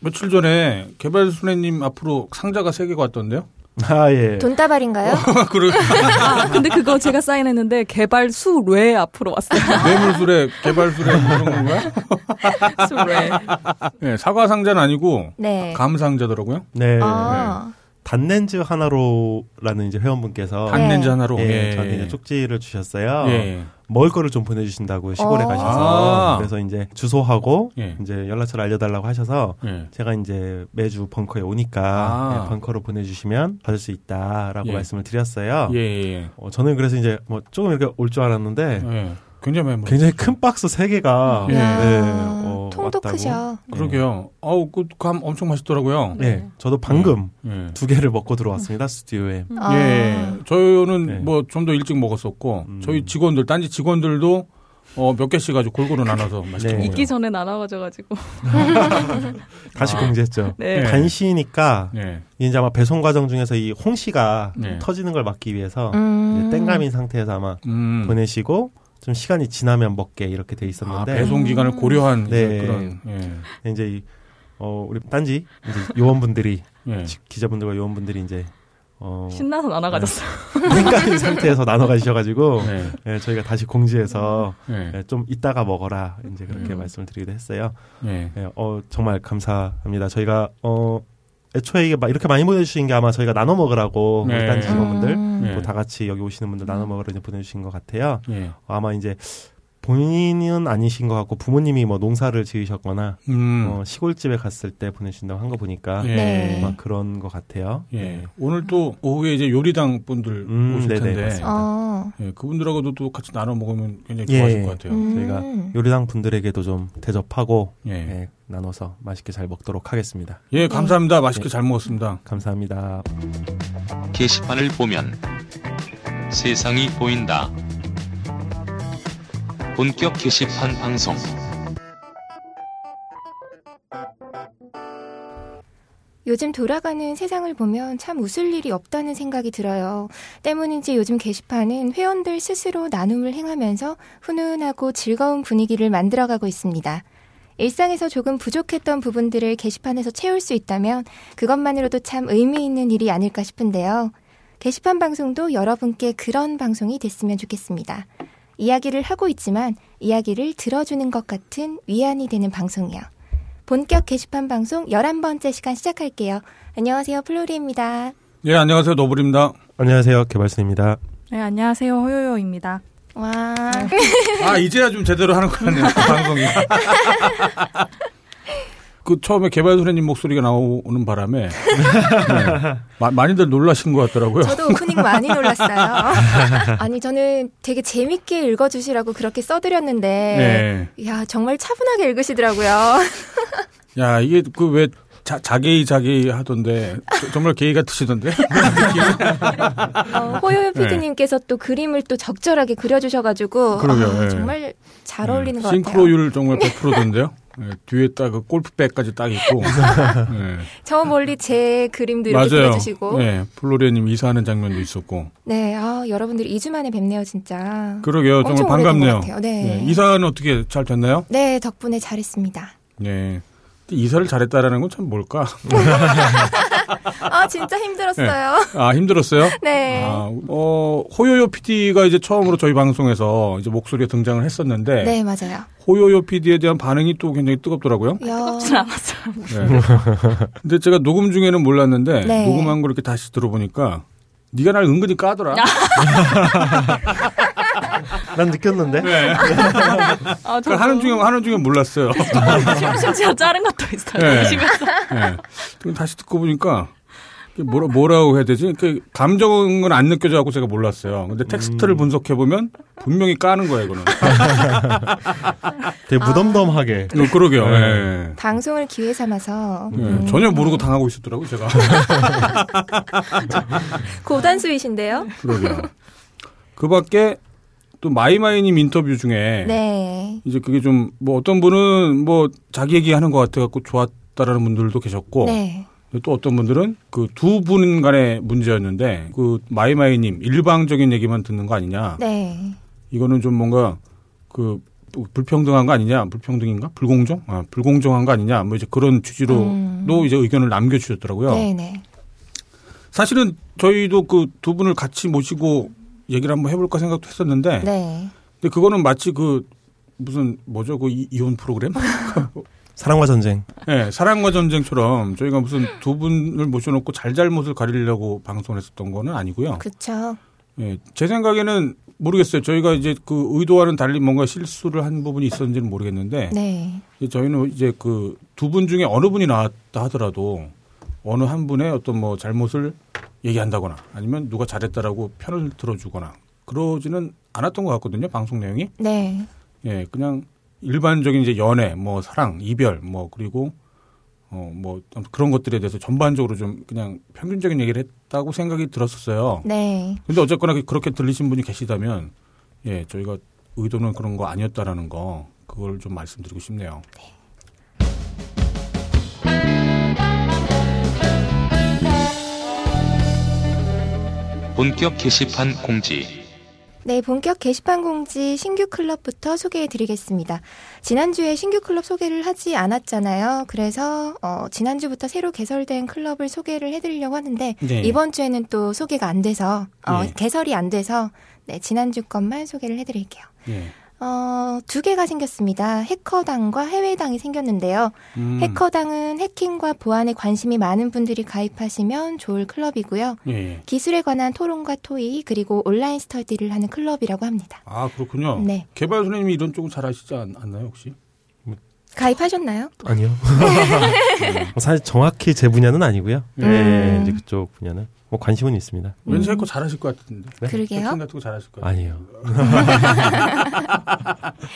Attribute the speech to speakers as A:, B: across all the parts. A: 며칠 전에 개발 순애님 앞으로 상자가 세 개가 왔던데요?
B: 아 예.
C: 돈다발인가요?
A: 그래
D: 아, 근데 그거 제가 사인했는데 개발 수뢰 앞으로 왔어요.
A: 뇌물술에 개발술에 그런 건가요?
D: 수뢰.
A: 네, 사과 상자는 아니고
C: 네.
A: 감 상자더라고요.
B: 네.
C: 아,
B: 단렌즈 하나로라는 이제 회원분께서
C: 단-
A: 단렌즈
C: 네.
A: 하나로.
B: 예,
A: 예,
B: 저한테 이제 쪽지를 주셨어요.
A: 예, 예.
B: 먹을 거를 좀 보내주신다고 시골에
C: 어.
B: 가셔서
A: 아.
B: 그래서 이제 주소하고
A: 예.
B: 이제 연락처를 알려달라고 하셔서
A: 예.
B: 제가 이제 매주 벙커에 오니까
A: 아.
B: 예, 벙커로 보내주시면 받을 수 있다라고
A: 예.
B: 말씀을 드렸어요.
A: 예, 예.
B: 어, 저는 그래서 이제 뭐 조금 이렇게 올 줄 알았는데
A: 예. 굉장히 많이 먹었어요.
B: 굉장히 큰 박스 세 개가
A: 예.
C: 아, 야,
B: 네, 어,
C: 통도
B: 왔다고.
C: 크셔.
A: 그러게요. 어우, 그, 감 엄청 맛있더라고요.
B: 예,
C: 네.
B: 저도 방금
A: 예.
B: 두 개를 먹고
D: 음.
B: 들어왔습니다 스튜디오에.
C: 아,
A: 예. 저희는
B: 네.
A: 뭐 좀 더 일찍 먹었었고,
B: 음.
A: 저희 직원들, 딴지 직원들도 어, 몇 개씩 아주 골고루 나눠서 맛있게
B: 네.
A: 먹어요.
D: 있기 전에 나눠가져가지고.
B: 다시 공지했죠.
D: 네.
A: 아. 네.
B: 간시니까
A: 네.
B: 이제 아마 배송 과정 중에서 이 홍시가
A: 네.
B: 터지는 걸 막기 위해서
C: 음.
B: 이제 예, 땡감인 상태에서 아마
A: 음.
B: 보내시고 좀 시간이 지나면 먹게 이렇게 돼
A: 아,
B: 있었는데
A: 배송 기간을 고려한 이제
B: 네.
A: 그런 예.
B: 이제 이, 어 우리 딴지 이제 요원분들이
A: 예.
B: 지- 기자분들과 요원분들이 이제 어
D: 신나서 나눠가졌어요.
B: 땡감인 상태에서 나눠 가셔가지고
A: 네.
B: 예, 저희가 다시 공지해서
A: 예.
B: 예, 좀 이따가 먹어라 이제 그렇게
D: 음.
B: 말씀을 드리기도 했어요.
A: 예.
B: 예, 어 정말 감사합니다. 저희가 어 애초에 이게 막 이렇게 많이 보내주신 게 아마 저희가 나눠 먹으라고
A: 네.
B: 우리 딴지 직원분들
C: 음.
A: 네.
B: 뭐 다 같이 여기 오시는 분들 나눠 먹으러 이제 보내주신 것 같아요. 어,
A: 예.
B: 아마 이제 본인은 아니신 것 같고 부모님이 뭐 농사를 지으셨거나
A: 음.
B: 어, 시골집에 갔을 때 보내신다고 한 거 보니까
A: 예.
C: 네.
B: 막 그런 것 같아요.
A: 예. 오늘 또 오후에 이제 요리당 분들
B: 네. 음,
A: 오실
B: 네네,
A: 텐데
B: 맞습니다.
C: 어.
A: 예, 그분들하고도 또 같이 나눠 먹으면 굉장히
B: 예.
A: 좋아하실 것 같아요.
C: 음.
B: 저희가 요리당 분들에게도 좀 대접하고
A: 예.
B: 예, 나눠서 맛있게 잘 먹도록 하겠습니다.
A: 예, 감사합니다. 맛있게 잘 먹었습니다.
B: 감사합니다.
E: 게시판을 보면 세상이 보인다. 본격 게시판 방송.
C: 요즘 돌아가는 세상을 보면 참 웃을 일이 없다는 생각이 들어요. 때문인지 요즘 게시판은 회원들 스스로 나눔을 행하면서 훈훈하고 즐거운 분위기를 만들어가고 있습니다. 일상에서 조금 부족했던 부분들을 게시판에서 채울 수 있다면 그것만으로도 참 의미 있는 일이 아닐까 싶은데요. 게시판 방송도 여러분께 그런 방송이 됐으면 좋겠습니다. 이야기를 하고 있지만 이야기를 들어주는 것 같은 위안이 되는 방송이요. 본격 게시판 방송 11번째 시간 시작할게요. 안녕하세요, 플로리입니다.
A: 예, 안녕하세요. 너블입니다.
B: 안녕하세요, 개발순입니다.
D: 네, 안녕하세요. 허요요입니다.
C: 와.
A: 아, 이제야 좀 제대로 하는 거 같네요. 방송이. 그 처음에 개발 소리님 목소리가 나오는 바람에 네. 마- 많이들 놀라신 것 같더라고요.
C: 저도 오프닝 많이 놀랐어요. 아니, 저는 되게 재밌게 읽어주시라고 그렇게 써드렸는데,
A: 예.
C: 야, 정말 차분하게 읽으시더라고요.
A: 야, 이게 그 왜 자개이 자개이 하던데 저- 정말 개이 같으시던데.
C: 어,
A: 네.
C: 호요요 PD님께서 또 그림을 또 적절하게 그려주셔가지고,
A: 그러게요,
C: 아,
A: 예.
C: 정말 잘 어울리는 것 같아요.
A: 싱크로율 정말 100%던데요. 뒤에 딱 그 골프백까지 딱 있고. 예.
C: 저 멀리 제 그림도 이렇게 그려주시고. 네,
A: 예, 플로리아님 이사하는 장면도 있었고.
C: 아, 여러분들이 2주 만에 뵙네요, 진짜.
A: 그러게요.
C: 엄청
A: 정말
C: 오래된 것
A: 반갑네요.
C: 같아요. 네.
A: 예, 이사는 어떻게 잘 됐나요?
C: 네, 덕분에 잘했습니다.
A: 예. 근데 이사를 잘했다라는 건 참 뭘까?
C: 아 진짜 힘들었어요.
A: 아, 힘들었어요?
C: 네.
A: 아, 어, 호요요 PD가 이제 처음으로 저희 방송에서 이제 목소리가 등장을 했었는데
C: 네, 맞아요.
A: 호요요 PD에 대한 반응이 또 굉장히 뜨겁더라고요.
C: 아,
D: 진
C: 야,
D: 않았어요.
A: 네. 근데 제가 녹음 중에는 몰랐는데
C: 네.
A: 녹음한 걸 이렇게 다시 들어보니까 네가 날 은근히 까더라.
C: 아.
B: 난 느꼈는데
D: 아,
A: 네. 그걸 그러니까 하는 중에 하는 중에 몰랐어요.
D: 심지어 자른 것도 있어요.
A: 네.
D: 보시면서.
A: 예. 근데 다시 듣고 보니까 이게 뭐라, 뭐라고 해야 되지? 그 감정은 건 안 느껴져갖고 제가 몰랐어요. 근데 텍스트를 분석해 보면 분명히 까는 거예요, 이거는.
B: 되게 무덤덤하게
A: 어, 그러게요. 예.
C: 방송을 기회 삼아서
A: 예, 전혀 모르고 당하고 있었더라고 요 제가.
C: 고단수이신데요.
D: 네.
A: 그러게요. 그밖에 또 마이마이님 인터뷰 중에
C: 네.
A: 이제 그게 좀 뭐 어떤 분은 뭐 자기 얘기하는 것 같아갖고 좋았다라는 분들도 계셨고
C: 네.
A: 또 어떤 분들은 그 두 분 간의 문제였는데 그 마이마이님 일방적인 얘기만 듣는 거 아니냐
C: 네.
A: 이거는 좀 뭔가 그 또 불평등한 거 아니냐, 불평등인가, 불공정, 아, 불공정한 거 아니냐, 뭐 이제 그런 취지로도
C: 음.
A: 이제 의견을 남겨주셨더라고요.
C: 네네.
A: 사실은 저희도 그 두 분을 같이 모시고 얘기를 한번 해볼까 생각도 했었는데,
C: 네.
A: 근데 그거는 마치 그 무슨 뭐죠, 그 이, 이혼 프로그램?
B: 사랑과 전쟁.
A: 네, 사랑과 전쟁처럼 저희가 무슨 두 분을 모셔놓고 잘잘못을 가리려고 방송을 했었던 거는 아니고요.
C: 그쵸.
A: 예, 제 생각에는 모르겠어요. 저희가 이제 그 의도와는 달리 뭔가 실수를 한 부분이 있었는지는 모르겠는데
C: 네.
A: 이제 저희는 이제 그 두 분 중에 어느 분이 나왔다 하더라도 어느 한 분의 어떤 뭐 잘못을 얘기한다거나 아니면 누가 잘했다라고 편을 들어주거나 그러지는 않았던 것 같거든요. 방송 내용이
C: 네.
A: 예, 그냥 일반적인 이제 연애, 뭐 사랑, 이별, 뭐 그리고 어뭐 그런 것들에 대해서 전반적으로 좀 그냥 평균적인 얘기를 했다고 생각이 들었었어요.
C: 네.
A: 근데 어쨌거나 그렇게 들리신 분이 계시다면 예 저희가 의도는 그런 거 아니었다라는 거 그걸 좀 말씀드리고 싶네요.
E: 본격 게시판 공지.
C: 네, 본격 게시판 공지 신규 클럽부터 소개해 드리겠습니다. 지난주에 신규 클럽 소개를 하지 않았잖아요. 그래서 어, 지난주부터 새로 개설된 클럽을 소개를 해 드리려고 하는데
A: 네.
C: 이번 주에는 또 소개가 안 돼서 어,
A: 예.
C: 개설이 안 돼서 네, 지난주 것만 소개를 해 드릴게요.
A: 예.
C: 어, 두 개가 생겼습니다. 해커당과 해외당이 생겼는데요.
A: 음,
C: 해커당은 해킹과 보안에 관심이 많은 분들이 가입하시면 좋을 클럽이고요.
A: 예, 예.
C: 기술에 관한 토론과 토의 그리고 온라인 스터디를 하는 클럽이라고 합니다.
A: 아 그렇군요.
C: 네. 음.
A: 개발 선생님이 이런 쪽은 잘 아시지 않, 나요 혹시?
C: 가입하셨나요?
B: 아니요. 뭐 사실 정확히 제 분야는 아니고요.
A: 네.
B: 예, 예, 이제 그쪽 분야는 뭐 관심은 있습니다.
A: 왠지 할거 잘하실 것 같은데.
B: 네?
C: 그러게요.
A: 해킹 같은 거 잘하실 것 같아요.
B: 아니에요.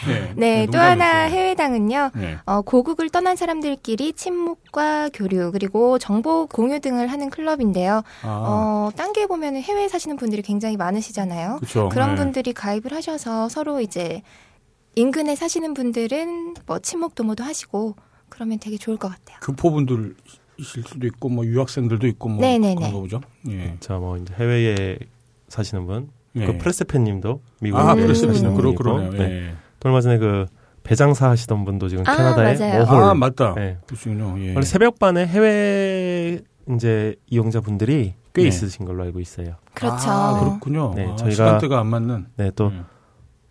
A: 네.
C: 네, 또 하나 해외당은요.
A: 네.
C: 어, 고국을 떠난 사람들끼리 친목과 교류 그리고 정보 공유 등을 하는 클럽인데요.
A: 아,
C: 어, 딴 게 보면 해외에 사시는 분들이 굉장히 많으시잖아요.
A: 그렇죠.
C: 그런 분들이 가입을 하셔서 서로 이제 인근에 사시는 분들은 뭐 친목 도모도 하시고 그러면 되게 좋을 것 같아요.
A: 교포분들이실 수도 있고 뭐 유학생들도 있고 뭐
C: 네네네.
A: 그런 거 보죠. 예.
B: 자, 뭐 이제 해외에 사시는 분,
A: 예.
B: 그 프레스페님도 미국에
A: 아,
C: 음.
A: 프레스는
B: 사시는
A: 그러
B: 분이고,
A: 그러네요.
B: 네.
A: 예.
B: 또 얼마 전에 그 배장사 하시던 분도 지금
C: 아,
B: 캐나다에
C: 맞아요.
B: 머홀.
A: 아, 맞다.
B: 예.
A: 그렇군요. 예.
B: 원래 새벽반에 해외 이제 이용자분들이 꽤
A: 네.
B: 있으신 걸로 알고 있어요.
C: 그렇죠.
A: 아, 그렇군요.
B: 네,
A: 아,
B: 저희가-
A: 시간대가 안 맞는.
B: 네, 또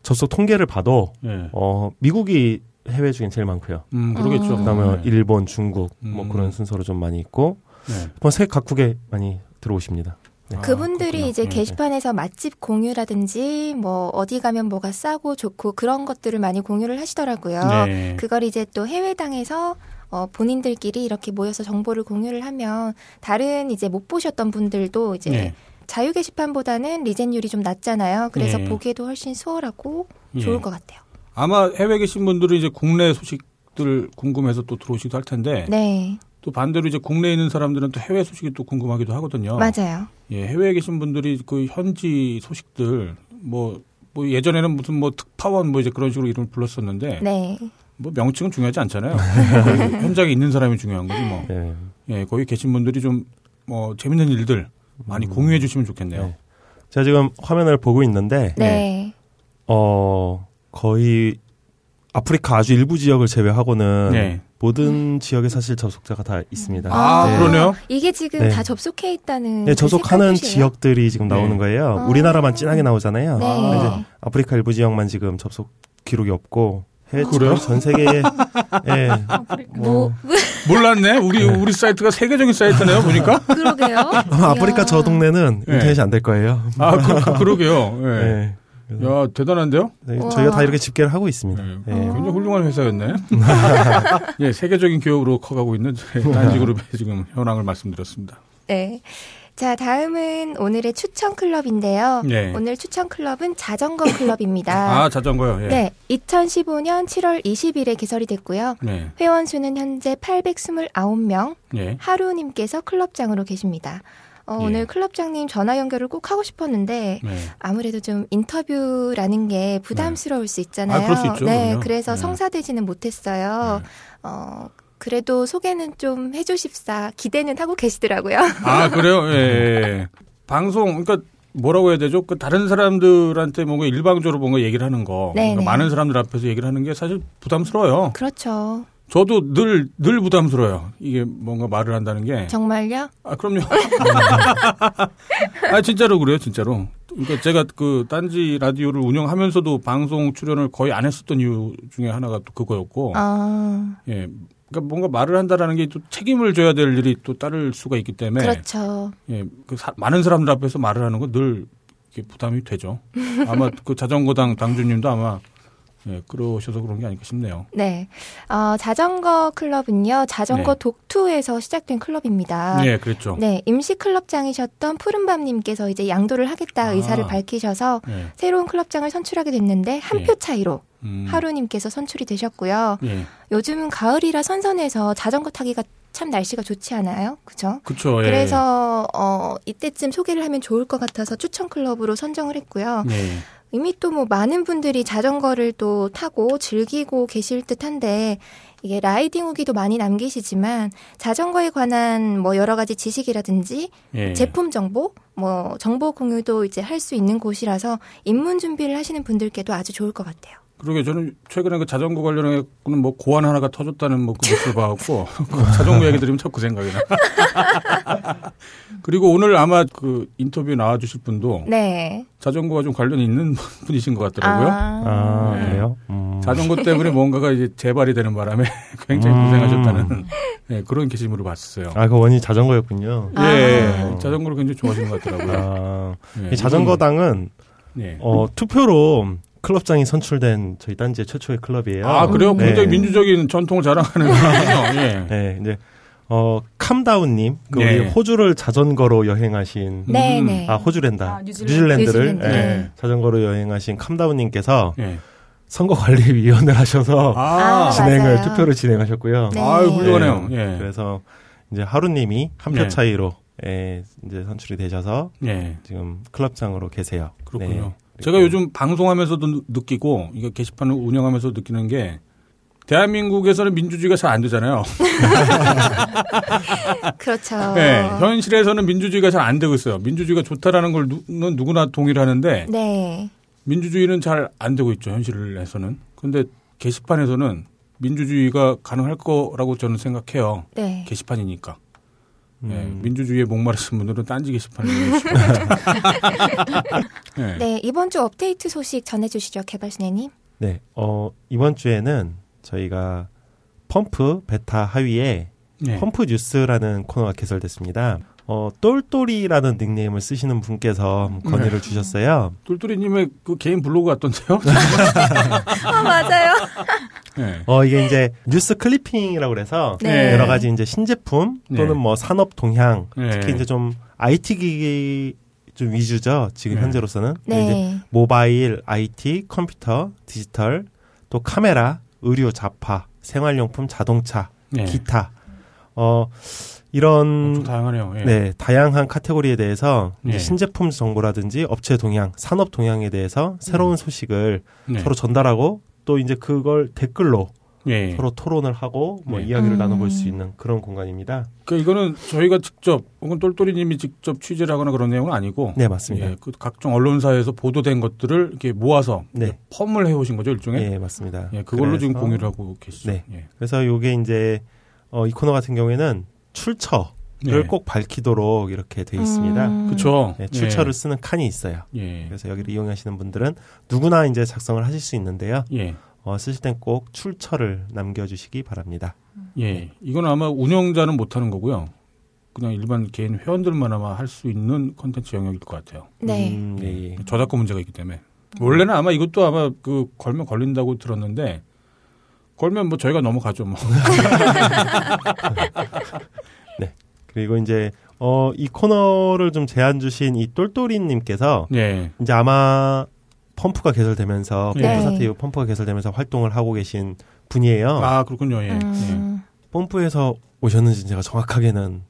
B: 접속 통계를 봐도
A: 예.
B: 어, 미국이 해외 중엔 제일 많고요.
A: 음, 그러겠죠.
C: 음.
B: 그다음에
A: 네.
B: 일본, 중국 뭐
A: 음.
B: 그런 순서로 좀 많이 있고
A: 네.
B: 뭐 세 각국에 많이 들어오십니다.
A: 아,
C: 그분들이
A: 그렇군요.
C: 이제
A: 예.
C: 게시판에서 맛집 공유라든지 뭐 어디 가면 뭐가 싸고 좋고 그런 것들을 많이 공유를 하시더라고요.
A: 네.
C: 그걸 이제 또 해외당에서 어, 본인들끼리 이렇게 모여서 정보를 공유를 하면 다른 이제 못 보셨던 분들도 이제
A: 예.
C: 자유 게시판보다는 리젠율이 좀 낮잖아요. 그래서
A: 예.
C: 보기에도 훨씬 수월하고
A: 예.
C: 좋을 것 같아요.
A: 아마 해외 계신 분들은 이제 국내 소식들 궁금해서 또 들어오시기도 할 텐데
C: 네,
A: 또 반대로 이제 국내에 있는 사람들은 또 해외 소식이 또 궁금하기도 하거든요.
C: 맞아요.
A: 예, 해외에 계신 분들이 그 현지 소식들 뭐, 뭐 예전에는 무슨 뭐 특파원 뭐 이제 그런 식으로 이름을 불렀었는데
C: 네,
A: 뭐 명칭은 중요하지 않잖아요. 거의 현장에 있는 사람이 중요한 거지 뭐.
B: 네.
A: 예, 거기 계신 분들이 좀 뭐 재밌는 일들 많이 공유해 주시면 좋겠네요.
B: 네. 제가 지금 화면을 보고 있는데
C: 네,
B: 어 거의 아프리카 아주 일부 지역을 제외하고는
A: 네.
B: 모든 지역에 사실 접속자가 다 있습니다.
A: 아,
B: 네.
A: 그러네요.
C: 이게 지금
B: 네.
C: 다 접속해 있다는
B: 네,
C: 그
B: 접속하는
C: 색깔 표시예요?
B: 지역들이 지금
A: 네.
B: 나오는 거예요.
C: 아.
B: 우리나라만 진하게 나오잖아요.
C: 네.
A: 아.
B: 아프리카 일부 지역만 지금 접속 기록이 없고 해외
A: 그래요?
B: 전 세계에 예.
C: 아,
B: 뭐
A: 몰랐네. 우리 우리 사이트가 세계적인 사이트네요. 보니까.
C: 그러게요.
B: 아마 아프리카
C: 이야.
B: 저 동네는
A: 네.
B: 인터넷이 안 될 거예요.
A: 아, 그, 러게요 예.
B: 예.
A: 야, 대단한데요?
B: 네,
C: 우와.
B: 저희가 다 이렇게 집계를 하고 있습니다.
A: 네.
B: 예.
A: 굉장히 훌륭한 회사였네. 예, 세계적인 기업으로 커가고 있는 저희 딴지그룹의 지금 현황을 말씀드렸습니다.
C: 네. 자, 다음은 오늘의 추천 클럽인데요.
A: 네.
C: 오늘 추천 클럽은 자전거 클럽입니다.
A: 아, 자전거요. 예.
C: 네. 2015년 7월 20일에 개설이 됐고요.
A: 네.
C: 회원 수는 현재 829명.
A: 예.
C: 하루님께서 클럽장으로 계십니다. 어,
A: 예.
C: 오늘 클럽장님 전화 연결을 꼭 하고 싶었는데
A: 네.
C: 아무래도 좀 인터뷰라는 게 부담스러울 수 있잖아요.
A: 아, 그럴 수 있죠,
C: 네,
A: 그럼요.
C: 그래서
A: 네.
C: 성사되지는 못했어요. 어, 그래도 소개는 좀 해주십사 기대는 하고 계시더라고요.
A: 아, 그래요? 예, 예. 방송, 그러니까 뭐라고 해야 되죠? 그 다른 사람들한테 뭔가 일방적으로 뭔가 얘기를 하는 거,
C: 네,
A: 뭔가
C: 네.
A: 많은 사람들 앞에서 얘기를 하는 게 사실 부담스러워요.
C: 그렇죠.
A: 저도 늘 늘 부담스러워요. 이게 뭔가 말을 한다는 게.
C: 정말요?
A: 아 그럼요. 아 진짜로 그래요, 진짜로. 그러니까 제가 그 딴지 라디오를 운영하면서도 방송 출연을 거의 안 했었던 이유 중에 하나가 또 그거였고,
C: 아,
A: 예, 그러니까 뭔가 말을 한다라는 게 또 책임을 져야 될 일이 또 따를 수가 있기 때문에,
C: 그렇죠.
A: 예, 그 사- 많은 사람들 앞에서 말을 하는 건늘 부담이 되죠. 아마 그 자전거당 당주님도 아마 예, 그러셔서 그런 게 아닐까 싶네요.
C: 네. 어, 자전거 클럽은요, 자전거
A: 네.
C: 독투에서 시작된 클럽입니다.
A: 예, 그랬죠.
C: 네, 임시 클럽장이셨던 푸른밤님께서 이제 양도를 하겠다
A: 아.
C: 의사를 밝히셔서
A: 예,
C: 새로운 클럽장을 선출하게 됐는데 한
A: 예.
C: 표 차이로
A: 음,
C: 하루님께서 선출이 되셨고요.
A: 예,
C: 요즘은 가을이라 선선해서 자전거 타기가 참 날씨가 좋지 않아요? 그죠?
A: 그쵸. 예.
C: 그래서 어 이때쯤 소개를 하면 좋을 것 같아서 추천 클럽으로 선정을 했고요.
A: 예.
C: 이미 또 뭐 많은 분들이 자전거를 또 타고 즐기고 계실 듯한데 이게 라이딩 후기도 많이 남기시지만 자전거에 관한 뭐 여러 가지 지식이라든지
A: 예.
C: 제품 정보 뭐 정보 공유도 이제 할 수 있는 곳이라서 입문 준비를 하시는 분들께도 아주 좋을 것 같아요.
A: 그러게 저는 최근에 그 자전거 관련해서는 뭐 고안 하나가 터졌다는 뭐 그 뉴스를 봐갖고 그 자전거 얘기 들으면 자꾸 생각이 나. 그리고 오늘 아마 그 인터뷰 나와주실 분도
C: 네.
A: 자전거와 좀 관련이 있는 분이신 것 같더라고요.
B: 아,
A: 네.
B: 그래요? 음.
A: 자전거 때문에 뭔가가 이제 재발이 되는 바람에 굉장히
B: 음.
A: 고생하셨다는 예, 그런 게시물을 봤어요.
B: 아, 그 원인이 자전거였군요.
C: 아.
A: 예, 자전거를 굉장히 좋아하시는 것 같더라고요.
B: 아,
A: 예,
B: 이 자전거당은
A: 이건, 예.
B: 어, 투표로 클럽장이 선출된 저희 딴지 최초의 클럽이에요.
A: 아 그래요?
B: 네.
A: 굉장히 민주적인 전통을 자랑하는 거예요.
B: 네, 이제 어 캄다운님, 그 우리
A: 네.
B: 호주를 자전거로 여행하신
A: 음.
C: 네, 네.
B: 아 호주랜다,
D: 아, 뉴질랜드.
B: 뉴질랜드를
C: 뉴질랜드.
B: 예,
A: 네.
B: 자전거로 여행하신 캄다운님께서
A: 예. 예.
B: 선거관리위원을 하셔서
A: 아,
C: 아,
B: 진행을
C: 맞아요.
B: 투표를 진행하셨고요.
C: 네.
A: 아유 훌륭하네요.
B: 네.
A: 예.
B: 그래서 이제 하루님이 한 표
A: 네.
B: 차이로 예, 이제 선출이 되셔서
A: 예.
B: 지금 클럽장으로 계세요.
A: 그렇군요.
B: 네.
A: 제가 요즘 방송하면서도 느- 느끼고 이거 게시판을 운영하면서 느끼는 게 대한민국에서는 민주주의가 잘 안 되잖아요.
C: 그렇죠.
A: 네, 현실에서는 민주주의가 잘 안 되고 있어요. 민주주의가 좋다라는 걸 누, 누구나 동의를 하는데
C: 네.
A: 민주주의는 잘 안 되고 있죠. 현실에서는. 근데 게시판에서는 민주주의가 가능할 거라고 저는 생각해요.
C: 네.
A: 게시판이니까.
B: 음,
A: 예, 민주주의에 목마르신 분들은 딴지 게시판을 이용해 주시고요. 예.
C: 네, 이번 주 업데이트 소식 전해주시죠, 개발신혜님.
B: 네, 어 이번 주에는 저희가 펌프 베타 하위에
A: 예.
B: 펌프 뉴스라는 코너가 개설됐습니다. 어, 똘똘이라는 닉네임을 쓰시는 분께서
A: 네.
B: 건의를 주셨어요.
A: 똘똘이님의 그 개인 블로그 같던데요?
C: 아, 맞아요.
A: 예.
B: 어, 이게 이제 뉴스 클리핑이라고 그래서
A: 네.
B: 여러 가지 이제 신제품 또는
A: 네.
B: 뭐 산업 동향
A: 네.
B: 특히 이제 좀 IT 기기 좀 위주죠. 지금
A: 네.
B: 현재로서는 근데 이제
C: 네.
B: 모바일, IT, 컴퓨터, 디지털, 또 카메라, 의료, 자파, 생활용품, 자동차,
A: 예.
B: 기타. 어, 이런
A: 엄청 다양하네요. 예.
B: 네, 다양한 카테고리에 대해서 이제
A: 예.
B: 신제품 정보라든지 업체 동향, 산업 동향에 대해서 새로운 소식을
A: 음. 네.
B: 서로 전달하고 또 이제 그걸 댓글로
A: 예.
B: 서로 토론을 하고 뭐
A: 예.
B: 이야기를
C: 음.
B: 나눠볼 수 있는 그런 공간입니다.
A: 그 이거는 저희가 직접 혹은 똘똘이님이 직접 취재를 하거나 그런 내용은 아니고
B: 네, 맞습니다.
A: 예, 그 각종 언론사에서 보도된 것들을 이렇게 모아서
B: 네.
A: 펌을 해오신 거죠 일종의
B: 예, 맞습니다.
A: 예, 그걸로 지금
B: 그래서-
A: 공유를 하고 계시죠.
B: 네.
A: 예.
B: 그래서 요게 이제 어, 이 코너 같은 경우에는 출처를
A: 예.
B: 꼭 밝히도록 이렇게 돼 네, 있습니다.
C: 음.
A: 그렇죠.
B: 네, 출처를 쓰는 칸이 있어요.
A: 예.
B: 그래서 여기를 이용하시는 분들은 누구나 이제 작성을 하실 수 있는데요.
A: 예.
B: 어, 쓰실 땐 꼭 출처를 남겨주시기 바랍니다.
A: 예. 이건 아마 운영자는 못 하는 거고요. 그냥 일반 개인 회원들만 아마 할 수 있는 컨텐츠 영역일 것 같아요.
C: 네.
B: 음, 예, 예.
A: 저작권 문제가 있기 때문에 원래는 아마 이것도 아마 그 걸면 걸린다고 들었는데 걸면 뭐 저희가 넘어가죠 뭐.
B: 그리고 이제 어, 이 코너를 좀 제안 주신 이 똘똘이님께서
A: 예.
B: 이제 아마 펌프가 개설되면서 펌프
A: 네.
B: 사태 이후 펌프가 개설되면서 활동을 하고 계신 분이에요.
A: 아 그렇군요. 예. 예.
C: 음,
B: 펌프에서 오셨는지 제가 정확하게는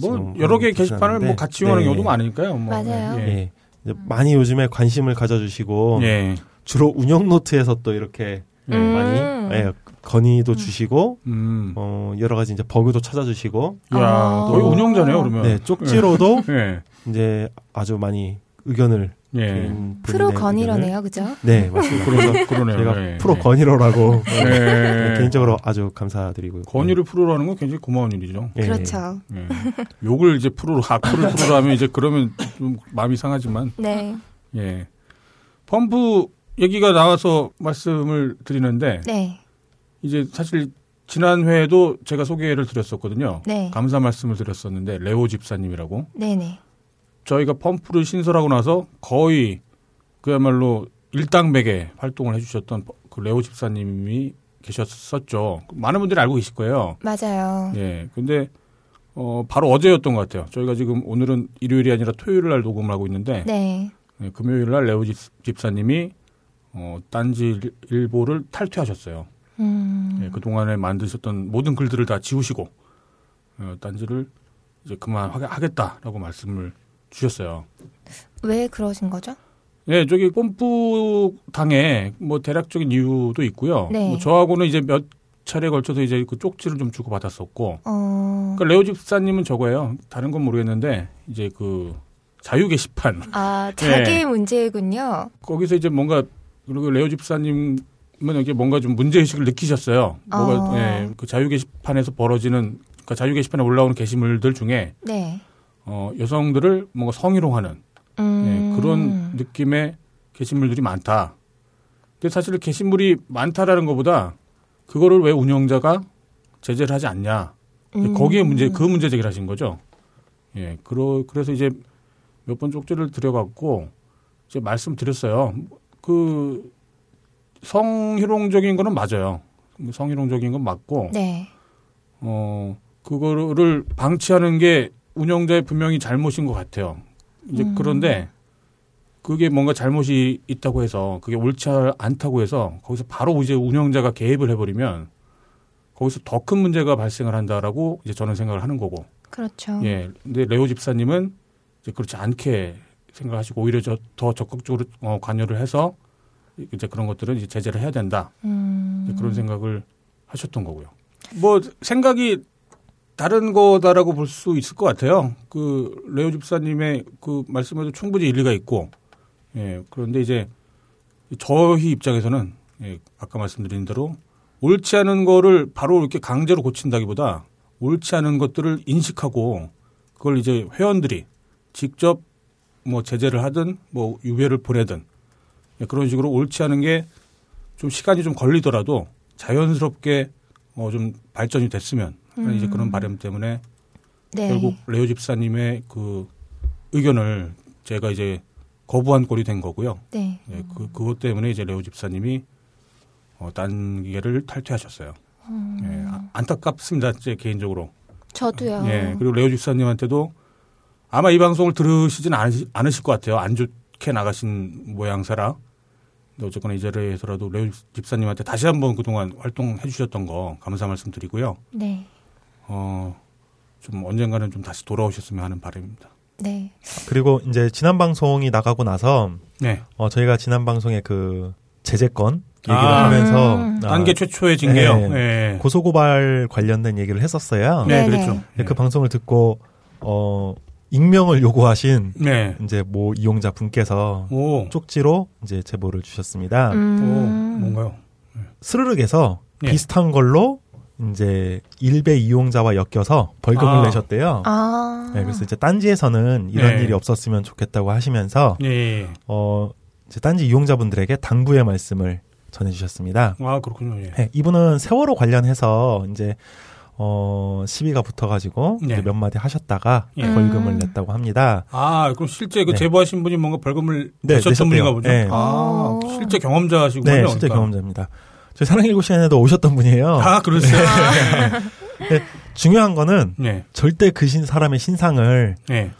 A: 뭐
B: 지금
A: 여러 개의
B: 그렇진
A: 게시판을
B: 않은데.
A: 뭐 같이 이용하는
B: 네.
A: 경우도 많으니까요. 뭐.
C: 맞아요.
A: 예.
B: 예. 이제 많이 요즘에 관심을 가져주시고
A: 예.
B: 주로 운영 노트에서 또 이렇게
A: 예.
C: 음.
B: 많이 예, 건의도 주시고
A: 음.
B: 어, 여러 가지 이제 버그도 찾아주시고
A: 야,
C: 아.
A: 거의 운영자네요, 그러면.
B: 네 쪽지로도
A: 예.
B: 이제 아주 많이 의견을
A: 예.
B: 좀
C: 프로
B: 본인의
C: 건이러네요, 그죠?
B: 의견을- 네 맞습니다.
A: 그러네, 그러네요.
B: 제가
A: 예,
B: 프로
A: 예.
B: 건이러라고 네,
A: 예.
B: 개인적으로 아주 감사드리고요.
A: 건의를 프로라는 건 굉장히 고마운 일이죠.
B: 예.
C: 그렇죠.
A: 예. 욕을 이제 프로로 악플을 프로로 하면 이제 그러면 좀 마음이 상하지만
C: 네.
A: 예. 펌프 얘기가 나와서 말씀을 드리는데
C: 네.
A: 이제 사실 지난 회에도 제가 소개를 드렸었거든요.
C: 네.
A: 감사 말씀을 드렸었는데 레오 집사님이라고
C: 네네.
A: 저희가 펌프를 신설하고 나서 거의 그야말로 일당백에 활동을 해주셨던 그 레오 집사님이 계셨었죠. 많은 분들이 알고 계실 거예요.
C: 맞아요.
A: 예. 근데 어 바로 어제였던 것 같아요. 저희가 지금 오늘은 일요일이 아니라 토요일 날 녹음을 하고 있는데
C: 네.
A: 예, 금요일 날 레오 집, 집사님이 어 딴지 일- 일보를 탈퇴하셨어요.
C: 음.
A: 그 동안에 만드셨던 모든 글들을 다 지우시고 어, 딴지를 이제 그만 하게- 하겠다라고 말씀을 주셨어요.
C: 왜 그러신 거죠?
A: 예, 저기 뽐뿌 당에 뭐 대략적인 이유도 있고요.
C: 네.
A: 뭐 저하고는 이제 몇 차례 에 걸쳐서 이제 그 쪽지를 좀 주고 받았었고.
C: 어.
A: 그러니까 레오 집사님은 저거예요. 다른 건 모르겠는데 이제 그 자유 게시판
C: 아, 자기의
A: 예.
C: 문제군요.
A: 거기서 이제 뭔가 그리고 레오 집사님은 이게 뭔가 좀 문제 의식을 느끼셨어요. 뭐가
C: 어.
A: 예, 그 자유 게시판에서 벌어지는 그러니까 자유 게시판에 올라오는 게시물들 중에
C: 네.
A: 어, 여성들을 뭔가 성희롱하는
C: 음.
A: 예, 그런 느낌의 게시물들이 많다. 근데 사실 게시물이 많다라는 것보다 그거를 왜 운영자가 제재를 하지 않냐. 이제
C: 음.
A: 거기에 문제, 그 문제 제기를 하신 거죠. 예, 그러, 그래서 이제 몇 번 쪽지를 드려갖고 이제 말씀드렸어요. 그 성희롱적인 거는 맞아요. 성희롱적인 건 맞고
C: 네.
A: 어, 그거를 방치하는 게 운영자의 분명히 잘못인 것 같아요. 이제
C: 음.
A: 그런데 그게 뭔가 잘못이 있다고 해서 그게 옳지 않다고 해서 거기서 바로 이제 운영자가 개입을 해버리면 거기서 더 큰 문제가 발생을 한다라고 이제 저는 생각을 하는 거고.
C: 그렇죠.
A: 예. 근데 레오 집사님은 이제 그렇지 않게 생각하시고 오히려 저, 더 적극적으로 어, 관여를 해서 이제 그런 것들은 이제 제재를 해야 된다.
C: 음.
A: 이제 그런 생각을 하셨던 거고요. 뭐 생각이 다른 거다라고 볼 수 있을 것 같아요. 그 레오 집사님의 그 말씀에도 충분히 일리가 있고, 예 그런데 이제 저희 입장에서는 예, 아까 말씀드린 대로 옳지 않은 거를 바로 이렇게 강제로 고친다기보다 옳지 않은 것들을 인식하고 그걸 이제 회원들이 직접 뭐 제재를 하든 뭐 유배를 보내든 예, 그런 식으로 옳지 않은 게 좀 시간이 좀 걸리더라도 자연스럽게 어, 좀 발전이 됐으면 하는 이제 그런 바람 때문에
C: 네.
A: 결국 레오 집사님의 그 의견을 제가 이제 거부한 꼴이 된 거고요.
C: 네.
A: 예, 그 그것 때문에 이제 레오 집사님이 어, 단계를 탈퇴하셨어요. 예, 아- 안타깝습니다. 제 개인적으로.
C: 저도요.
A: 예, 그리고 레오 집사님한테도 아마 이 방송을 들으시진 않으시, 않으실 것 같아요. 안 좋게 나가신 모양새라. 근데 어쨌거나 이 자리에서라도 레오 집사님한테 다시 한번 그동안 활동해 주셨던 거 감사 말씀드리고요.
C: 네.
A: 어, 좀 언젠가는 좀 다시 돌아오셨으면 하는 바람입니다.
C: 네.
B: 그리고 이제 지난 방송이 나가고 나서
A: 네.
B: 어, 저희가 지난 방송에 그 제재권 얘기를
A: 아.
B: 하면서
C: 음.
B: 아,
A: 단계 최초의 징계요.
B: 네.
A: 네.
B: 고소고발 관련된 얘기를 했었어요.
A: 네,
C: 네,
A: 그렇죠.
C: 네.
B: 근데 그 방송을 듣고 어, 익명을 요구하신
A: 네.
B: 이제 모 이용자 분께서
A: 오.
B: 쪽지로 이제 제보를 주셨습니다.
A: 오,
C: 음.
A: 뭔가요?
B: 스르륵에서
A: 예.
B: 비슷한 걸로 이제 일베 이용자와 엮여서 벌금을
A: 아.
B: 내셨대요.
C: 아.
B: 네, 그래서 이제 딴지에서는 이런
A: 네.
B: 일이 없었으면 좋겠다고 하시면서
A: 예.
B: 어, 이제 딴지 이용자분들에게 당부의 말씀을 전해주셨습니다.
A: 아, 그렇군요. 예.
B: 네, 이분은 세월호 관련해서 이제 어, 시비가 붙어가지고
A: 네.
B: 이제 몇 마디 하셨다가
A: 예.
B: 벌금을
C: 음.
B: 냈다고 합니다.
A: 아, 그럼 실제 그
B: 네.
A: 제보하신 분이 뭔가 벌금을
B: 네,
A: 내셨던
B: 내셨대요.
A: 분인가 보죠.
B: 네.
A: 아,
C: 오.
A: 실제 경험자시군요.
B: 네, 실제
A: 그러니까.
B: 경험자입니다. 저희 사랑 일곱 시간에도 오셨던 분이에요. 네,
A: 아, 그러세요.
B: 중요한 거는
A: 네,
B: 절대 그 신 사람의 신상을
A: 네.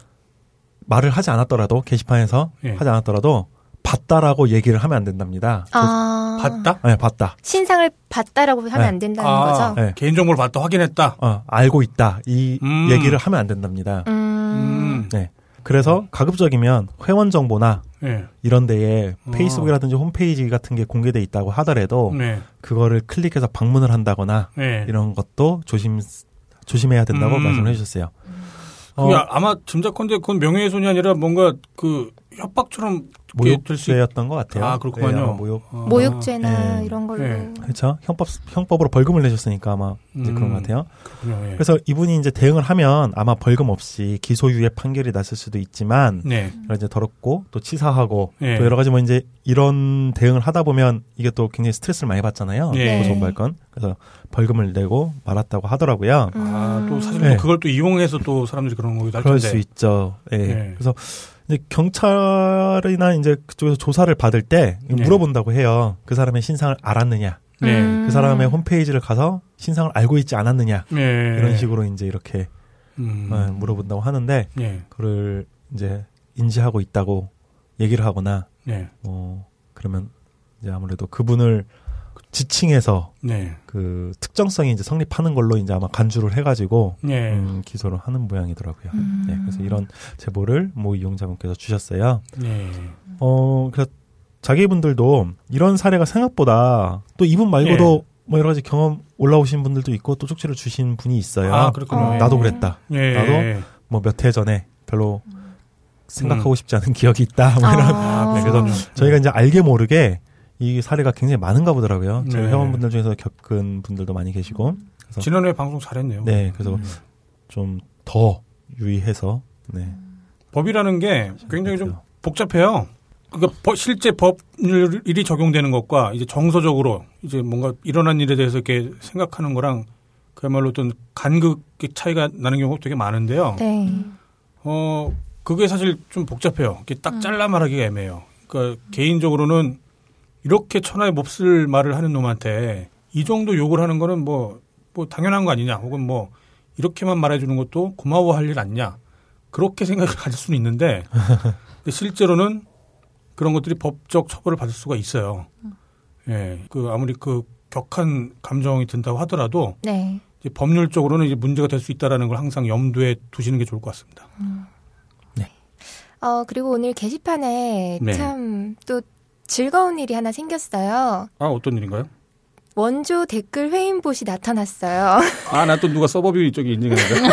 B: 말을 하지 않았더라도 게시판에서
A: 예.
B: 하지 않았더라도 봤다라고 얘기를 하면 안 된답니다.
C: 아.
A: 봤다?
B: 네, 봤다.
C: 신상을 봤다라고 하면
B: 네.
C: 안 된다는
A: 아,
C: 거죠.
B: 네.
A: 개인정보를 봤다, 확인했다.
B: 어, 알고 있다. 이
A: 음.
B: 얘기를 하면 안 된답니다.
C: 음.
A: 음,
B: 네. 그래서 가급적이면 회원 정보나
A: 네.
B: 이런 데에
A: 아.
B: 페이스북이라든지 홈페이지 같은 게 공개돼 있다고 하더라도
A: 네.
B: 그거를 클릭해서 방문을 한다거나
A: 네.
B: 이런 것도 조심 조심해야 된다고
A: 음. 아,
B: 말씀을 해주셨어요. 어,
A: 그게 아마 짐작컨대 그건 명예훼손이 아니라 뭔가 그 협박처럼 될 수 있-
B: 모욕죄였던 것 같아요.
A: 아, 그렇구만요.
B: 예, 아마 모욕.
A: 아.
C: 모욕죄나
B: 네.
C: 이런 걸로.
A: 네.
B: 그렇죠. 형법 형법으로 벌금을 내셨으니까 아마 이제
A: 음.
B: 그런 것 같아요.
A: 그렇군요. 예.
B: 그래서 이분이 이제 대응을 하면 아마 벌금 없이 기소유예 판결이 났을 수도 있지만
A: 네.
C: 음.
B: 여러 이제 더럽고 또 치사하고
A: 예.
B: 또 여러 가지 뭐 이제 이런 대응을 하다 보면 이게 또 굉장히 스트레스를 많이 받잖아요.
A: 예.
B: 고소할 건 그래서 벌금을 내고 말았다고 하더라고요.
A: 아,
C: 음,
A: 또 사실
B: 네.
A: 또 그걸 또 이용해서 또 사람들이 그런 거기도 할 텐데.
B: 그럴 수 있죠. 예.
A: 아, 예.
B: 그래서 이제 경찰이나 이제 그쪽에서 조사를 받을 때
A: 예.
B: 물어본다고 해요. 그 사람의 신상을 알았느냐,
A: 네.
C: 음.
B: 그 사람의 홈페이지를 가서 신상을 알고 있지 않았느냐
A: 예.
B: 이런 식으로 이제 이렇게
A: 음.
B: 어, 물어본다고 하는데
A: 예.
B: 그를 이제 인지하고 있다고 얘기를 하거나
A: 네.
B: 어 그러면 이제 아무래도 그분을 지칭해서
A: 네.
B: 그 특정성이 이제 성립하는 걸로 이제 아마 간주를 해가지고
A: 예.
B: 음, 기소를 하는 모양이더라고요.
A: 음.
B: 네, 그래서 이런 제보를 모 이용자분께서 주셨어요.
A: 예.
B: 어, 그래서 자기분들도 이런 사례가 생각보다 또 이분 말고도
A: 예.
B: 뭐 여러 가지 경험 올라오신 분들도 있고 또 쪽지를 주신 분이 있어요.
A: 아, 그렇군요.
B: 어,
A: 예.
B: 나도 그랬다.
A: 예.
B: 나도? 뭐 몇 해 전에 별로 생각하고 싶지 않은 기억이 있다. 뭐 이런
A: 음. 아,
B: 네,
A: 그래서
B: 저희가 이제 알게 모르게 이 사례가 굉장히 많은가 보더라고요. 저희
A: 네.
B: 회원분들 중에서 겪은 분들도 많이 계시고. 그래서
A: 지난해 방송 잘했네요.
B: 네, 그래서
A: 음.
B: 좀 더 유의해서 네.
A: 법이라는 게 굉장히 좀
B: 그렇죠.
A: 복잡해요. 그러니까 법- 실제 법률이 적용되는 것과 이제 정서적으로 이제 뭔가 일어난 일에 대해서 이렇게 생각하는 거랑 그야말로 어떤 간극의 차이가 나는 경우가 되게 많은데요.
C: 네.
A: 어 그게 사실 좀 복잡해요. 이게 딱 잘라 말하기가 애매해요. 그러니까 개인적으로는 이렇게 천하의 몹쓸 말을 하는 놈한테 이 정도 욕을 하는 거는 뭐, 뭐 당연한 거 아니냐 혹은 뭐 이렇게만 말해주는 것도 고마워할 일 아니냐 그렇게 생각을 가질 수는 있는데 근데 실제로는 그런 것들이 법적 처벌을 받을 수가 있어요. 예, 그 아무리 그 격한 감정이 든다고 하더라도
C: 네.
A: 이제 법률적으로는 이제 문제가 될 수 있다라는 걸 항상 염두에 두시는 게 좋을 것 같습니다.
C: 어, 그리고 오늘 게시판에
A: 네.
C: 참 또 즐거운 일이 하나 생겼어요.
A: 아 어떤 일인가요?
C: 원조 댓글 회인봇이 나타났어요.
A: 아 나 또 누가 서버비 쪽에 인증했는데.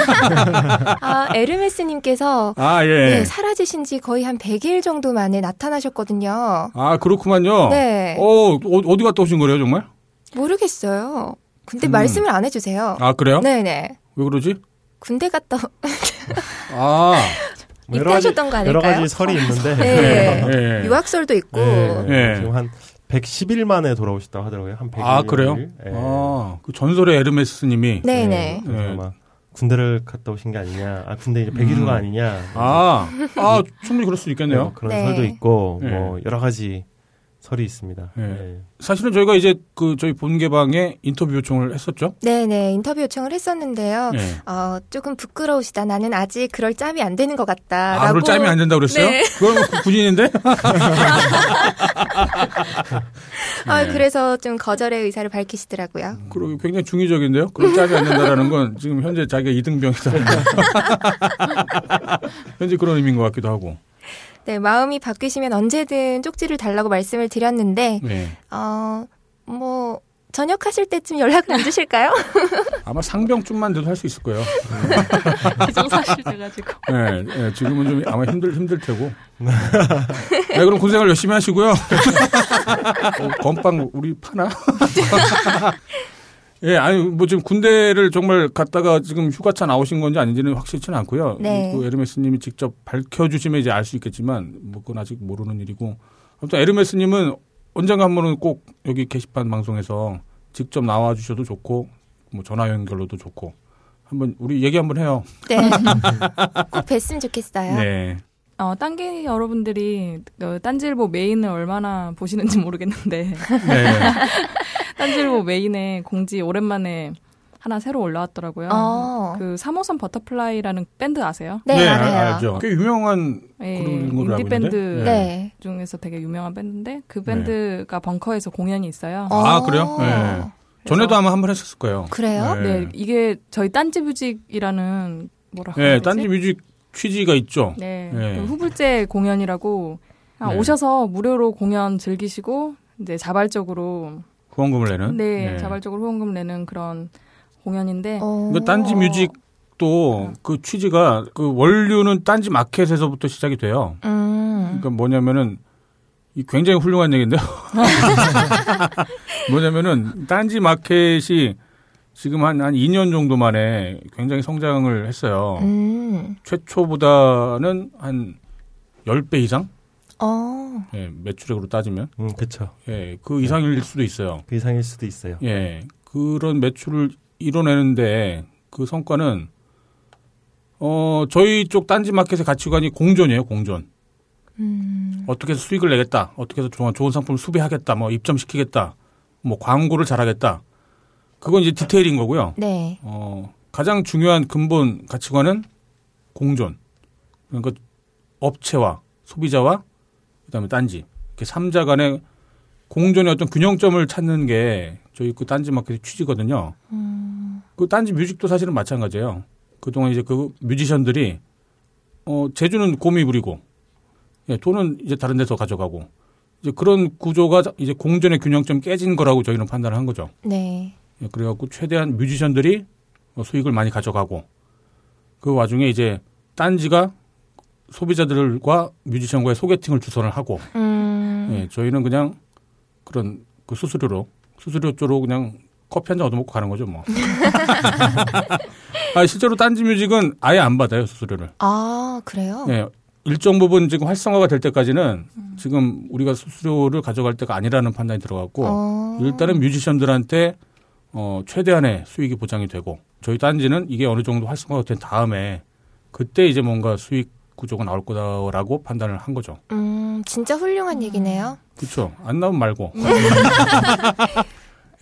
C: 아, 에르메스님께서
A: 아
C: 네.
A: 예.
C: 사라지신 지 거의 한 100일 정도 만에 나타나셨거든요.
A: 아 그렇구만요.
C: 네.
A: 어 어- 어디 갔다 오신 거래요 정말?
C: 모르겠어요. 근데
A: 음.
C: 말씀을 안 해주세요.
A: 아 그래요?
C: 네네.
A: 왜 그러지?
C: 군대 갔다
A: 아
F: 뭐 여러 가지-
C: 입대하셨던 거
F: 여러
C: 아닐까요?
F: 가지 설이 있는데
C: 네.
A: 예.
C: 유학설도 있고.
F: 예,
A: 예.
F: 지금 한 110일 만에 돌아오셨다고 하더라고요. 한 100일.
A: 아 그래요?
B: 네.
F: 예.
A: 아그 전설의 에르메스님이
C: 네네.
F: 그래서
A: 예.
F: 아마 군대를 갔다 오신 게 아니냐. 아 군대 이제 100일후가 아니냐.
A: 음. 아, 아 충분히 그럴
F: 네,
A: 수
F: 뭐
A: 있겠네요.
F: 그런
C: 네.
F: 설도 있고
A: 예.
F: 뭐 여러 가지 설이 있습니다.
A: 예.
F: 예.
A: 사실은 저희가 이제 그 저희 본개방에 인터뷰 요청을 했었죠.
C: 네네. 인터뷰 요청을 했었는데요.
A: 예.
C: 어, 조금 부끄러우시다. 나는 아직 그럴 짬이 안 되는 것 같다.
A: 아,
C: 라고.
A: 그걸 짬이 안 된다고 그랬어요?
D: 네.
A: 그건 뭐 군인인데?
C: 어,
A: 네.
C: 그래서 좀 거절의 의사를 밝히시더라고요.
A: 그리고 굉장히 중의적인데요. 그걸 짜지 않는다라는 건 지금 현재 자기가 이등병이다. 현재 그런 의미인 것 같기도 하고.
C: 네, 마음이 바뀌시면 언제든 쪽지를 달라고 말씀을 드렸는데,
A: 네.
C: 어, 뭐, 저녁하실 때쯤 연락을 안 주실까요?
A: 아마 상병쯤만 돼도 할 수 있을 거예요.
D: 기정사실 돼가지고.
A: 네, 네, 지금은 좀 아마 힘들 힘들 테고. 네, 그럼 고생을 열심히 하시고요. 어, 건빵 우리 파나? 예, 아니 뭐 지금 군대를 정말 갔다가 지금 휴가차 나오신 건지 아닌지는 확실치는 않고요.
C: 네.
A: 그 에르메스님이 직접 밝혀주시면 이제 알 수 있겠지만 뭐 그건 아직 모르는 일이고. 아무튼 에르메스님은 언젠가 한번은 꼭 여기 게시판 방송에서 직접 나와 주셔도 좋고 뭐 전화 연결로도 좋고 한번 우리 얘기 한번 해요.
C: 네. 꼭 뵀으면 좋겠어요.
A: 네.
D: 어, 딴기 여러분들이 그 딴지일보 메인을 얼마나 보시는지 모르겠는데
A: 네.
D: 딴지일보 메인에 공지 오랜만에 하나 새로 올라왔더라고요.
C: 어.
D: 그 3호선 버터플라이라는 밴드 아세요?
C: 네,
A: 알-
C: 알아요.
A: 알죠. 꽤 유명한
D: 예,
A: 그런 걸로 알고
D: 인디 밴드
A: 있는데?
C: 네.
D: 중에서 되게 유명한 밴드인데 그 밴드가 벙커에서 공연이 있어요.
C: 어.
A: 네. 아, 그래요? 네. 전에도
D: 그래서-
A: 아마 한 번 했었을 거예요.
C: 그래요?
D: 네, 이게 저희 딴지 뮤직이라는 뭐라고
A: 네,
D: 해야 되지?
A: 딴지 뮤직 취지가 있죠.
D: 네.
A: 예.
D: 그 후불제 공연이라고 아,
A: 네.
D: 오셔서 무료로 공연 즐기시고 이제 자발적으로
A: 후원금을 내는. 예.
D: 네, 자발적으로 후원금 내는 그런 공연인데
C: 어.
A: 그 딴지 뮤직도 그 취지가 그 원류는 딴지 마켓에서부터 시작이 돼요.
C: 음.
A: 그러니까 뭐냐면은 이 굉장히 훌륭한 얘기인데요. 뭐냐면은 딴지 마켓이 지금 한, 한 2년 정도 만에 굉장히 성장을 했어요.
C: 음.
A: 최초보다는 한 10배 이상?
C: 어.
A: 예, 매출액으로 따지면.
B: 음, 그쵸.
A: 예, 그 이상일 수도 있어요.
B: 그 이상일 수도 있어요.
A: 예, 그런 매출을 이뤄내는데 그 성과는 어, 저희 쪽 딴지 마켓의 가치관이 공존이에요, 공존.
C: 음.
A: 어떻게 해서 수익을 내겠다. 어떻게 해서 좋은, 좋은 상품을 수배하겠다. 뭐 입점시키겠다. 뭐 광고를 잘하겠다. 그건 이제 디테일인 거고요.
C: 네.
A: 어, 가장 중요한 근본 가치관은 공존. 그러니까 업체와 소비자와 그다음에 딴지. 이렇게 삼자 간의 공존의 어떤 균형점을 찾는 게 저희 그 딴지 마켓의 취지거든요. 그 딴지 뮤직도 사실은 마찬가지예요. 그동안 이제 그 뮤지션들이 어, 제주는 곰이 부리고 예, 돈은 이제 다른 데서 가져가고 이제 그런 구조가 이제 공존의 균형점 깨진 거라고 저희는 판단을 한 거죠.
C: 네.
A: 예, 그래갖고 최대한 뮤지션들이 어, 수익을 많이 가져가고 그 와중에 이제 딴지가 소비자들과 뮤지션과의 소개팅을 주선을 하고
C: 음.
A: 예, 저희는 그냥 그런 그 수수료로 수수료 쪽으로 그냥 커피 한 잔 얻어먹고 가는 거죠 뭐. 아 실제로 딴지뮤직은 아예 안 받아요 수수료를.
C: 아, 그래요?
A: 예, 일정 부분 지금 활성화가 될 때까지는 지금 우리가 수수료를 가져갈 때가 아니라는 판단이 들어갔고
C: 어.
A: 일단은 뮤지션들한테 어, 최대한의 수익이 보장이 되고 저희 딴지는 이게 어느 정도 활성화가 된 다음에 그때 이제 뭔가 수익 구조가 나올 거다라고 판단을 한 거죠.
C: 음, 진짜 훌륭한 얘기네요.
A: 그렇죠. 안 나오면 말고.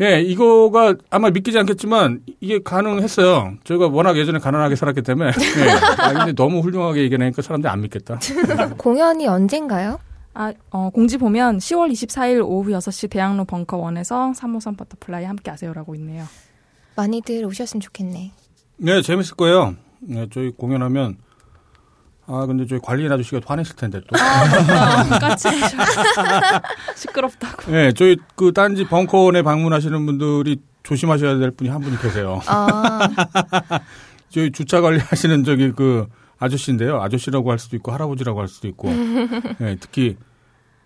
A: 예, 이거가 아마 믿기지 않겠지만 이게 가능했어요. 저희가 워낙 예전에 가난하게 살았기 때문에. 예. 아, 근데 너무 훌륭하게 얘기하니까 사람들이 안 믿겠다.
C: 공연이 언젠가요?
D: 아, 어, 공지 보면 10월 24일 오후 6시 대학로 벙커원에서 353 버터플라이 함께 하세요라고 있네요.
C: 많이들 오셨으면 좋겠네.
A: 네, 재밌을 거예요. 네, 저희 공연하면 아 근데 저희 관리인 아저씨가 또 화냈을 텐데 또.
D: 까칠해져. 시끄럽다고.
A: 네, 저희 그 딴지 벙커원에 방문하시는 분들이 조심하셔야 될 분이 한 분이 계세요.
C: 아,
A: 저희 주차 관리하시는 저기 그 아저씨인데요. 아저씨라고 할 수도 있고 할아버지라고 할 수도 있고. 네, 특히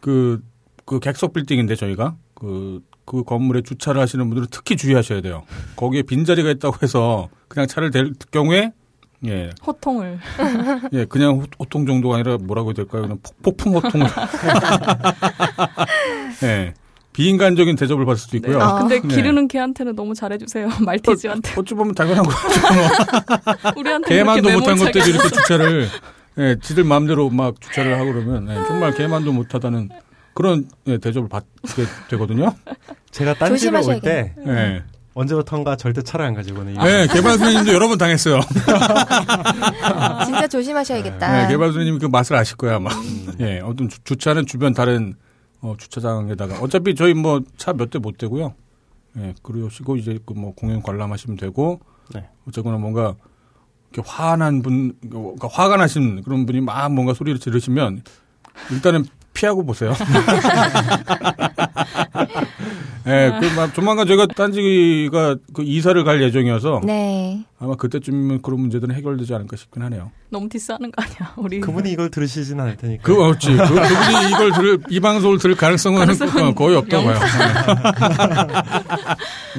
A: 그, 그 객석 빌딩인데 저희가 그, 그 건물에 주차를 하시는 분들은 특히 주의하셔야 돼요. 거기에 빈자리가 있다고 해서 그냥 차를 댈 경우에 예,
D: 호통을.
A: 예, 그냥 호- 호통 정도가 아니라 뭐라고 해야 될까요? 그냥 폭- 폭풍 호통을. 예. 비인간적인 대접을 받을 수도 있고요.
C: 아.
D: 근데
A: 네.
D: 기르는 개한테는 너무 잘해주세요. 말티즈한테.
A: 어찌 보면 당연한 거죠.
D: 우리한테
A: 개만도
D: 이렇게
A: 못한
D: 매몰차게
A: 것들이 이렇게 주차를, 예, 지들 마음대로 막 주차를 하고 그러면, 예, 정말 개만도 못하다는 그런 예, 대접을 받게 되거든요.
B: 제가 딴지로 올 때
C: 조심하셔야겠네.
A: 예.
B: 언제부턴가 절대 차를 안 가지고 오는 이유.
A: 예, 개발 선생님도 여러 번 당했어요.
C: 진짜
A: 예,
C: 조심하셔야겠다.
A: 개발 선생님이 그 맛을 아실 거야, 아마. 예, 어떤 주- 주차는 주변 다른 어, 주차장에다가 어차피 저희 뭐 차 몇 대 못 대고요. 예, 그러시고 이제 그 뭐 공연 관람하시면 되고
B: 네.
A: 어쨌거나 뭔가 이렇게 화난 분, 그러니까 화가 나신 그런 분이 막 뭔가 소리를 지르시면 일단은 피하고 보세요. 예, 그막 조만간 저희가 딴지가 그 이사를 갈 예정이어서
C: 네.
A: 아마 그때쯤이면 그런 문제들은 해결되지 않을까 싶긴 하네요.
D: 너무 디스하는 거 아니야? 우리
B: 그분이 이걸 들으시진 않을 테니까.
A: 그, 없지. 그, 그분이 이걸 들을, 이 방송을 들을 가능성은 어,
D: 가능성은
A: 거의 없다고 봐요.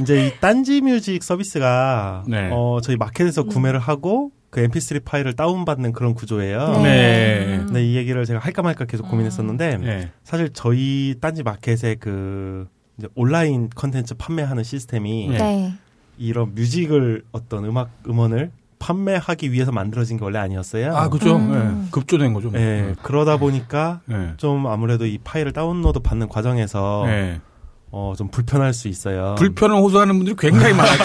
B: 이제 이 딴지 뮤직 서비스가
A: 네.
B: 어, 저희 마켓에서 구매를 하고 그 mp3 파일을 다운받는 그런 구조예요.
C: 네.
A: 네.
B: 네, 이 얘기를 제가 할까 말까 계속 고민했었는데
A: 네.
B: 사실 저희 딴지 마켓의 그 이제 온라인 컨텐츠 판매하는 시스템이
A: 네.
C: 네.
B: 이런 뮤직을 어떤 음악 음원을 판매하기 위해서 만들어진 게 원래 아니었어요.
A: 아, 그죠.
C: 음.
A: 예. 급조된 거죠. 뭐.
B: 예, 그러다 보니까
A: 예.
B: 좀 아무래도 이 파일을 다운로드 받는 과정에서
A: 예.
B: 어, 좀 불편할 수 있어요.
A: 불편을 호소하는 분들이 굉장히 많았죠.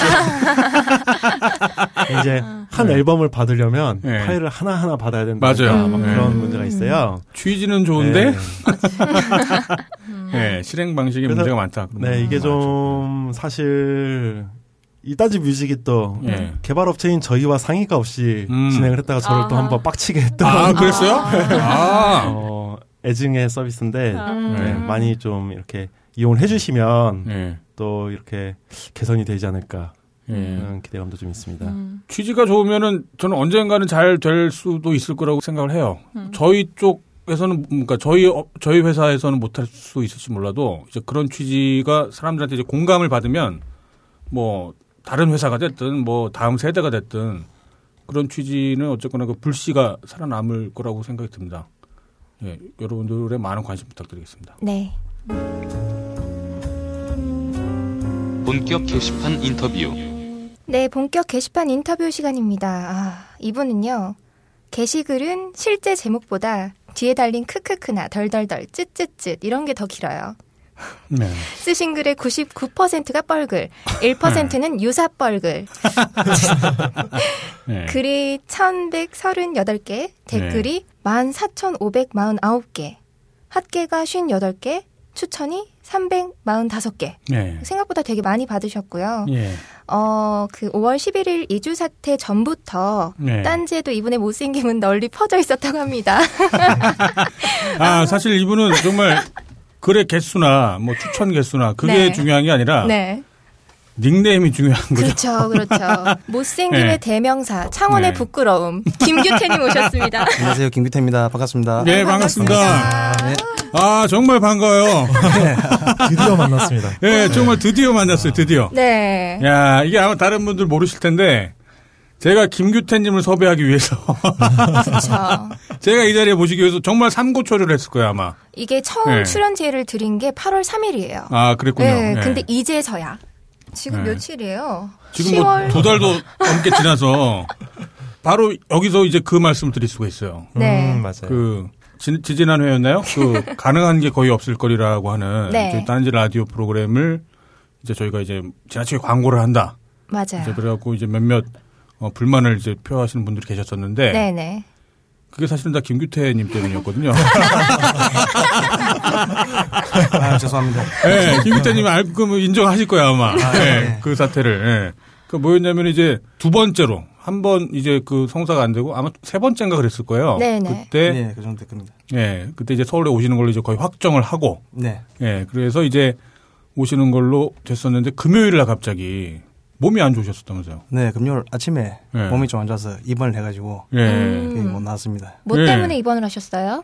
B: 그러니까 이제
D: 아.
B: 한
A: 네.
B: 앨범을 받으려면
A: 네.
B: 파일을 하나 하나 받아야 된다.
A: 맞아요.
B: 막
A: 음.
B: 그런
A: 네.
B: 문제가 있어요.
D: 음.
A: 취지는 좋은데,
B: 네,
A: 예, 실행 방식에
B: 그래서-
A: 문제가 많다. 그런 음,
B: 네, 이게
A: 분들이
B: 좀 사실 이 딴지 뮤직이 또
A: 네.
B: 개발 업체인 저희와 상의가 없이
A: 음.
B: 진행을 했다가 저를 또
D: 아하.
B: 한번 빡치게 했던
A: 많았죠. 아, 그랬어요? 아.
B: 어, 애증의 서비스인데
D: 아.
C: 음,
B: 네, 많이 좀 이렇게 이용을 해주시면
A: 예.
B: 또 이렇게 개선이 되지 않을까
A: 예.
B: 그런 기대감도 좀 있습니다.
D: 음.
A: 취지가 좋으면은 저는 언젠가는 잘 될 수도 있을 거라고 생각을 해요. 저희 쪽에 에서는 그러니까 저희 어, 저희 회사에서는 못할 수 있을지 몰라도 이제 그런 취지가 사람들한테 이제 공감을 받으면 뭐 다른 회사가 됐든 뭐 다음 세대가 됐든 그런 취지는 어쨌거나 그 불씨가 살아남을 거라고 생각이 듭니다. 예, 여러분들의 많은 관심 부탁드리겠습니다.
C: 네.
E: 본격 게시판 인터뷰.
C: 네, 본격 게시판 인터뷰 시간입니다. 아, 이분은요. 게시글은 실제 제목보다 뒤에 달린 크크크나 덜덜덜 쯧쯧쯧 이런 게 더 길어요.
A: 네.
C: 쓰신 글의 99%가 뻘글, 1%는 유사 뻘글.
A: 네.
C: 글이 1138개, 댓글이 14,549개, 핫개가 58개, 추천이 345개.
A: 네.
C: 생각보다 되게 많이 받으셨고요.
A: 예.
C: 어, 그 5월 11일 이주 사태 전부터
A: 네.
C: 딴지에도 이분의 못생김은 널리 퍼져 있었다고 합니다.
A: 아, 사실 이분은 정말 글의 개수나 뭐 추천 개수나 그게
C: 네.
A: 중요한 게 아니라
C: 네.
A: 닉네임이 중요한 거죠.
C: 그렇죠, 그렇죠. 못생김의
A: 네.
C: 대명사, 창원의
A: 네.
C: 부끄러움, 김규태님 오셨습니다.
G: 안녕하세요 김규태입니다. 반갑습니다.
A: 네, 반갑습니다.
G: 네.
A: 아, 정말 반가워요.
H: 드디어 만났습니다.
A: 예, 정말 드디어 만났어요, 드디어.
C: 네.
A: 야, 이게 아마 다른 분들 모르실 텐데, 제가 김규태님을 섭외하기 위해서,
C: 그렇죠.
A: 제가 이 자리에 모시기 위해서 정말 삼고초려를 했을 거예요, 아마.
C: 이게 처음
A: 네.
C: 출연제를 드린 게 8월 3일이에요.
A: 아, 그랬군요.
C: 네,
A: 예.
C: 근데 이제서야. 지금
A: 네.
C: 며칠이에요?
A: 지금
C: 10월.
A: 뭐 두 달도 넘게 지나서, 바로 여기서 이제 그 말씀을 드릴 수가 있어요.
C: 네.
B: 음, 맞아요.
A: 그, 지, 지난 회였나요? 그, 가능한 게 거의 없을 거리라고 하는,
C: 네.
A: 저희 딴지 라디오 프로그램을 이제 저희가 이제 지나치게 광고를 한다. 이제
C: 맞아요.
A: 그래갖고 이제 몇몇 어, 불만을 이제 표하시는 분들이 계셨었는데
C: 네네.
A: 그게 사실은 다 김규태님 때문이었거든요.
G: 아, 죄송합니다.
A: 예, 김규태님이 알고 그러면 인정하실 거예요 아마
G: 아,
A: 예,
G: 네.
A: 그 사태를. 예. 그 뭐였냐면 이제 두 번째로 한 번 이제 그 성사가 안 되고 아마 세 번째인가 그랬을 거예요.
C: 네네.
A: 그때
G: 네, 그 정도 댓글입니다.
A: 예, 그때 이제 서울에 오시는 걸로 이제 거의 확정을 하고
G: 네.
A: 예, 그래서 이제 오시는 걸로 됐었는데 금요일 날 갑자기 몸이 안 좋으셨었다면서요.
G: 네, 금요일 아침에
A: 네.
G: 몸이 좀 안 좋아서 입원을 해가지고
A: 예.
G: 그게 못 나왔습니다.
C: 뭐
A: 네.
C: 때문에 입원을 하셨어요?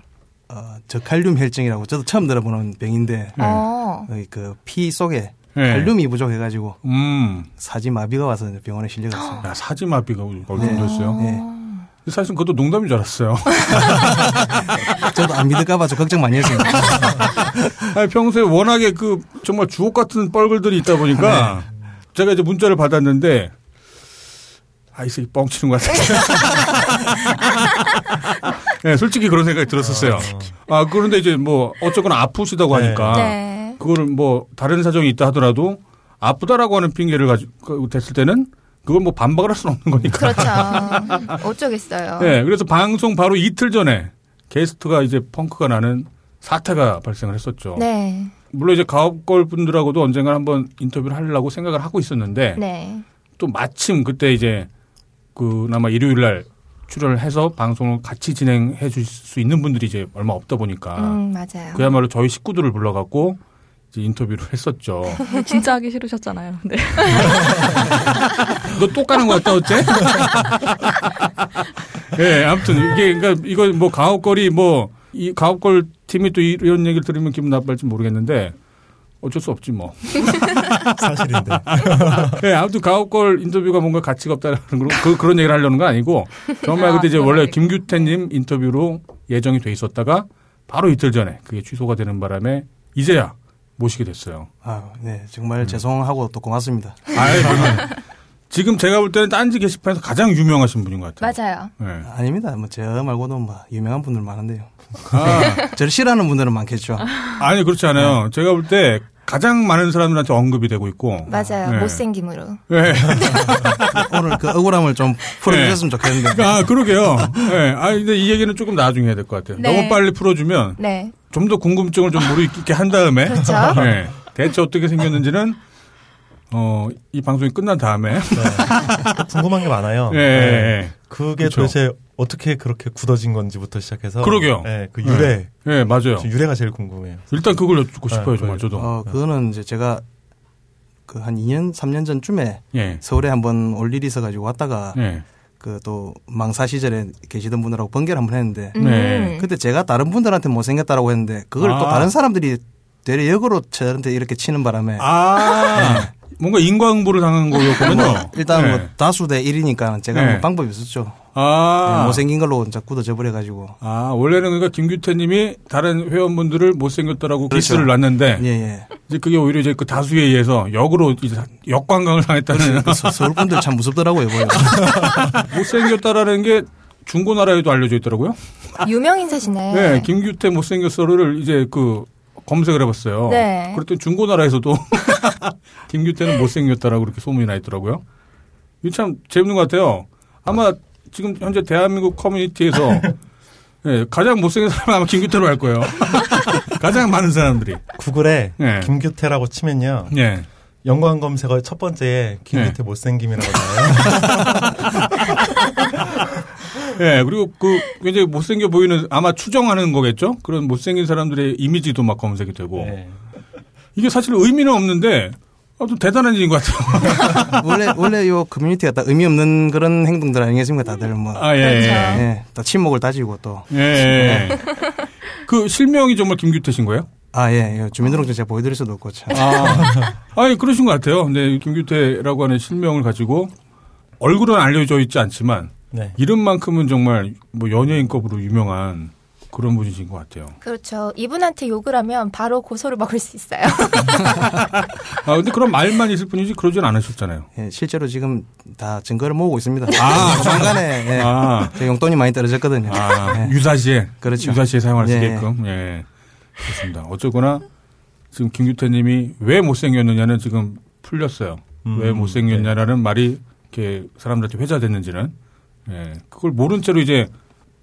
G: 어, 저칼륨 혈증이라고 저도 처음 들어보는 병인데
A: 네.
C: 어.
G: 그피 속에
H: 예.
A: 네.
G: 칼륨이 부족해가지고
A: 음.
G: 사지 마비가 와서 이제 병원에 실려갔습니다.
A: 야, 사지마비가
G: 네.
A: 얼마였어요?
G: 네.
A: 사실 그것도 농담인 줄 알았어요.
G: 저도 안 믿을까봐 저 걱정 많이 했습니다.
A: 아니, 평소에 워낙에 그 정말 주옥 같은 뻘글들이 있다 보니까
G: 네.
A: 제가 이제 문자를 받았는데 아, 이 새끼 뻥치는 것 같아요. 네, 솔직히 그런 생각이 들었었어요. 아, 그런데 이제 뭐 어쨌거나 아프시다고
B: 네.
A: 하니까
C: 네.
A: 그거를 뭐 다른 사정이 있다 하더라도 아프다라고 하는 핑계를 가지고 됐을 때는 그걸 뭐 반박을 할 수는 없는 거니까.
C: 그렇죠. 어쩌겠어요.
A: 네, 그래서 방송 바로 이틀 전에 게스트가 이제 펑크가 나는 사태가 발생을 했었죠.
C: 네.
A: 물론 이제 가업걸 분들하고도 언젠가 한번 인터뷰를 하려고 생각을 하고 있었는데
C: 네.
A: 또 마침 그때 이제 그나마 일요일 날 출연을 해서 방송을 같이 진행해 주실 수 있는 분들이 이제 얼마 없다 보니까
C: 음, 맞아요.
A: 그야말로 저희 식구들을 불러갖고 이제 인터뷰를 했었죠.
C: 네.
D: 진짜 하기 싫으셨잖아요. 네.
A: 너 똑 가는 것 같다 어째? 예, 아무튼 이게 그러니까 이거 뭐 가업거리 뭐 이 가업걸 팀이 또 이런 얘기를 들으면 기분 나빠할지 모르겠는데 어쩔 수 없지 뭐.
H: 사실인데.
A: 예, 아무튼 가업걸 인터뷰가 뭔가 가치가 없다는 그런 그, 그런 얘기를 하려는 건 아니고 정말
D: 아,
A: 그때 이제
D: 그런
A: 원래
D: 얘기.
A: 김규태님 인터뷰로 예정이 돼 있었다가 바로 이틀 전에 그게 취소가 되는 바람에 이제야 모시게 됐어요.
G: 아, 네, 정말
H: 음.
G: 죄송하고 또 고맙습니다.
A: 아이, 정말. 지금 제가 볼 때는 딴지 게시판에서 가장 유명하신 분인 것 같아요. 예.
C: 맞아요.
A: 맞아요.
G: 아닙니다. 뭐 저 말고도 뭐 유명한 분들 많은데요.
A: 아,
G: 저를 싫어하는 분들은 많겠죠.
A: 아니 그렇지 않아요. 제가 볼 때 가장 많은 사람들한테 언급이 되고 있고.
C: 맞아요.
A: 네.
C: 못생김으로.
A: 예.
G: 오늘 그 억울함을 좀 풀어주셨으면
H: 예.
G: 좋겠는데.
A: 아 그러게요. 예. 아 근데 이 얘기는 조금 나중에 해야 될 것 같아요.
C: 네.
A: 너무 빨리 풀어주면
C: 네.
A: 좀 더 궁금증을 좀 무르익게 한 다음에
C: 그렇죠.
A: 예, 대체 어떻게 생겼는지는 어, 이 방송이 끝난 다음에
B: 네. 궁금한 게 많아요.
A: 예,
B: 네.
A: 예,
B: 그게
A: 그쵸.
B: 도대체 어떻게 그렇게 굳어진 건지부터 시작해서
A: 그러게요.
B: 네, 그 유래
A: 예. 예, 맞아요.
B: 저 유래가 제일 궁금해요.
A: 일단 그걸 여쭙고 싶어요,
B: 네,
A: 정말 저도.
H: 예.
G: 어, 그거는 이제 제가 그 한 2년, 3년 전쯤에
A: 예,
B: 네.
G: 서울에 한번 올 일이 있어가지고 왔다가
A: 예,
G: 그 또 망사 시절에 계시던 분들하고 번개를 한번 했는데
C: 음.
A: 네.
G: 그때 제가 다른 분들한테 못생겼다라고 했는데 그걸 또
A: 아.
G: 다른 사람들이 되려 역으로 저한테 이렇게 치는 바람에
A: 아,
B: 네.
A: 뭔가 인과응보를 당한 거였군요.
G: 일단
A: 네.
G: 뭐 다수 대 1이니까 제가
A: 네.
G: 뭐 방법이 없었죠.
A: 아,
G: 네, 못생긴 걸로 이제 굳어져 버려가지고.
A: 아, 원래는 그러니까 김규태님이 다른 회원분들을 못생겼다라고
G: 그렇죠.
A: 기스를 놨는데
G: 예, 예.
A: 이제 그게 오히려 이제 그 다수에 의해서 역으로 이제 역관광을 당했다는
G: 그 서- 서울 분들 참 무섭더라고요, 보여.
A: 못생겼다라는 게 중고나라에도 알려져 있더라고요.
C: 유명인사시네.
A: 네, 김규태 못생겼어를 이제 그 검색을 해봤어요.
C: 네.
A: 그랬더니 중고나라에서도 김규태는 못생겼다라고 이렇게 소문이 나 있더라고요. 이게 참 재밌는 것 같아요. 아마 지금 현재 대한민국 커뮤니티에서 예, 가장 못생긴 사람은 아마 김규태로 할 거예요. 가장 많은 사람들이.
B: 구글에
A: 예.
B: 김규태라고 치면요.
A: 예.
B: 연관 검색어 첫 번째에 김규태 못생김이라고 나와요.
A: 예, 그리고 그 굉장히 못생겨 보이는 아마 추정하는 거겠죠? 그런 못생긴 사람들의 이미지도 막 검색이 되고.
B: 네.
A: 이게 사실 의미는 없는데 아, 좀 대단한 일인 것 같아요.
G: 원래, 원래 요 커뮤니티가 다 의미 없는 그런 행동들 아니겠습니까, 다들 뭐.
A: 아, 예.
C: 그렇죠.
A: 예.
G: 예. 다 침묵을 다지고 또.
A: 예. 그 실명이 정말 김규태신 거예요?
G: 아, 예. 예. 주민등록증 제가 보여드릴 수도 없고, 참.
A: 아. 아니, 그러신 것 같아요. 네, 김규태라고 하는 실명을 가지고 얼굴은 알려져 있지 않지만
B: 네.
A: 이름만큼은 정말 뭐 연예인급으로 유명한 그런 분이신 것 같아요.
C: 그렇죠. 이분한테 욕을 하면 바로 고소를 먹을 수 있어요.
A: 아, 근데 그런 말만 있을 뿐이지 그러진 않으셨잖아요.
G: 예, 실제로 지금 다 증거를 모으고 있습니다.
A: 아,
G: 중간에 예,
A: 아.
G: 제 용돈이 많이 떨어졌거든요.
A: 아,
G: 예.
A: 유사시에.
G: 그렇죠.
A: 유사시에 사용할 수
G: 예.
A: 있게끔. 예. 그렇습니다. 어쨌거나 지금 김규태 님이 왜 못생겼느냐는 지금 풀렸어요.
B: 음,
A: 왜 못생겼냐라는
G: 네.
A: 말이 이렇게 사람들한테 회자됐는지는. 예. 그걸 모른 채로 이제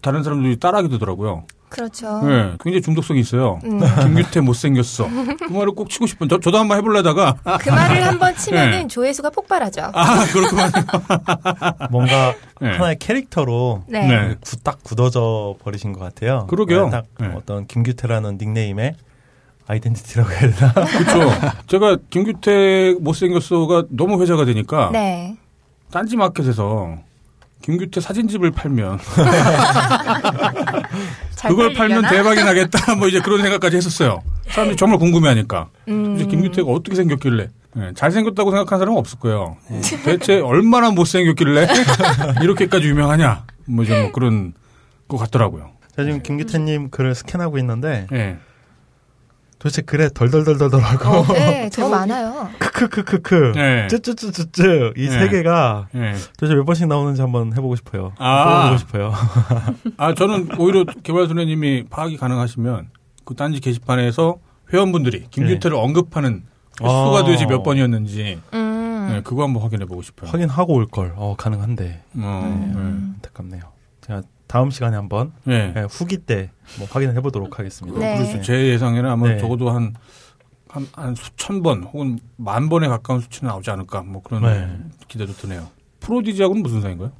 A: 다른 사람들이 따라하게 되더라고요.
C: 그렇죠.
A: 예. 굉장히 중독성이 있어요.
C: 음.
A: 김규태 못생겼어. 그 말을 꼭 치고 싶은, 저, 저도 한번 해보려다가.
C: 그 말을 한번 치면은
A: 네.
C: 조회수가 폭발하죠.
A: 아, 그렇구만.
B: 뭔가
A: 예.
B: 하나의 캐릭터로
C: 네.
A: 네.
B: 굳- 딱 굳어져 버리신 것 같아요.
A: 그러게요.
B: 네, 딱
A: 네.
B: 어떤 김규태라는 닉네임의 아이덴티티라고 해야 되나?
A: 그렇죠. 제가 김규태 못생겼어가 너무 회자가 되니까.
C: 네.
A: 딴지 마켓에서 김규태 사진집을 팔면
C: 잘
A: 그걸 팔면
C: 팔리려나?
A: 대박이 나겠다 뭐 이제 그런 생각까지 했었어요. 사람들이 정말 궁금해하니까
C: 음.
A: 이제 김규태가 어떻게 생겼길래 예, 잘생겼다고 생각한 사람은 없을 거예요. 대체 얼마나 못생겼길래 이렇게까지 유명하냐 뭐 이제 뭐 그런 것 같더라고요.
B: 제가 지금 김규태님 글을 스캔하고 있는데
A: 예.
B: 도대체 글에 덜덜덜덜덜하고 그,
C: 어, 네, 더 많아요.
B: 크크크크크
A: 네.
B: 쯔쯔쯔쯔쯔 이 세
A: 네.
B: 개가
A: 예.
B: 도대체 몇 번씩 나오는지 한번 해보고 싶어요.
A: 아.
B: 보고 싶어요.
A: 아 저는 오히려 개발 선생님이 파악이 가능하시면 그 딴지 게시판에서 회원분들이 김규태를 언급하는 수가
B: 아.
A: 도대체 몇 번이었는지
C: 음.
A: 예, 그거 한번 확인해 보고 싶어요.
B: 확인하고 올 걸. 어 가능한데
A: 어,
B: 안타깝네요. 제가 다음 시간에 한번
A: 예. 예.
B: 네, 후기 때 뭐 확인을 해보도록 하겠습니다.
C: 네.
A: 그래서 제 예상에는 아마
B: 네.
A: 적어도 한, 한, 한 수천 번 혹은 만 번에 가까운 수치는 나오지 않을까 뭐 그런
B: 네.
A: 기대도 드네요. 프로디지하고는 무슨 사이인가요?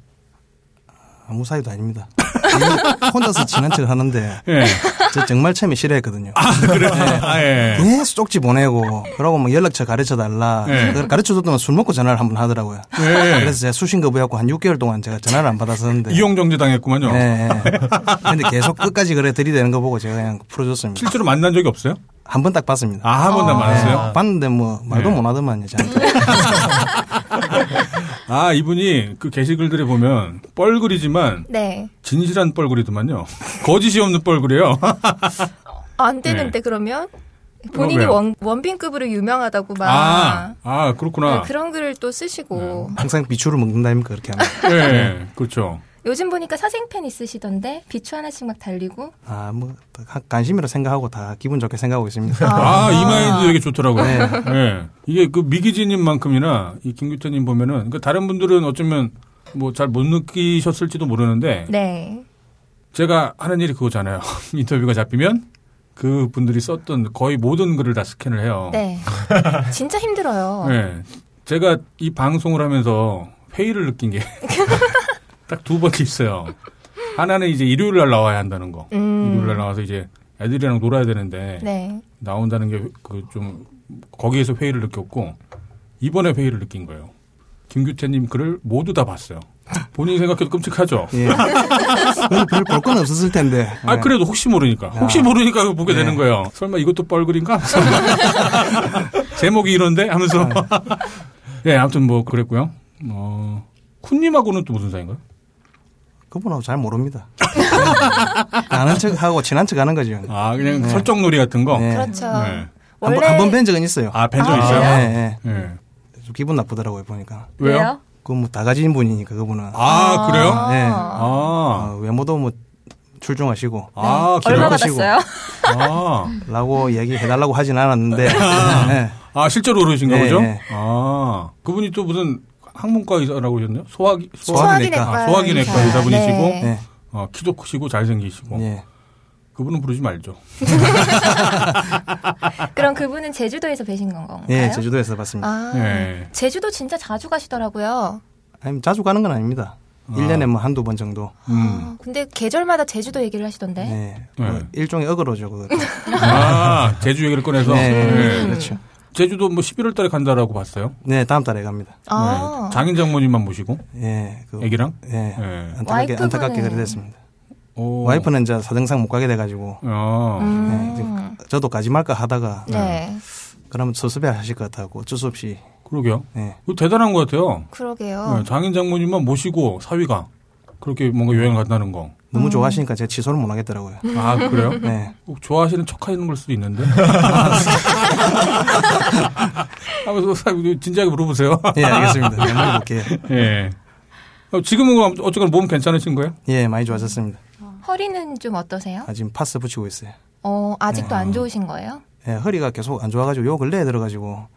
G: 아무 사이도 아닙니다. 저는 혼자서 친한 척 하는데
B: 네.
A: 예.
G: 저 정말 처음에 싫어했거든요.
A: 그래요? 아, 예.
G: 계속 쪽지 보내고 그러고 뭐 연락처 가르쳐 달라.
A: 네.
G: 가르쳐 줬더니 술 먹고 전화를 한 번 하더라고요.
A: 예.
G: 그래서 제가 수신 거부해갖고 한 6개월 동안 제가 전화를 안
B: 네.
G: 받았었는데.
A: 이용정제 당했구만요.
G: 예, 예. 근데 계속 끝까지 그래 들이대는 거 보고 제가 그냥 풀어줬습니다.
A: 실제로 만난 적이 없어요?
G: 한 번 딱 봤습니다.
A: 아, 한 번도 안
G: 예,
A: 만났어요?
G: 봤는데 뭐 말도
A: 네.
G: 못 하더만요. 저한테.
A: 아, 이분이 그 게시글들에 보면 뻘글이지만
C: 네.
A: 진실한 뻘글이더만요. 거짓이 없는 뻘글이에요.
C: 안 되는데 그러면 본인이
A: 왜요?
C: 원, 원빈급으로 유명하다고 막
A: 아, 아, 그렇구나.
C: 네, 그런 글을 또 쓰시고
G: 항상 비추를 먹는다니까 그렇게 하면.
A: 예, 그렇죠.
C: 요즘 보니까 사생팬 있으시던데 비추 하나씩 막 달리고
G: 아, 뭐, 다 관심이라 생각하고 다 기분 좋게 생각하고 있습니다.
A: 아, 이 마인드 되게 좋더라고요.
G: 네.
A: 예. 이게 그 미기진님만큼이나 이 김규태님 보면은 그러니까 다른 분들은 어쩌면 뭐 잘 못 느끼셨을지도 모르는데
C: 네.
A: 제가 하는 일이 그거잖아요. 인터뷰가 잡히면 그 분들이 썼던 거의 모든 글을 다 스캔을 해요.
C: 네. 진짜 힘들어요.
A: 예. 제가 이 방송을 하면서 회의를 느낀 게 딱 두 번이 있어요. 하나는 이제 일요일 날 나와야 한다는 거.
C: 음.
A: 일요일 날 나와서 이제 애들이랑 놀아야 되는데
C: 네.
A: 나온다는 게 그 좀 거기에서 회의를 느꼈고 이번에 회의를 느낀 거예요. 김규태님 글을 모두 다 봤어요. 본인이 생각해도 끔찍하죠.
G: 예. 그래도 별 볼 건 없었을 텐데.
A: 아
G: 예.
A: 그래도 혹시 모르니까 혹시
G: 아.
A: 모르니까 보게
G: 네.
A: 되는 거예요. 설마 이것도 뻘글인가? 제목이 이런데 하면서 예 아무튼 뭐 그랬고요. 어 쿤님하고는 또 무슨 사이인가요?
G: 그분하고 잘 모릅니다. 예. 아는 척 하고 친한 척 하는 거죠.
A: 아 그냥 설정놀이 같은 거.
G: 예.
C: 그렇죠.
A: 네.
C: 원래
G: 한번 뵌 적은 있어요.
A: 아뵌적
C: 아,
A: 있어요?
C: 그래요?
G: 예,
A: 예.
G: 예. 좀 기분 나쁘더라고요 보니까.
A: 왜요?
G: 그건 뭐다 가진 분이니까 그분은.
A: 아 그래요?
C: 아.
G: 예.
A: 아.
G: 어, 외모도 뭐 출중하시고
A: 아,
G: 얼마
A: 그래요?
G: 얼마나- 받았어요?
A: 아,
G: 라고 얘기해달라고 하진 않았는데. 예.
A: 아, 실제로 그러신가
G: 네,
A: 보죠?
G: 네.
A: 아, 그분이 또 무슨 항문과 의사라고 하셨나요? 소화기,
G: 소화기
C: 소화기 내과
A: 아, 소화기 내과
C: 의사.
A: 의사분이시고,
C: 네.
G: 예.
A: 어, 키도 크시고
C: 뭐.
A: 잘생기시고,
G: 예.
A: 그분은 부르지 말죠.
C: 그럼 그분은 제주도에서 뵈신 건 건가요?
G: 예, 제주도에서 봤습니다.
C: 아,
A: 예.
C: 제주도 진짜 자주 가시더라고요.
G: 아니, 자주 가는 건 아닙니다.
A: 아.
G: 일년에뭐 한두 번 정도.
A: 음.
C: 아, 근데 계절마다 제주도 얘기를 하시던데.
G: 예.
A: 네.
G: 뭐 일종의 어그로죠, 그거.
A: 아, 제주 얘기를 꺼내서.
G: 네,
A: 네.
G: 그렇죠.
A: 제주도 뭐 11월 달에 간다라고 봤어요.
G: 네, 다음 달에 갑니다.
C: 아,
A: 네. 장인 장모님만 모시고,
G: 예. 그,
A: 애기랑.
G: 예.
A: 예.
G: 안타깝게,
C: 와이프분은-
G: 안타깝게 그래 됐습니다.
A: 오.
G: 와이프는 이제 사정상 못 가게 돼가지고.
A: 어.
G: 예, 이제
C: 음.
G: 저도 가지 말까 하다가
C: 네.
G: 그러면 수습해 하실 것 같다고 어쩔 수 없이
A: 그러게요.
G: 예.
A: 그거 대단한 것 같아요.
C: 그러게요.
A: 예, 장인 장모님만 모시고 사위가 그렇게 뭔가 여행 간다는 거.
C: 음.
G: 너무 좋아하시니까 제가 취소를 못 하겠더라고요.
A: 아 그래요?
G: 네.
A: 꼭 좋아하시는 척하는 걸 수도 있는데. 하면서 사장님 진지하게 물어보세요.
G: 예, 알겠습니다. 네, 한번 볼게요.
A: 예. 어, 지금은 아무튼 어쨌거나 몸 괜찮으신 거예요?
G: 예, 많이 좋아졌습니다.
C: 허리는 좀 어떠세요?
G: 아, 지금 파스 붙이고 있어요.
C: 어, 아직도 안 좋으신 거예요?
G: 예, 허리가 계속 안 좋아가지고 요 근래에 들어가지고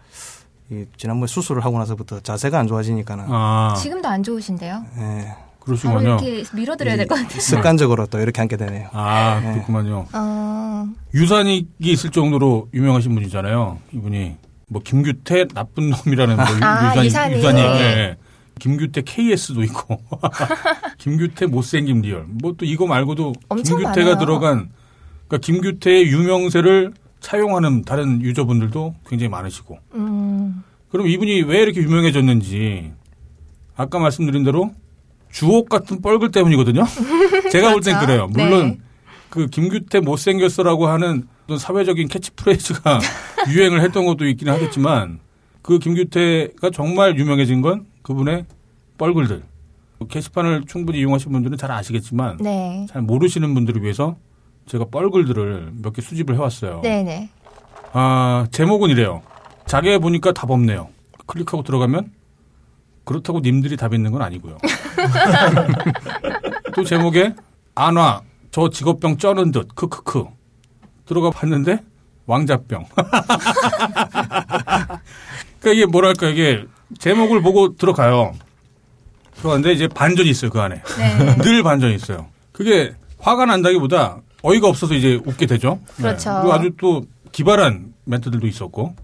G: 이 지난번에 수술을 하고 나서부터 자세가 안 좋아지니까는
A: 아
C: 지금도 안 좋으신데요?
G: 예,
C: 바로
A: 그러시군요.
C: 이렇게 밀어드려야 될 것 같아요.
G: 습관적으로 또 이렇게 앉게 되네요.
A: 아
G: 네.
A: 그렇구만요.
C: 어,
A: 유산이 있을 정도로 유명하신 분이잖아요. 이분이 뭐 김규태 나쁜 놈이라는 뭐 유-
C: 아,
A: 유산이
C: 유산이.
A: 유산이
C: 네.
A: 예. 김규태 KS도 있고 김규태 못생김 리얼 뭐 또 이거 말고도
C: 엄청
A: 김규태가
C: 많아요.
A: 들어간 그러니까 김규태의 유명세를 차용하는 다른 유저분들도 굉장히 많으시고
C: 음,
A: 그럼 이분이 왜 이렇게 유명해졌는지 아까 말씀드린 대로 주옥 같은 뻘글 때문이거든요. 제가 볼 땐
C: 그렇죠.
A: 그래요. 물론
C: 네.
A: 그 김규태 못생겼어라고 하는 어떤 사회적인 캐치프레이즈가 유행을 했던 것도 있기는 하겠지만 그 김규태가 정말 유명해진 건 그분의 뻘글들. 게시판을 충분히 이용하신 분들은 잘 아시겠지만
C: 네.
A: 잘 모르시는 분들을 위해서 제가 뻘글들을 몇 개 수집을 해왔어요.
C: 네네.
A: 아, 제목은 이래요. 자기 보니까 답 없네요. 클릭하고 들어가면 그렇다고 님들이 답 있는 건 아니고요. 또 제목에 안와 저 직업병 쩌는 듯 크크크 들어가 봤는데 왕자병. 그러니까 이게 뭐랄까 이게 제목을 보고 들어가요. 들어갔는데 이제 반전이 있어요 그 안에.
C: 네.
A: 늘 반전이 있어요. 그게 화가 난다기보다 어이가 없어서 이제 웃게 되죠. 네.
C: 그렇죠.
A: 그리고 아주 또 기발한 멘트들도 있었고,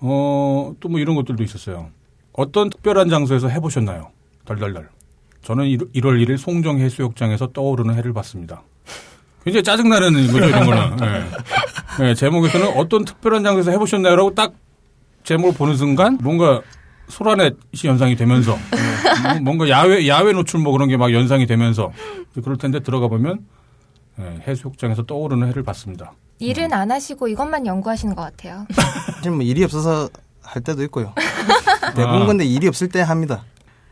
A: 어, 또 뭐 이런 것들도 있었어요. 어떤 특별한 장소에서 해보셨나요? 덜덜덜. 저는 1월 1일 송정 해수욕장에서 떠오르는 해를 봤습니다. 굉장히 짜증나는 거죠, 이런 거는. 예. 예, 제목에서는 어떤 특별한 장소에서 해보셨나요? 라고 딱 제목을 보는 순간 뭔가 소라넷이 연상이 되면서 예, 뭔가 야외, 야외 노출 뭐 그런 게 막 연상이 되면서 그럴 텐데 들어가 보면 예, 해수욕장에서 떠오르는 해를 봤습니다.
C: 일은 안 하시고 이것만 연구하시는 것 같아요.
G: 사실 뭐 일이 없어서 할 때도 있고요. 대부분
A: 아.
G: 근데 일이 없을 때 합니다.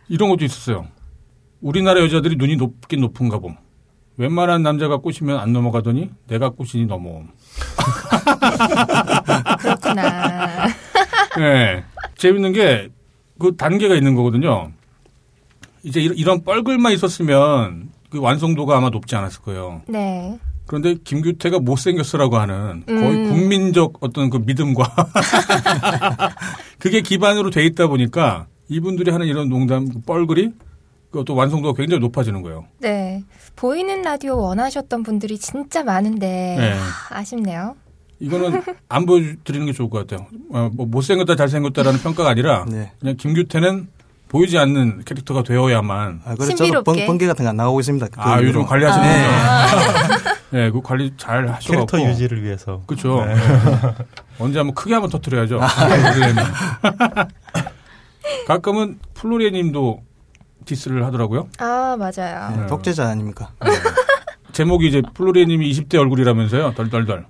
A: 이런 것도 있었어요. 우리나라 여자들이 눈이 높긴 높은가 봄. 웬만한 남자가 꼬시면 안 넘어가더니 내가 꼬시니 넘어옴.
C: 그렇구나.
A: 예. 재밌는 게 그 단계가 있는 거거든요. 이제 이- 이런 뻘글만 있었으면 그 완성도가 아마 높지 않았을 거예요.
C: 네.
A: 그런데 김규태가 못생겼어라고 하는 거의
C: 음.
A: 국민적 어떤 그 믿음과 그게 기반으로 돼 있다 보니까 이분들이 하는 이런 농담 그 뻘글이 그것도 완성도가 굉장히 높아지는 거예요.
C: 네. 보이는 라디오 원하셨던 분들이 진짜 많은데,
A: 네.
C: 아, 아쉽네요.
A: 이거는 안 보여드리는 게 좋을 것 같아요. 어, 뭐 못생겼다 잘생겼다라는 평가가 아니라
G: 네.
A: 그냥 김규태는 보이지 않는 캐릭터가 되어야만
G: 아, 그래서 저도 번,
C: 신비롭게.
G: 번개 같은 거 안 나오고 있습니다. 그
A: 아 요즘
G: 이후로.
A: 관리하시는 요 네, 그 관리 잘 하셔가지고
B: 캐릭터 유지를 위해서.
A: 그렇죠. 네. 언제 한번 크게 한번
B: 아, 네.
A: 터트려야죠. 가끔은 플로리아님도 디스를 하더라고요.
C: 아 맞아요.
A: 네.
G: 독재자 아닙니까?
A: 제목이 이제 플로리님이 20대 얼굴이라면서요. 덜덜덜.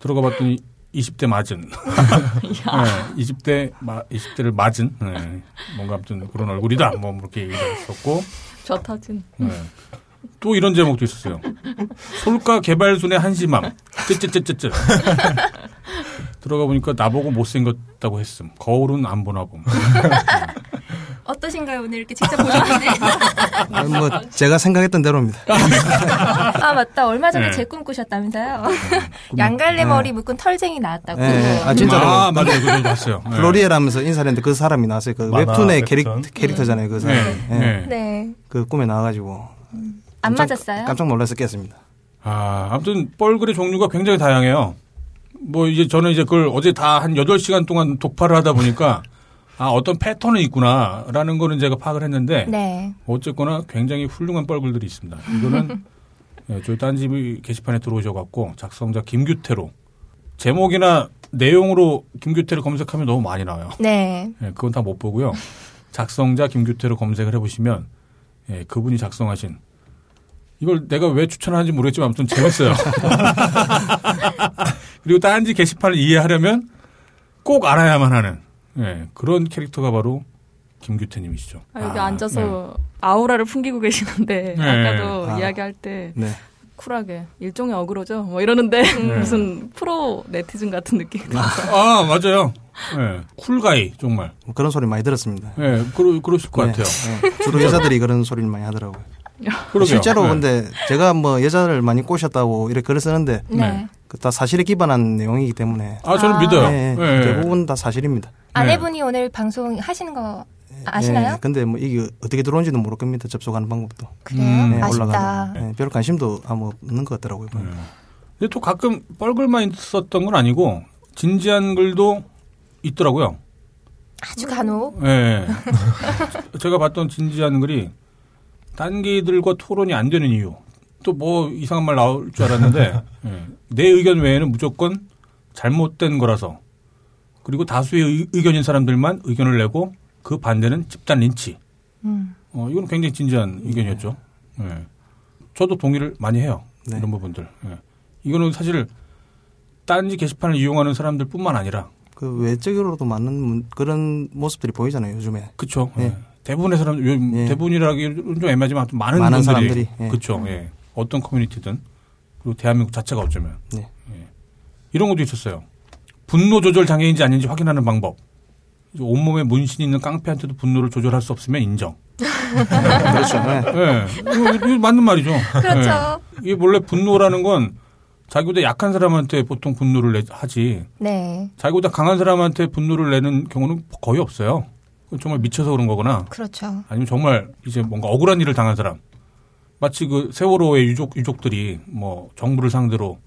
A: 들어가 봤더니 20대 맞은. 네, 20대 마, 20대를 맞은. 네, 뭔가 아무튼 그런 얼굴이다. 뭐 이렇게 얘기를 했었고.
D: 저 타진.
A: 네. 또 이런 제목도 있었어요. 솔가 개발순의 한심함. 쯧쯧쯧쯧쯧. 들어가 보니까 나보고 못생겼다고 했음. 거울은 안 보나 봄.
G: 아,
C: 어떠신가요 오늘 이렇게 직접 보셨는데?
G: 아, 뭐 제가 생각했던 대로입니다.
C: 아 맞다 얼마 전에
A: 네.
C: 제 꿈 꾸셨다면서요? 양갈래 머리 묶은 털쟁이 나왔다고.
G: 예, 예. 아 진짜로
A: 아, 맞아요. 그걸 봤어요. 네.
G: 플로리에라면서 인사했는데 그 사람이 나왔어요. 그
H: 만화,
G: 웹툰의
H: 웹툰.
G: 캐릭, 터잖아요그 사람.
A: 네.
G: 예.
A: 네.
C: 네.
G: 그 꿈에 나와가지고
C: 안
G: 깜짝-
C: 맞았어요?
G: 깜짝 놀라서 깼습니다.
A: 아, 아무튼 뻘글의 종류가 굉장히 다양해요. 뭐 이제 저는 이제 그걸 어제 다 한 8시간 동안 독파를 하다 보니까 아, 어떤 패턴은 있구나라는 거는 제가 파악을 했는데
C: 네.
A: 어쨌거나 굉장히 훌륭한 뻘글들이 있습니다. 이거는 예, 저희 딴집이 게시판에 들어오셔 갖고 작성자 김규태로 제목이나 내용으로 김규태를 검색하면 너무 많이 나와요.
C: 네.
A: 예, 그건 다 못 보고요. 작성자 김규태로 검색을 해보시면 예, 그분이 작성하신 이걸 내가 왜 추천하는지 모르겠지만 아무튼 재밌어요. 그리고 딴지 게시판을 이해하려면 꼭 알아야만 하는 예, 그런 캐릭터가 바로 김규태님이시죠. 예.
D: 아, 여기
G: 아,
D: 앉아서 아우라를 풍기고 계시는데
A: 네.
D: 아까도
G: 아.
D: 이야기할 때
G: 네.
D: 쿨하게 일종의 어그로죠. 뭐 이러는데
A: 네.
D: 무슨 프로 네티즌 같은 느낌.
A: 아 맞아요. 예, 쿨가이 정말.
G: 뭐 그런 소리 많이 들었습니다.
A: 예, 그러, 그러실 것
G: 네.
A: 같아요.
G: 네. 주로 여자들이 그런 소리를 많이 하더라고요.
A: 그러게요.
G: 실제로
A: 예.
G: 근데 제가 뭐 여자를 많이 꼬셨다고 이렇게 글을 쓰는데
A: 네.
C: 네.
G: 그 다 사실에 기반한 내용이기 때문에
A: 아 저는
C: 아.
A: 믿어요.
G: 예,
A: 예.
G: 대부분 다 사실입니다.
C: 아내분이 오늘 방송 하시는 거 아시나요?
G: 예, 근데 뭐 이게 어떻게 들어온지는 모를 겁니다. 접속하는 방법도.
C: 그래요?
A: 음.
G: 네,
C: 아쉽다.
G: 올라가도. 네, 별 관심도 아무 없는 것 같더라고요.
A: 네.
G: 보니까.
A: 근데 또 가끔 뻘글만 있었던 건 아니고 진지한 글도 있더라고요.
C: 아주 간혹.
A: 예. 제가 봤던 진지한 글이 단기들과 토론이 안 되는 이유. 또 뭐 이상한 말 나올 줄 알았는데 예. 내 의견 외에는 무조건 잘못된 거라서 그리고 다수의 의- 의견인 사람들만 의견을 내고 그 반대는 집단 린치.
C: 음.
A: 어, 이건 굉장히 진지한 의견이었죠. 예. 저도 동의를 많이 해요.
G: 네.
A: 이런 부분들. 예. 이거는 사실 딴지 게시판을 이용하는 사람들뿐만 아니라
G: 그 외적으로도 맞는 문- 그런 모습들이 보이잖아요. 요즘에.
A: 그쵸.
G: 예.
A: 예. 대부분의 사람 요즘
G: 예.
A: 대부분이라기는 좀 애매하지만 아무튼 많은,
G: 많은
A: 분들이,
G: 사람들이, 예.
A: 그쵸. 예. 어떤 커뮤니티든 그리고 대한민국 자체가 어쩌면
G: 네.
A: 예. 이런 것도 있었어요. 분노 조절 장애인지 아닌지 확인하는 방법. 이제 온몸에 문신이 있는 깡패한테도 분노를 조절할 수 없으면 인정.
G: 그렇죠. 네.
A: 예. 이거, 이거 맞는 말이죠. 예.
C: 그렇죠.
A: 이게 원래 분노라는 건 자기보다 약한 사람한테 보통 분노를 내- 하지
C: 네.
A: 자기보다 강한 사람한테 분노를 내는 경우는 거의 없어요. 그건 정말 미쳐서 그런 거거나
C: 그렇죠.
A: 아니면 정말 이제 뭔가 억울한 일을 당한 사람 마치 그 세월호의 유족 유족들이 뭐 정부를 상대로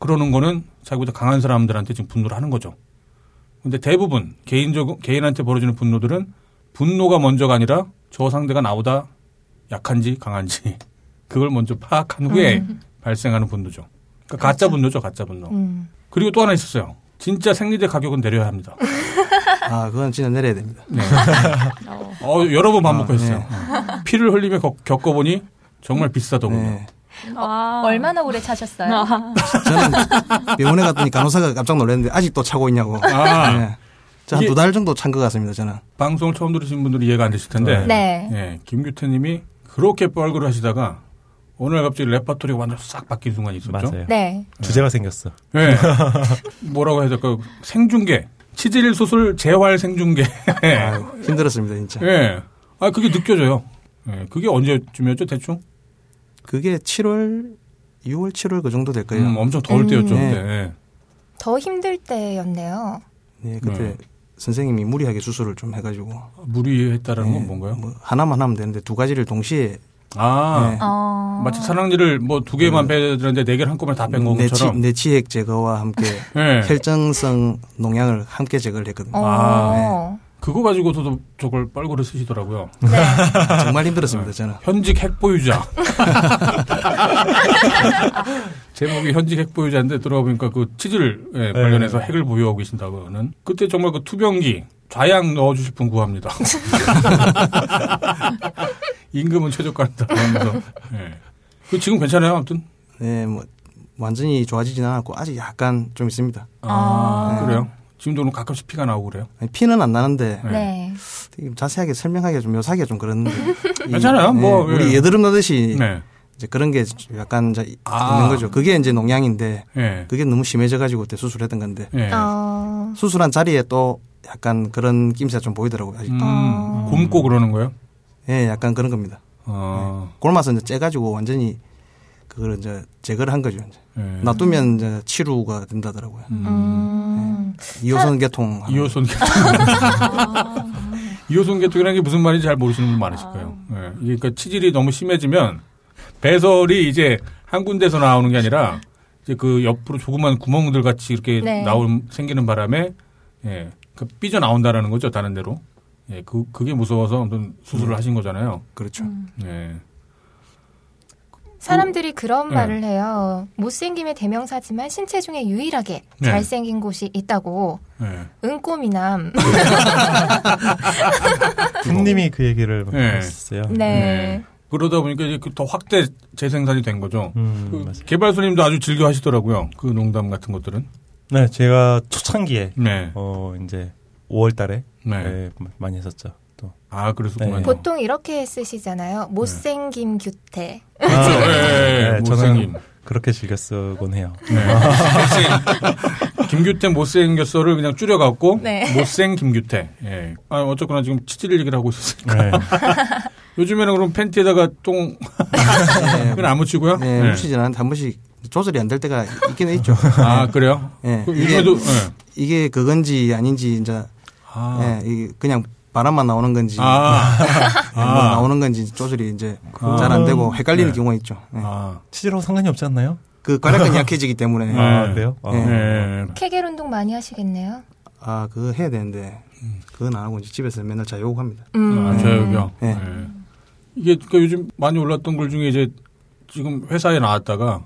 A: 그러는 거는 자기보다 강한 사람들한테 지금 분노를 하는 거죠. 근데 대부분 개인적 개인한테 벌어지는 분노들은 분노가 먼저가 아니라 저 상대가 나보다 약한지 강한지 그걸 먼저 파악한 후에 발생하는 분노죠. 그러니까 음. 가짜 분노죠, 가짜 분노.
C: 음.
A: 그리고 또 하나 있었어요. 진짜 생리대 가격은 내려야 합니다.
G: 아, 그건 진짜 내려야 됩니다.
A: 네.
D: 어.
A: 어, 여러 번 반복했어요.
G: 아,
A: 피를 흘리며 겪- 겪어보니 정말 비싸더군요.
G: 네.
D: 아.
C: 얼마나 오래 차셨어요?
G: 저는 병원에 갔더니 간호사가 깜짝 놀랐는데 아직도 차고 있냐고.
A: 아.
G: 네. 저한 두 달 정도 찬 것 같습니다. 저는.
A: 방송을 처음 들으신 분들이 이해가 안 되실 텐데,
C: 네.
A: 예, 김규태님이 그렇게 뻘글 하시다가 오늘 갑자기 레퍼토리가 완전 싹 바뀐 순간이 있었죠.
B: 맞아요.
C: 네.
H: 주제가 생겼어.
A: 예. 뭐라고 해야 될까요? 생중계, 치질 수술 재활 생중계.
G: 아유, 힘들었습니다, 진짜.
A: 예, 아 그게 느껴져요. 예, 그게 언제쯤이었죠, 대충?
G: 그게 7월, 6월, 7월 그 정도 될 거예요.
A: 음, 엄청 더울
C: 음.
A: 때였죠,
G: 네.
A: 그때. 예.
C: 더 힘들 때였네요.
G: 네, 그때
A: 네.
G: 선생님이 무리하게 수술을 좀 해가지고
A: 무리했다라는
G: 예,
A: 건 뭔가요?
G: 뭐 하나만 하면 되는데 두 가지를 동시에
A: 아,
G: 네.
C: 어.
A: 마치 사랑니를 뭐 두 개만 빼야 되는데 네 개를 한꺼번에 다 뺀 것처럼.
G: 음. 내치, 액 제거와 함께
A: 예.
G: 혈전성 농약을 함께 제거를 했거든요.
C: 어.
A: 아, 그거 가지고서도 저걸 뻘거를 쓰시더라고요.
C: 네.
G: 네. 정말 힘들었습니다, 저는.
A: 현직 핵보유자. 제목이 현직 핵 보유자인데 들어보니까 그 치질
G: 네.
A: 예, 관련해서 핵을 보유하고 계신다고 하는 그때 정말 그 투병기 좌양 넣어주실 분 구합니다. 임금은 최저가다. 예. 그 지금 괜찮아요 아무튼.
G: 네, 뭐 완전히 좋아지진 않았고 아직 약간 좀 있습니다.
D: 아.
A: 아, 그래요? 지금도 그럼 가끔씩 피가 나오고 그래요?
G: 아니, 피는 안 나는데
A: 네.
C: 네.
G: 되게 자세하게 설명하기가 좀 묘사하기가 좀 그런데 이-
A: 괜찮아요. 뭐,
G: 예, 우리
A: 예.
G: 예드름 나듯이
A: 네.
G: 이제 그런 게 약간 이제
A: 아.
G: 있는 거죠. 그게 이제 농양인데
A: 예.
G: 네. 그게 너무 심해져가지고 그때 수술했던 건데
A: 예.
C: 어,
G: 수술한 자리에 또 약간 그런 낌새가 좀 보이더라고요. 아직도.
A: 음,
C: 어.
A: 굶고 그러는 거예요?
G: 예, 약간 그런 겁니다.
A: 어.
G: 골마서 이제 째가지고 완전히 그걸 이제 제거를 한 거죠. 이제.
A: 예.
G: 놔두면 이제 치료가 된다더라고요.
C: 음.
G: 이호선 개통. 하는 거.
A: 2호선 개통. 2호선 개통이라는 게 무슨 말인지 잘 모르시는 분 많으실 거예요. 예. 이게 그러니까 치질이 너무 심해지면 배설이 이제 한 군데서 나오는 게 아니라 이제 그 옆으로 조그만 구멍들 같이 이렇게
C: 네.
A: 나올 생기는 바람에 예. 그 삐져 나온다라는 거죠, 다른 데로. 예. 그 그게 무서워서 아무튼 수술을 하신 거잖아요.
G: 그렇죠.
A: 예.
C: 사람들이 그런
A: 네.
C: 말을 해요. 못생김의 대명사지만 신체 중에 유일하게
A: 네.
C: 잘생긴 곳이 있다고.
A: 예.
C: 은꼬미남.
H: 김님이 그 얘기를
A: 예.
H: 했었어요.
A: 네. 그러다 보니까 이제 그더 확대 재생산이 된 거죠.
H: 음,
A: 그
H: 맞아요.
A: 개발소님도 아주 즐겨 하시더라고요. 그 농담 같은 것들은.
H: 네, 제가 초창기에
A: 네.
H: 어 이제 5월달에
A: 네.
H: 많이 했었죠. 또
A: 아, 그랬었구만요.
H: 네.
C: 보통 이렇게
G: 네.
C: 쓰시잖아요. 못생김 규태.
A: 그렇죠. 예, 예, 예.
H: 네,
A: 못생김.
H: 저는 그렇게 즐겨 쓰곤 해요.
A: 네. 못생- 김규태 못생겼어를 그냥 줄여갖고
C: 네.
A: 못생 김규태. 예. 아, 어쨌거나 지금 치질 얘기를 하고
H: 네.
A: 있었어요. 요즘에는 그럼 팬티에다가 똥
G: 네,
A: 그건 안 묻히고요.
G: 네,
A: 예.
G: 묻히진 않는데 한 번씩 조절이 안 될 때가 있긴 있죠.
A: 아 그래요?
H: 네.
G: 예.
A: 그럼
G: 이게-
A: 요즘에도 예.
G: 이게 그건지 아닌지 이제
A: 아,
G: 예, 이게 그냥 바람만 나오는 건지
A: 아,
G: 예, 뭐
A: 아.
G: 나오는 건지 조절이 이제
A: 그건-
G: 잘 안 되고 헷갈리는
A: 네.
G: 경우가 있죠. 예.
A: 아.
H: 치질하고 상관이 없지 않나요?
G: 그 과략근이 약해지기 때문에
A: 네.
H: 아 그래요? 아,
G: 네.
A: 예.
C: 케겔 운동 많이 하시겠네요.
G: 아 그거 해야 되는데 그건 안 하고 이제 집에서 맨날 자유욕합니다.
C: 음.
A: 아, 저요.
G: 예.
A: 예. 이게 그러니까 요즘 많이 올랐던 글 중에 이제 지금 회사에 나왔다가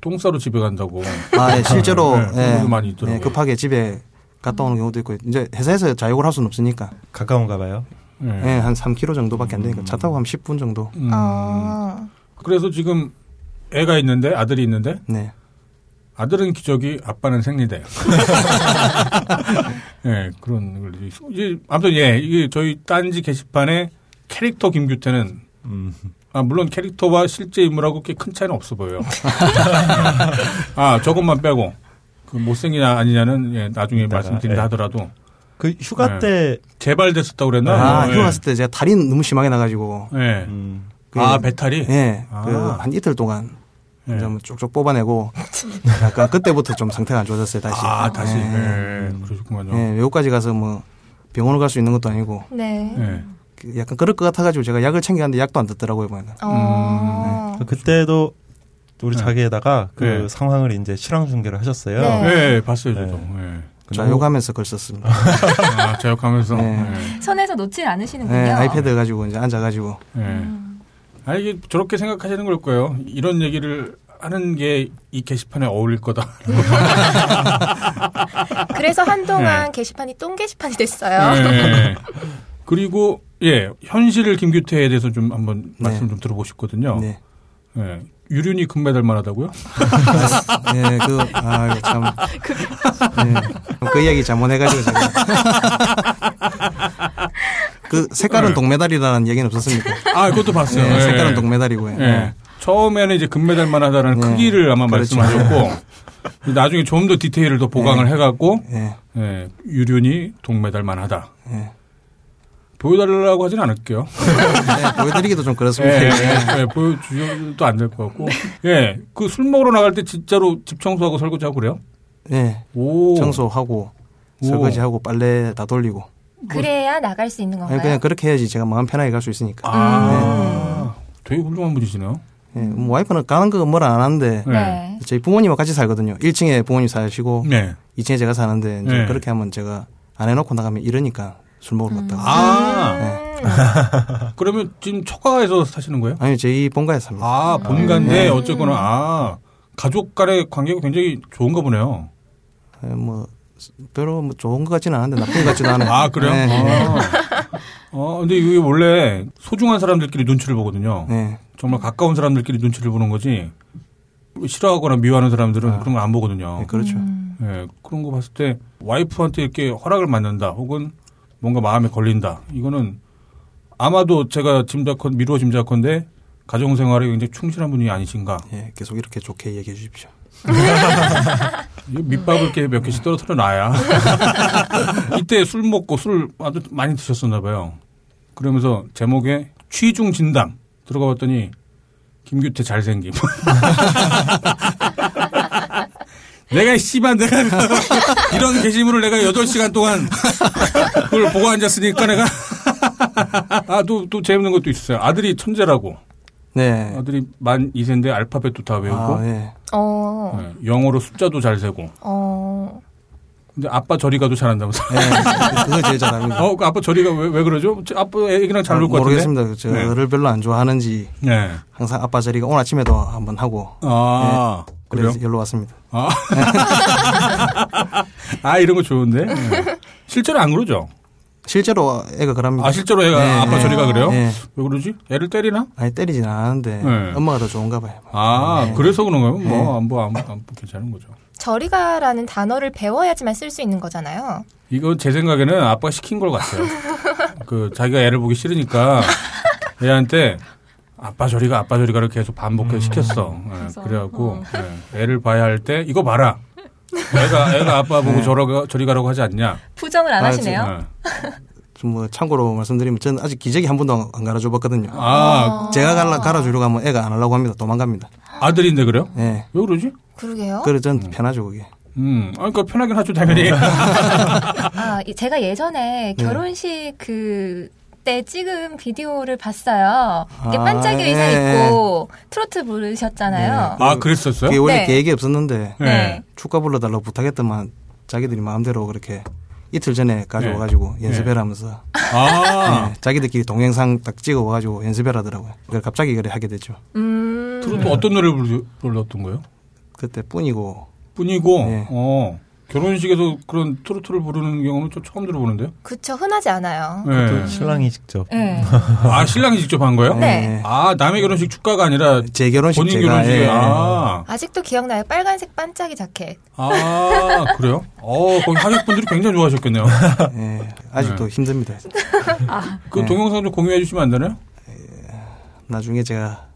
A: 똥 싸러 집에 간다고.
G: 아 예, 실제로
A: 네, 그런
G: 예,
A: 분들 많이 있더라고요.
G: 예, 급하게 집에 갔다 오는 경우도 있고 이제 회사에서 자유욕을 할 수는 없으니까
H: 가까운가 봐요.
A: 예.
G: 예, 한 3km 정도밖에 안 되니까 차 타고 한 10분 정도.
A: 음.
G: 아,
C: 어.
A: 그래서 지금 애가 있는데 아들이 있는데
G: 네.
A: 아들은 기저귀, 아빠는 생리대. 예, 그런 걸 이제 아무튼 예, 이게 저희 딴지 게시판에 캐릭터 김규태는
H: 음.
A: 아 물론 캐릭터와 실제 인물하고 꽤 큰 차이는 없어 보여요. 아 저것만 빼고 그 못생기냐 아니냐는 예, 나중에
H: 이따가,
A: 말씀드린다
H: 예.
A: 하더라도
H: 그
A: 네.
H: 휴가 때
A: 재발됐었다고 그랬나?
G: 아,
A: 어, 예.
G: 휴가 갔을 때 제가 다리 너무 심하게 나가지고
A: 예.
H: 음,
G: 그-
A: 아 배탈이.
G: 예,
A: 아.
G: 그 한 이틀 동안
A: 예.
G: 이제 한번 쭉쭉 뽑아내고 약간 그때부터 좀 상태가 안 좋아졌어요 다시.
A: 아 다시.
G: 예.
A: 예. 그러셨구만요.
G: 예, 외국까지 가서 뭐 병원을 갈 수 있는 것도 아니고
C: 네.
A: 예.
G: 그 약간 그럴 것 같아가지고 제가 약을 챙겨갔는데 약도 안 듣더라고요 이번에는. 음,
C: 어.
G: 네.
H: 그때도 우리
A: 아, 네.
H: 자기에다가 그
A: 네.
H: 상황을 이제 실황 중계를 하셨어요.
C: 네.
A: 예, 봤어요, 저도. 예.
G: 자욕하면서 글 썼습니다.
A: 아, 자역하면서.
G: 네.
C: 손에서 그 놓질 않으시는군요.
G: 예, 아이패드 가지고 이제 앉아가지고
A: 예. 아, 이게 저렇게 생각하시는 걸 거예요. 이런 얘기를 하는 게 이 게시판에 어울릴 거다.
C: 아, 그래서 한동안
G: 네.
C: 게시판이 똥 게시판이 됐어요.
A: 예. 그리고, 예, 현실을 김규태에 대해서 좀 한번
G: 네.
A: 말씀 좀 들어보고 싶거든요.
G: 네,
A: 예. 유륜이 금메달만 하다고요?
G: 예, 그, 아, 이거 참. 예, 그 이야기 잘못해가지고 제가. 그 색깔은 동메달이라는 얘기는 없었습니까?
A: 아, 네. 그것도 봤어요.
G: 예,
A: 예.
G: 색깔은 동메달이고요.
A: 예. 처음에는 이제 금메달만 하다라는
G: 네.
A: 크기를 아마
G: 그렇죠.
A: 말씀하셨고, 나중에 좀 더 디테일을 더 보강을 해갖고,
G: 예,
A: 예, 유륜이 동메달만 하다.
G: 예. 예,
A: 보여달라고 하진 않을게요.
G: 네, 보여드리기도 좀 그렇습니다. 네.
A: 예, 예, 예, 보여주셔도 안 될 것 같고. 예, 그 술 먹으러 나갈 때 진짜로 집 청소하고 설거지하고 그래요?
G: 예,
A: 오.
G: 청소하고
A: 오.
G: 설거지하고 빨래 다 돌리고.
C: 그래야 나갈 수 있는 건가요?
G: 아니, 그냥 그렇게 해야지 제가 마음 편하게 갈 수 있으니까.
A: 아, 되게 훌륭한 분이시네요.
G: 예, 뭐 와이프는 가는 거 뭐라 안 하는데
C: 네.
G: 저희 부모님하고 같이 살거든요. 1층에 부모님 사시고
A: 네.
G: 2층에 제가 사는데 이제
A: 네.
G: 그렇게 하면 제가 안 해놓고 나가면 이러니까 술 먹으러 갔다가.
A: 아,
G: 네.
C: 음.
A: 그러면 지금 처가에서 사시는 거예요?
G: 아니 저희 본가에 삽니다.
A: 아, 본가인데
G: 네.
A: 어쨌거나, 아, 가족 간의 관계가 굉장히 좋은가 보네요.
G: 예, 뭐 별로 뭐 좋은 것 같지는 않은데 나쁜 것 같지는 않아요.
A: 아 그래요?
G: 네,
A: 아. 어, 근데 이게 원래 소중한 사람들끼리 눈치를 보거든요.
G: 네.
A: 정말 가까운 사람들끼리 눈치를 보는 거지 싫어하거나 미워하는 사람들은
G: 아.
A: 그런 거 안 보거든요.
G: 네, 그렇죠.
C: 음.
A: 예, 그런 거 봤을 때 와이프한테 이렇게 허락을 받는다 혹은 뭔가 마음에 걸린다 이거는 아마도 제가 짐작컨 미루어 짐작컨대 가정생활에 굉장히 충실한 분이 아니신가
G: 예, 계속 이렇게 좋게 얘기해 주십시오.
A: 이 밑밥을 이렇게 몇 개씩 떨어뜨려 놔야 이때 술 먹고 술 아주 많이 드셨었나 봐요 그러면서 제목에 취중 진담 들어가 봤더니 김규태 잘생김 내가 씨발 내가 이런 게시물을 내가 8시간 동안 그걸 보고 앉았으니까 내가 아또 또 재밌는 것도 있었어요 아들이 천재라고
G: 네.
A: 아들이 만 2세인데 알파벳도 다 외우고
G: 아, 예.
C: 어,
A: 네, 영어로 숫자도 잘 세고
C: 어,
A: 근데 아빠 저리 가도 잘한다면서.
G: 예. 그거 제일 잘합니다.
A: 어, 그 아빠 저리가 왜, 왜 그러죠? 저 아빠 애기랑 잘 놀 것 같은데.
G: 모르겠습니다. 그 저를 별로 안 좋아하는지
A: 네.
G: 항상 아빠 자리가 오늘 아침에도 한번 하고
A: 아, 그래요?
G: 네. 그래서 여기로 왔습니다.
A: 아. 아, 이런 거 좋은데? 네. 실제로 안 그러죠?
G: 실제로 애가 그럽니다.
A: 아, 실제로 애가
G: 네,
A: 아빠
G: 네.
A: 저리가 그래요?
G: 예.
A: 왜 그러지? 애를 때리나?
G: 아니 때리진 않았는데
A: 네.
G: 엄마가 더 좋은가 봐요.
A: 아,
G: 네.
A: 그래서 그런가요? 뭐, 안, 뭐, 안, 안, 괜찮은 거죠.
C: 저리가라는 단어를 배워야지만 쓸 수 있는 거잖아요.
A: 이거 제 생각에는 아빠가 시킨 걸 같아요. 그, 자기가 애를 보기 싫으니까 애한테 아빠 저리가, 아빠 저리가를 계속 반복해서 시켰어. 예,
D: 음. 그래서,
A: 그래갖고
D: 어.
A: 예, 애를 봐야 할 때 이거 봐라. 애가, 애가 아빠
D: 네.
A: 보고 저러, 저리 가라고 하지 않냐.
C: 부정을 안
G: 아,
C: 하시네요.
A: 예.
G: 좀 뭐 참고로 말씀드리면 저는 아직 기저귀 한 번도 안 갈아줘 봤거든요.
D: 어.
A: 아,
G: 제가 갈라, 갈아주려고 하면 애가 안 하려고 합니다. 도망갑니다.
A: 아들인데 그래요?
G: 예.
A: 왜 그러지?
C: 그러게요.
G: 그래, 전 편하죠, 그게.
A: 음, 아, 그러니까 편하긴 하죠,
D: 네.
A: 당연히.
C: 아, 이- 제가 예전에
G: 네.
C: 결혼식 그, 때 찍은 비디오를 봤어요. 이게
G: 아,
C: 반짝이 의상
G: 예.
C: 입고 트로트 부르셨잖아요.
A: 아,
G: 그게
A: 그랬었어요?
G: 원래
C: 네.
G: 계획이 없었는데,
A: 예.
C: 네.
G: 축가 불러달라고 부탁했더만 자기들이 마음대로 그렇게 이틀 전에 가져와가지고
A: 네.
G: 연습해라면서
A: 아,
D: 네.
G: 예, 자기들끼리 동영상 딱 찍어와가지고 연습해라더라고요. 그걸 갑자기 그래 하게 됐죠.
C: 음.
A: 트로트 어떤 노래를 부르- 불렀던 거예요?
G: 그때 뿐이고
A: 뿐이고,
G: 예.
A: 어, 결혼식에서 그런 트로트를 부르는 경우는 저 처음 들어보는데요?
C: 그쵸, 흔하지 않아요.
A: 예.
G: 그렇죠.
H: 신랑이 그 직접
C: 네.
G: 음.
A: 아 신랑이 직접 한 거예요?
C: 네.
G: 예,
A: 아 남의 결혼식 축가가 아니라
G: 제 결혼식
A: 본인
G: 제가
A: 결혼식에
G: 예,
A: 아,
C: 아직도 기억나요. 빨간색 반짝이 자켓.
A: 아 그래요? 어 거기 하객분들이 굉장히 좋아하셨겠네요.
G: 예, 아직도 힘듭니다.
A: 그
G: 네.
A: 동영상 좀 공유해 주시면 안 되나요?
G: 나중에 제가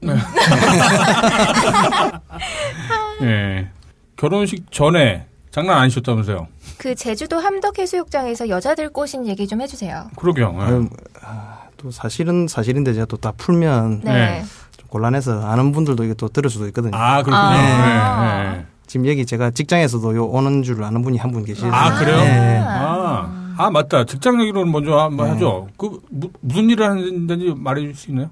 A: 예 결혼식 전에 장난 아니셨다면서요?
C: 그 제주도 함덕해수욕장에서 여자들 꼬신 얘기 좀 해주세요.
A: 그러게요. 예.
G: 아유, 아, 또 사실은 사실인데 제가 또 다 풀면
C: 네.
A: 네.
G: 좀 곤란해서 아는 분들도 이게 또 들을 수도 있거든요.
A: 아 그렇군요.
C: 아.
A: 예, 예.
G: 지금 여기 제가 직장에서도 요 오는 줄 아는 분이 한 분 계시는데
A: 아 그래요?
G: 예, 예.
A: 아, 아 맞다. 직장 얘기로 먼저
G: 네.
A: 한번 하죠. 그 무, 무슨 일을 하는지 말해 줄 수 있나요?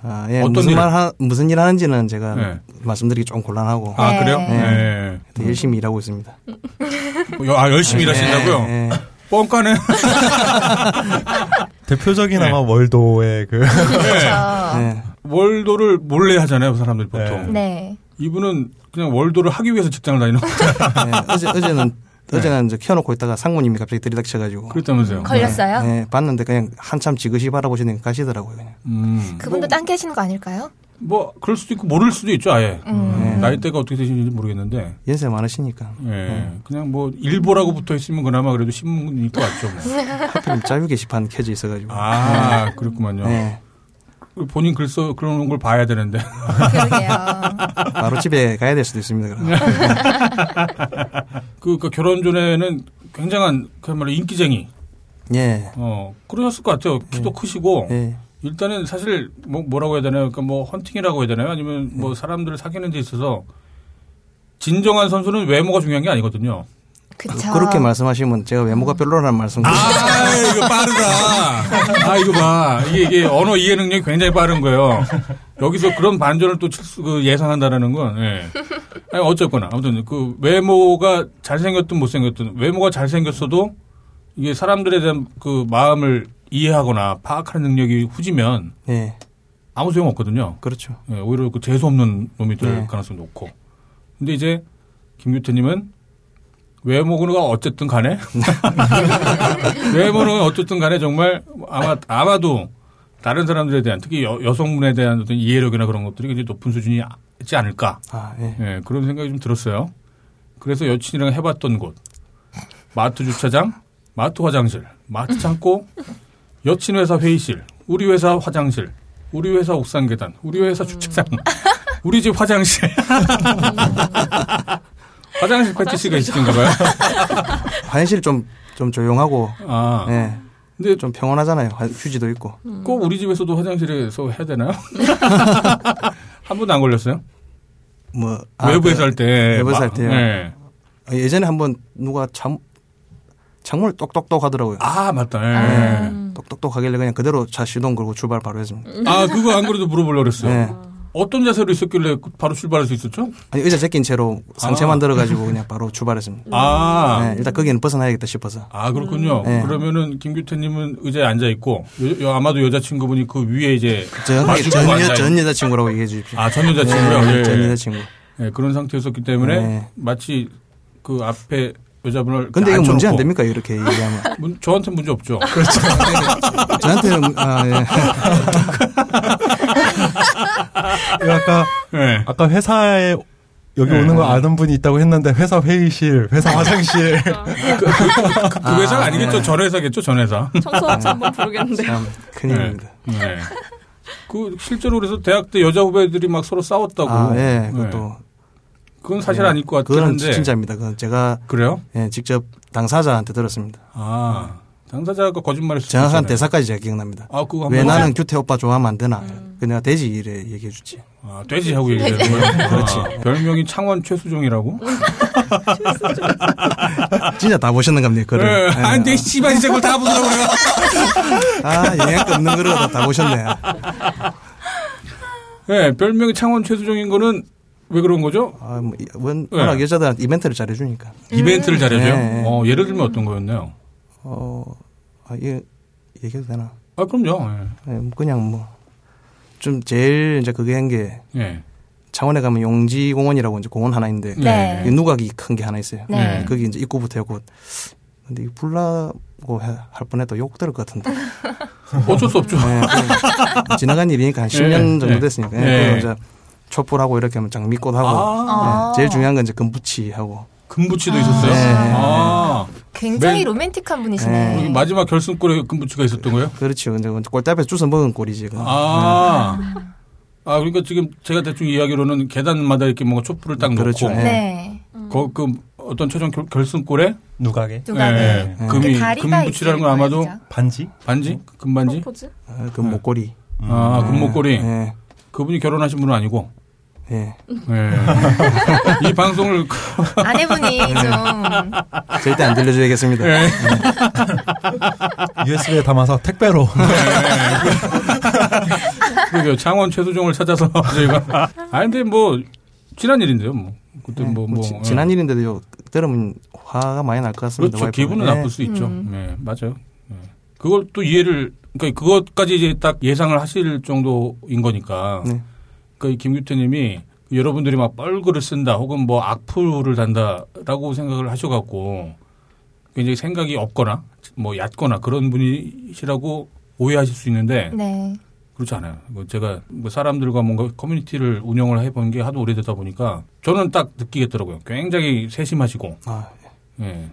G: 아, 예,
A: 어떤
G: 무슨
A: 일을?
G: 말 하, 무슨 일 하는지는 제가
A: 네.
G: 말씀드리기 좀 곤란하고
A: 아
C: 네.
A: 그래요?
G: 네.
A: 예.
G: 하여튼 열심히 일하고 있습니다.
A: 아 열심히 일하신다고요?
G: 예, 예.
A: 뻥까네.
H: 대표적인
A: 네.
H: 아마 월도의 그
C: 그렇죠.
G: 예.
A: 월도를 몰래 하잖아요, 그 사람들
H: 네.
A: 보통.
C: 네.
A: 이분은 그냥 월도를 하기 위해서 직장을 다니는 거
G: 예, 어제 어제는 어제는 이제 켜놓고 있다가 상무님이 갑자기 들이닥쳐가지고
A: 네. 그랬다면서요. 네.
C: 걸렸어요?
G: 예, 봤는데 그냥 한참 지그시 바라보시니까 가시더라고요. 그냥.
A: 음.
C: 그분도 딴 게 하시는 거 아닐까요?
A: 뭐 그럴 수도 있고 모를 수도 있죠, 아예.
C: 음.
A: 음, 나이대가 어떻게 되시는지 모르겠는데.
G: 연세 많으시니까
A: 예. 그냥 뭐 일보라고 붙어 있으면 그나마 그래도 신문 읽고 왔죠. 뭐.
C: 네.
G: 하필 자유 게시판 켜져 있어가지고.
A: 아, 그렇구만요.
G: 예,
A: 본인 글써 그런 걸 봐야 되는데.
C: 그러게요.
G: 바로 집에 가야 될 수도 있습니다. 그럼.
A: 그, 그 결혼 전에는 굉장한 그야말로 인기쟁이.
G: 예,
A: 어, 그러셨을 것 같아요. 키도 크시고.
G: 예,
A: 일단은 사실 뭐 뭐라고 해야 되나요? 그러니까 뭐 헌팅이라고 해야 되나요? 아니면 뭐 사람들을 사귀는 데 있어서 진정한 선수는 외모가 중요한 게 아니거든요.
C: 그쵸.
G: 그렇게 말씀하시면 제가 외모가 별로라는 말씀.
A: 아 이거 빠르다. 아 이거 봐. 이게, 이게 언어 이해 능력이 굉장히 빠른 거예요. 여기서 그런 반전을 또 칠 수- 그 예상한다라는 건 예. 아니, 어쨌거나 아무튼 그 외모가 잘생겼든 못생겼든 외모가 잘생겼어도 이게 사람들에 대한 그 마음을 이해하거나 파악하는 능력이 후지면
G: 예,
A: 아무 소용 없거든요.
G: 그렇죠.
A: 예, 오히려 그 재수 없는 놈이 될
G: 네.
A: 가능성이 높고 근데 이제 김규태님은 외모가 어쨌든 간에 외모는 어쨌든 간에 정말 아마 아마도 다른 사람들에 대한 특히 여, 성분에 대한 어떤 이해력이나 그런 것들이 굉장히 높은 수준이지 않을까
G: 아, 예.
A: 예, 그런 생각이 좀 들었어요. 그래서 여친이랑 해봤던 곳 마트 주차장, 마트 화장실, 마트 창고, 여친 회사 회의실, 우리 회사 화장실, 우리 회사 옥상 계단, 우리 회사 주차장, 우리 집 화장실. 화장실 패티시가 있으신가 봐요.
G: 화장실 좀, 좀 조용하고,
A: 아,
G: 예.
A: 근데
G: 좀 평온하잖아요. 화- 휴지도 있고.
A: 꼭 우리 집에서도 화장실에서 해야 되나요? 한 번도 안 걸렸어요?
G: 뭐. 아,
A: 외부에서
G: 그,
A: 할 때.
G: 외부에서 할
A: 마-
G: 때요?
A: 네.
G: 아, 예전에 한번 누가 참, 창문을 똑똑똑 하더라고요.
A: 아, 맞다. 예.
G: 똑똑똑 하길래 그냥 그대로 차 시동 걸고 출발 바로 했습니다.
A: 아, 그거 안 그래도 물어보려고 그랬어요.
G: 예.
A: 어떤 자세로 있었길래 바로 출발할 수 있었죠?
G: 아니, 의자 제낀 채로 상체만
A: 아.
G: 들어가지고 그냥 바로 출발했습니다.
A: 아,
G: 예, 일단 거기는 벗어나야겠다 싶어서.
A: 아 그렇군요.
G: 네.
A: 그러면은 김규태님은 의자에 앉아 있고 아마도 여자친구분이 그 위에 이제
G: 전,
A: 마주보고
G: 전,
A: 앉아있-
G: 여, 전 여자친구라고 얘기해 주십시오. 네,
A: 아 전 여자친구요. 예,
G: 전
A: 예.
G: 여자친구.
A: 예, 그런 상태였었기 때문에
G: 네.
A: 마치 그 앞에 여자분을
G: 근데 이거
A: 앉혀놓고-
G: 문제 안 됩니까? 그렇죠. 이렇게 얘기하면.
A: 문- 저한테는 문제 없죠.
G: 저한테는, 아, 예.
A: 네.
H: 아까
A: 예.
H: 아까 회사에 여기
A: 네. 아.
H: 오는 거 아는 분이 있다고 했는데 회사 회의실, 회사 화장실.
A: 그, 그 회사가 아, 니겠죠전
G: 네.
A: 회사겠죠. 전 회사.
D: 청소업체 한번 부르겠는데.
G: 참, 큰일입니다.
A: 예. 그 실제로 그래서 대학 때 여자 후배들이 막 서로 싸웠다고.
G: 아, 예.
A: 예.
G: 그것도.
A: 그건 사실
G: 예.
A: 아닐 것 같긴
G: 그건
A: 한데.
G: 진짜입니다. 그건 제가
A: 그래요?
G: 예, 직접 당사자한테 들었습니다.
A: 아 당사자가 거짓말을 수도
G: 정확한
A: 있잖아요.
G: 대사까지 제가 기억납니다.
A: 그렇죠. 아 그거
G: 왜
A: 한번
G: 나는 규태 오빠 좋아하면 안 되나? 그냥 돼지 이래 얘기해 주지.
A: 아, 돼지 하고 얘기하는 거예요. 그렇지. 별명이 창원 최수종이라고?
G: 진짜 다 보셨는 겁니까? 그래. 네.
A: 예. 아, 근데 씨발 진짜 그걸 다 보더라고요.
G: 아, 영양가 없는 거를 다 보셨네.
A: 예, 별명이 창원 최수종인 거는 왜 그런 거죠?
G: 아, 뭐, 이- 원,
A: 예.
G: 워낙 여자들한테 이벤트를 잘해주니까.
A: 이벤트를 잘해줘요.
G: 네.
A: 어, 예를 들면 어떤 거였나요?
G: 어, 아, 예, 얘기해도 되나?
A: 아, 그럼요.
G: 예, 뭐 그냥 뭐, 좀 제일 이제 그게 한 게,
A: 예. 예.
G: 창원에 가면 용지공원이라고 이제 공원 하나 있는데,
C: 네.
G: 이 누각이 큰 게 하나 있어요. 예,
A: 네.
G: 거기 이제 입구부터 해고 근데 이거 불라고 해- 할 뻔했다 욕 들을 것 같은데
A: 어쩔 수 없죠.
G: 예, 그 지나간 일이니까 한 10년
A: 예,
G: 정도
A: 예.
G: 됐으니까 예,
A: 예.
G: 그거 이제 촛불하고 이렇게 하면 장미꽃하고
A: 아,
C: 어.
G: 예, 제일 중요한 건 이제 금붙이하고
A: 금부치도
C: 아.
A: 있었어요?
G: 네.
A: 아,
C: 굉장히
A: 맨-
C: 로맨틱한 분이시네.
A: 여기 아, 마지막 결승골에 금부치가 있었던 거예요?
G: 그렇죠 근데 이제 꼴답에서 주워 먹은 꼴이지 그건.
A: 아. 아, 그러니까 지금 제가 대충 이야기로는 계단마다 이렇게 뭔가 촛불을 딱
G: 그렇죠.
A: 놓고,
G: 예.
C: 네.
A: 거, 그 어떤 최종 결, 결승골에
B: 누가게?
C: 누가 네.
A: 예, 금이
C: 그 다리가
A: 금붙이라는
C: 있을
A: 건 아마도
C: 거예요, 어.
B: 반지?
A: 반지 금반지
D: 프로포즈?
G: 아, 그 목걸이
A: 아 금목걸이
G: 예,
A: 그분이 결혼하신 분은 아니고
G: 예.
C: 음.
A: 예. 이 방송을 그-
C: 아내분이 좀
G: 절대 안 들려줘야겠습니다
A: 예.
H: USB에 담아서 택배로.
A: 그러게요. 창원 최수종을 찾아서 저희가 아 근데 뭐 지난 일인데요 뭐 그때
G: 예,
A: 뭐, 뭐
G: 지-
A: 예.
G: 지난 일인데도 요 들으면 화가 많이 날 것 같습니다
A: 그렇죠
G: 와이프가.
A: 기분은
G: 예.
A: 나쁠 수 있죠
C: 음.
A: 예 맞아요 예. 그걸 또 이해를 그러니까 그것까지 이제 딱 예상을 하실 정도인 거니까
G: 네.
A: 그러니까 김규태님이 여러분들이 막 뻘글을 쓴다 혹은 뭐 악플을 단다라고 생각을 하셔갖고 굉장히 생각이 없거나 뭐 얕거나 그런 분이시라고 오해하실 수 있는데
C: 네.
A: 그렇지 않아요. 뭐 제가 뭐 사람들과 뭔가 커뮤니티를 운영을 해본 게 하도 오래되다 보니까 저는 딱 느끼겠더라고요. 굉장히 세심하시고
G: 아,
A: 예.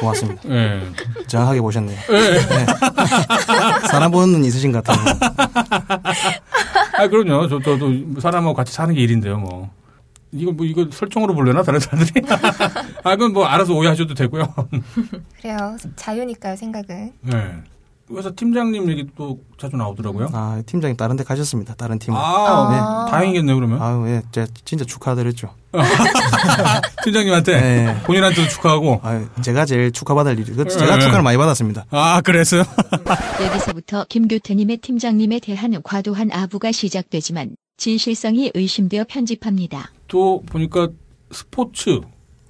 G: 고맙습니다
A: 예.
G: 정확하게 보셨네요
A: 예.
G: 사람 보는 눈 있으신 것 같아요
A: 그렇죠? 아 그럼요. 저, 저도 사람하고 같이 사는 게 일인데요. 뭐 이거 뭐 이거 설정으로 보려나 다른 사람들이? 아 그건 뭐 알아서 오해하셔도 되고요.
C: 그래요. 자유니까요, 생각은.
A: 네. 회사 팀장님 얘기 또 자주 나오더라고요.
G: 아, 팀장이 다른 데 가셨습니다. 다른 팀. 아,
A: 아,
C: 네.
A: 다행이겠네요, 그러면.
G: 아 예. 제가 진짜 축하드렸죠.
A: 팀장님한테
G: 네.
A: 본인한테도 축하하고.
G: 아, 제가 제일 축하받을 일이. 그 제가
A: 네.
G: 축하를 많이 받았습니다.
A: 아, 그랬어요?
I: 여기서부터 김규태님의 팀장님에 대한 과도한 아부가 시작되지만 진실성이 의심되어 편집합니다.
A: 또 보니까 스포츠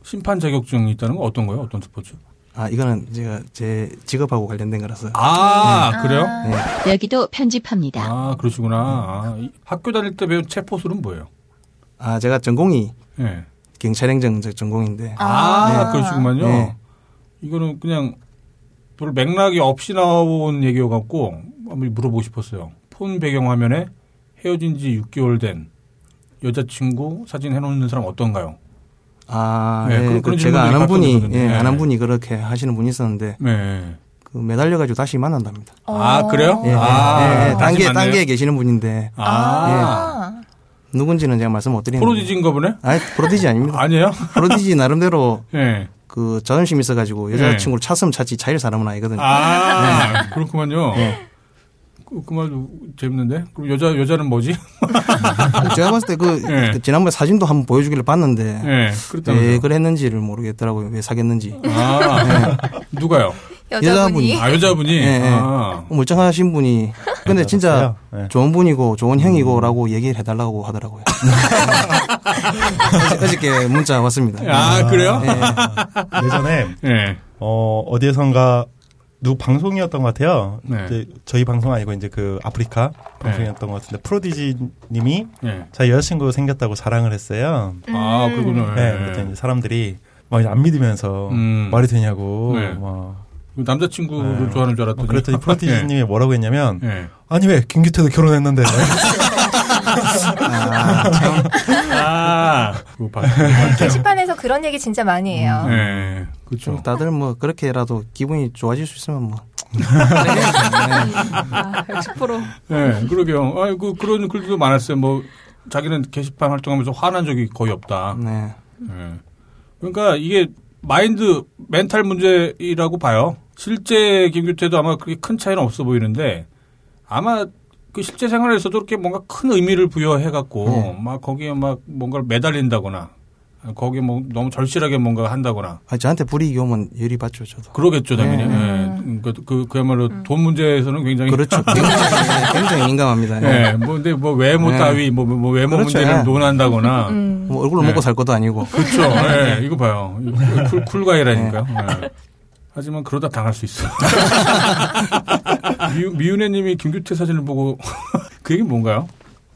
A: 심판 자격증이 있다는 건 어떤 거예요? 어떤 스포츠?
G: 아, 이거는 제가 제 직업하고 관련된 거라서. 예.
A: 아, 그래요?
I: 여기도 편집합니다.
A: 아, 그러시구나. 아, 이- 학교 다닐 때 배운 체포술은 뭐예요?
G: 아, 제가 전공이
A: 예.
G: 경찰행정 전공인데
A: 아,
D: 네.
A: 그러시구만요.
G: 네.
A: 이거는 그냥 별 맥락이 없이 나온 얘기여 갖고 한번 물어보고 싶었어요. 폰 배경 화면에 헤어진 지 6개월 된 여자친구 사진 해놓는 사람 어떤가요?
G: 아,
A: 네,
G: 예,
A: 그런-
G: 그
A: 그런
G: 제가
A: 질문들이
G: 아는 분이,
A: 가끔
G: 예,
A: 있거든요.
G: 아는
A: 예.
G: 분이 그렇게 하시는 분이 있었는데,
A: 네.
G: 그 매달려가지고 다시 만난답니다.
A: 아, 그래요?
G: 예,
A: 아,
G: 예, 예,
A: 다시
G: 단계,
A: 만나요?
G: 단계에 계시는 분인데,
A: 아,
G: 누군지는 제가 말씀 못 드리는데.
A: 프로디지인가 보네?
G: 아니, 프로디지 아닙니다.
A: 아니에요?
G: 프로디지 나름대로
A: 예.
G: 그 자존심 있어가지고 여자친구를 찾으면 찾지 자일 사람은 아니거든요.
A: 아, 그렇구만요. 그, 그 말도 재밌는데? 그럼 여자, 여자는 뭐지?
G: 제가 봤을 때 그,
A: 예.
G: 그 지난번에 사진도 한번 보여주기를 봤는데,
A: 예,
G: 왜
A: 그랬다면서요.
G: 네, 그랬는지를 모르겠더라고요. 왜 사귀었는지.
A: 아, 누가요?
G: 여자분이.
A: 아, 여자분이?
G: 예, 예.
A: 아.
G: 멀쩡하신 분이 근데 진짜
B: 네.
G: 좋은 분이고 좋은 형이고라고 얘기를 해달라고 하더라고요. 어저- 어저께 문자 왔습니다.
A: 아, 그래요?
B: 예. 예전에
A: 예.
B: 어, 어디에선가 누 방송이었던 것 같아요.
A: 네.
B: 이제 저희 방송 아니고 이제 그 아프리카 방송이었던 것 같은데 프로디지님이
A: 예.
B: 자기 여자친구 생겼다고 자랑을 했어요.
A: 아, 그러군요.
B: 네.
A: 예.
B: 그랬더니 이제 사람들이 막 안 믿으면서
A: 음.
B: 말이 되냐고
A: 네.
B: 막
A: 남자친구를
B: 네.
A: 좋아하는 줄
B: 어,
A: 알았더니.
B: 그랬더니 프로디지님이 뭐라고 했냐면
A: 예. 예.
B: 아니 왜 김규태도 결혼했는데
A: 아, 그거 봤
C: 게시판에서 그런 얘기 진짜 많이 해요.
A: 예.
G: 좀
A: 그쵸.
G: 다들 뭐 그렇게라도 기분이 좋아질 수 있으면 뭐
D: 아, 역시 프로.
A: 예, 그러게요. 아, 그, 그런 글도 많았어요. 뭐, 자기는 게시판 활동하면서 화난 적이 거의 없다.
G: 네.
A: 예. 그러니까 이게 마인드 멘탈 문제라고 봐요. 실제 김규태도 아마 그렇게 큰 차이는 없어 보이는데 아마 그 실제 생활에서도 이렇게 뭔가 큰 의미를 부여해 갖고
G: 네.
A: 막 거기에 막 뭔가를 매달린다거나 거기에 뭐 너무 절실하게 뭔가 한다거나
G: 아, 저한테 불이익이 오면 열이 받죠 저도.
A: 그러겠죠 당연히.
G: 네.
A: 예. 그러니까 그 그야말로 돈 문제에서는 굉장히
G: 그렇죠. 굉장히, 굉장히 민감합니다. 네.
A: 예, 뭐, 근데 뭐 외모
G: 네.
A: 따위, 뭐, 뭐 외모
G: 그렇죠.
A: 문제를
G: 예.
A: 논한다거나,
D: 음.
G: 뭐 얼굴로
A: 네.
G: 먹고 살 것도 아니고.
A: 그렇죠. 예, 이거 봐요. 이거 쿨, 쿨가이라니까요. 예. 하지만 그러다 당할 수 있어. 미, 미윤혜님이 김규태 사진을 보고 그 얘기 는 뭔가요?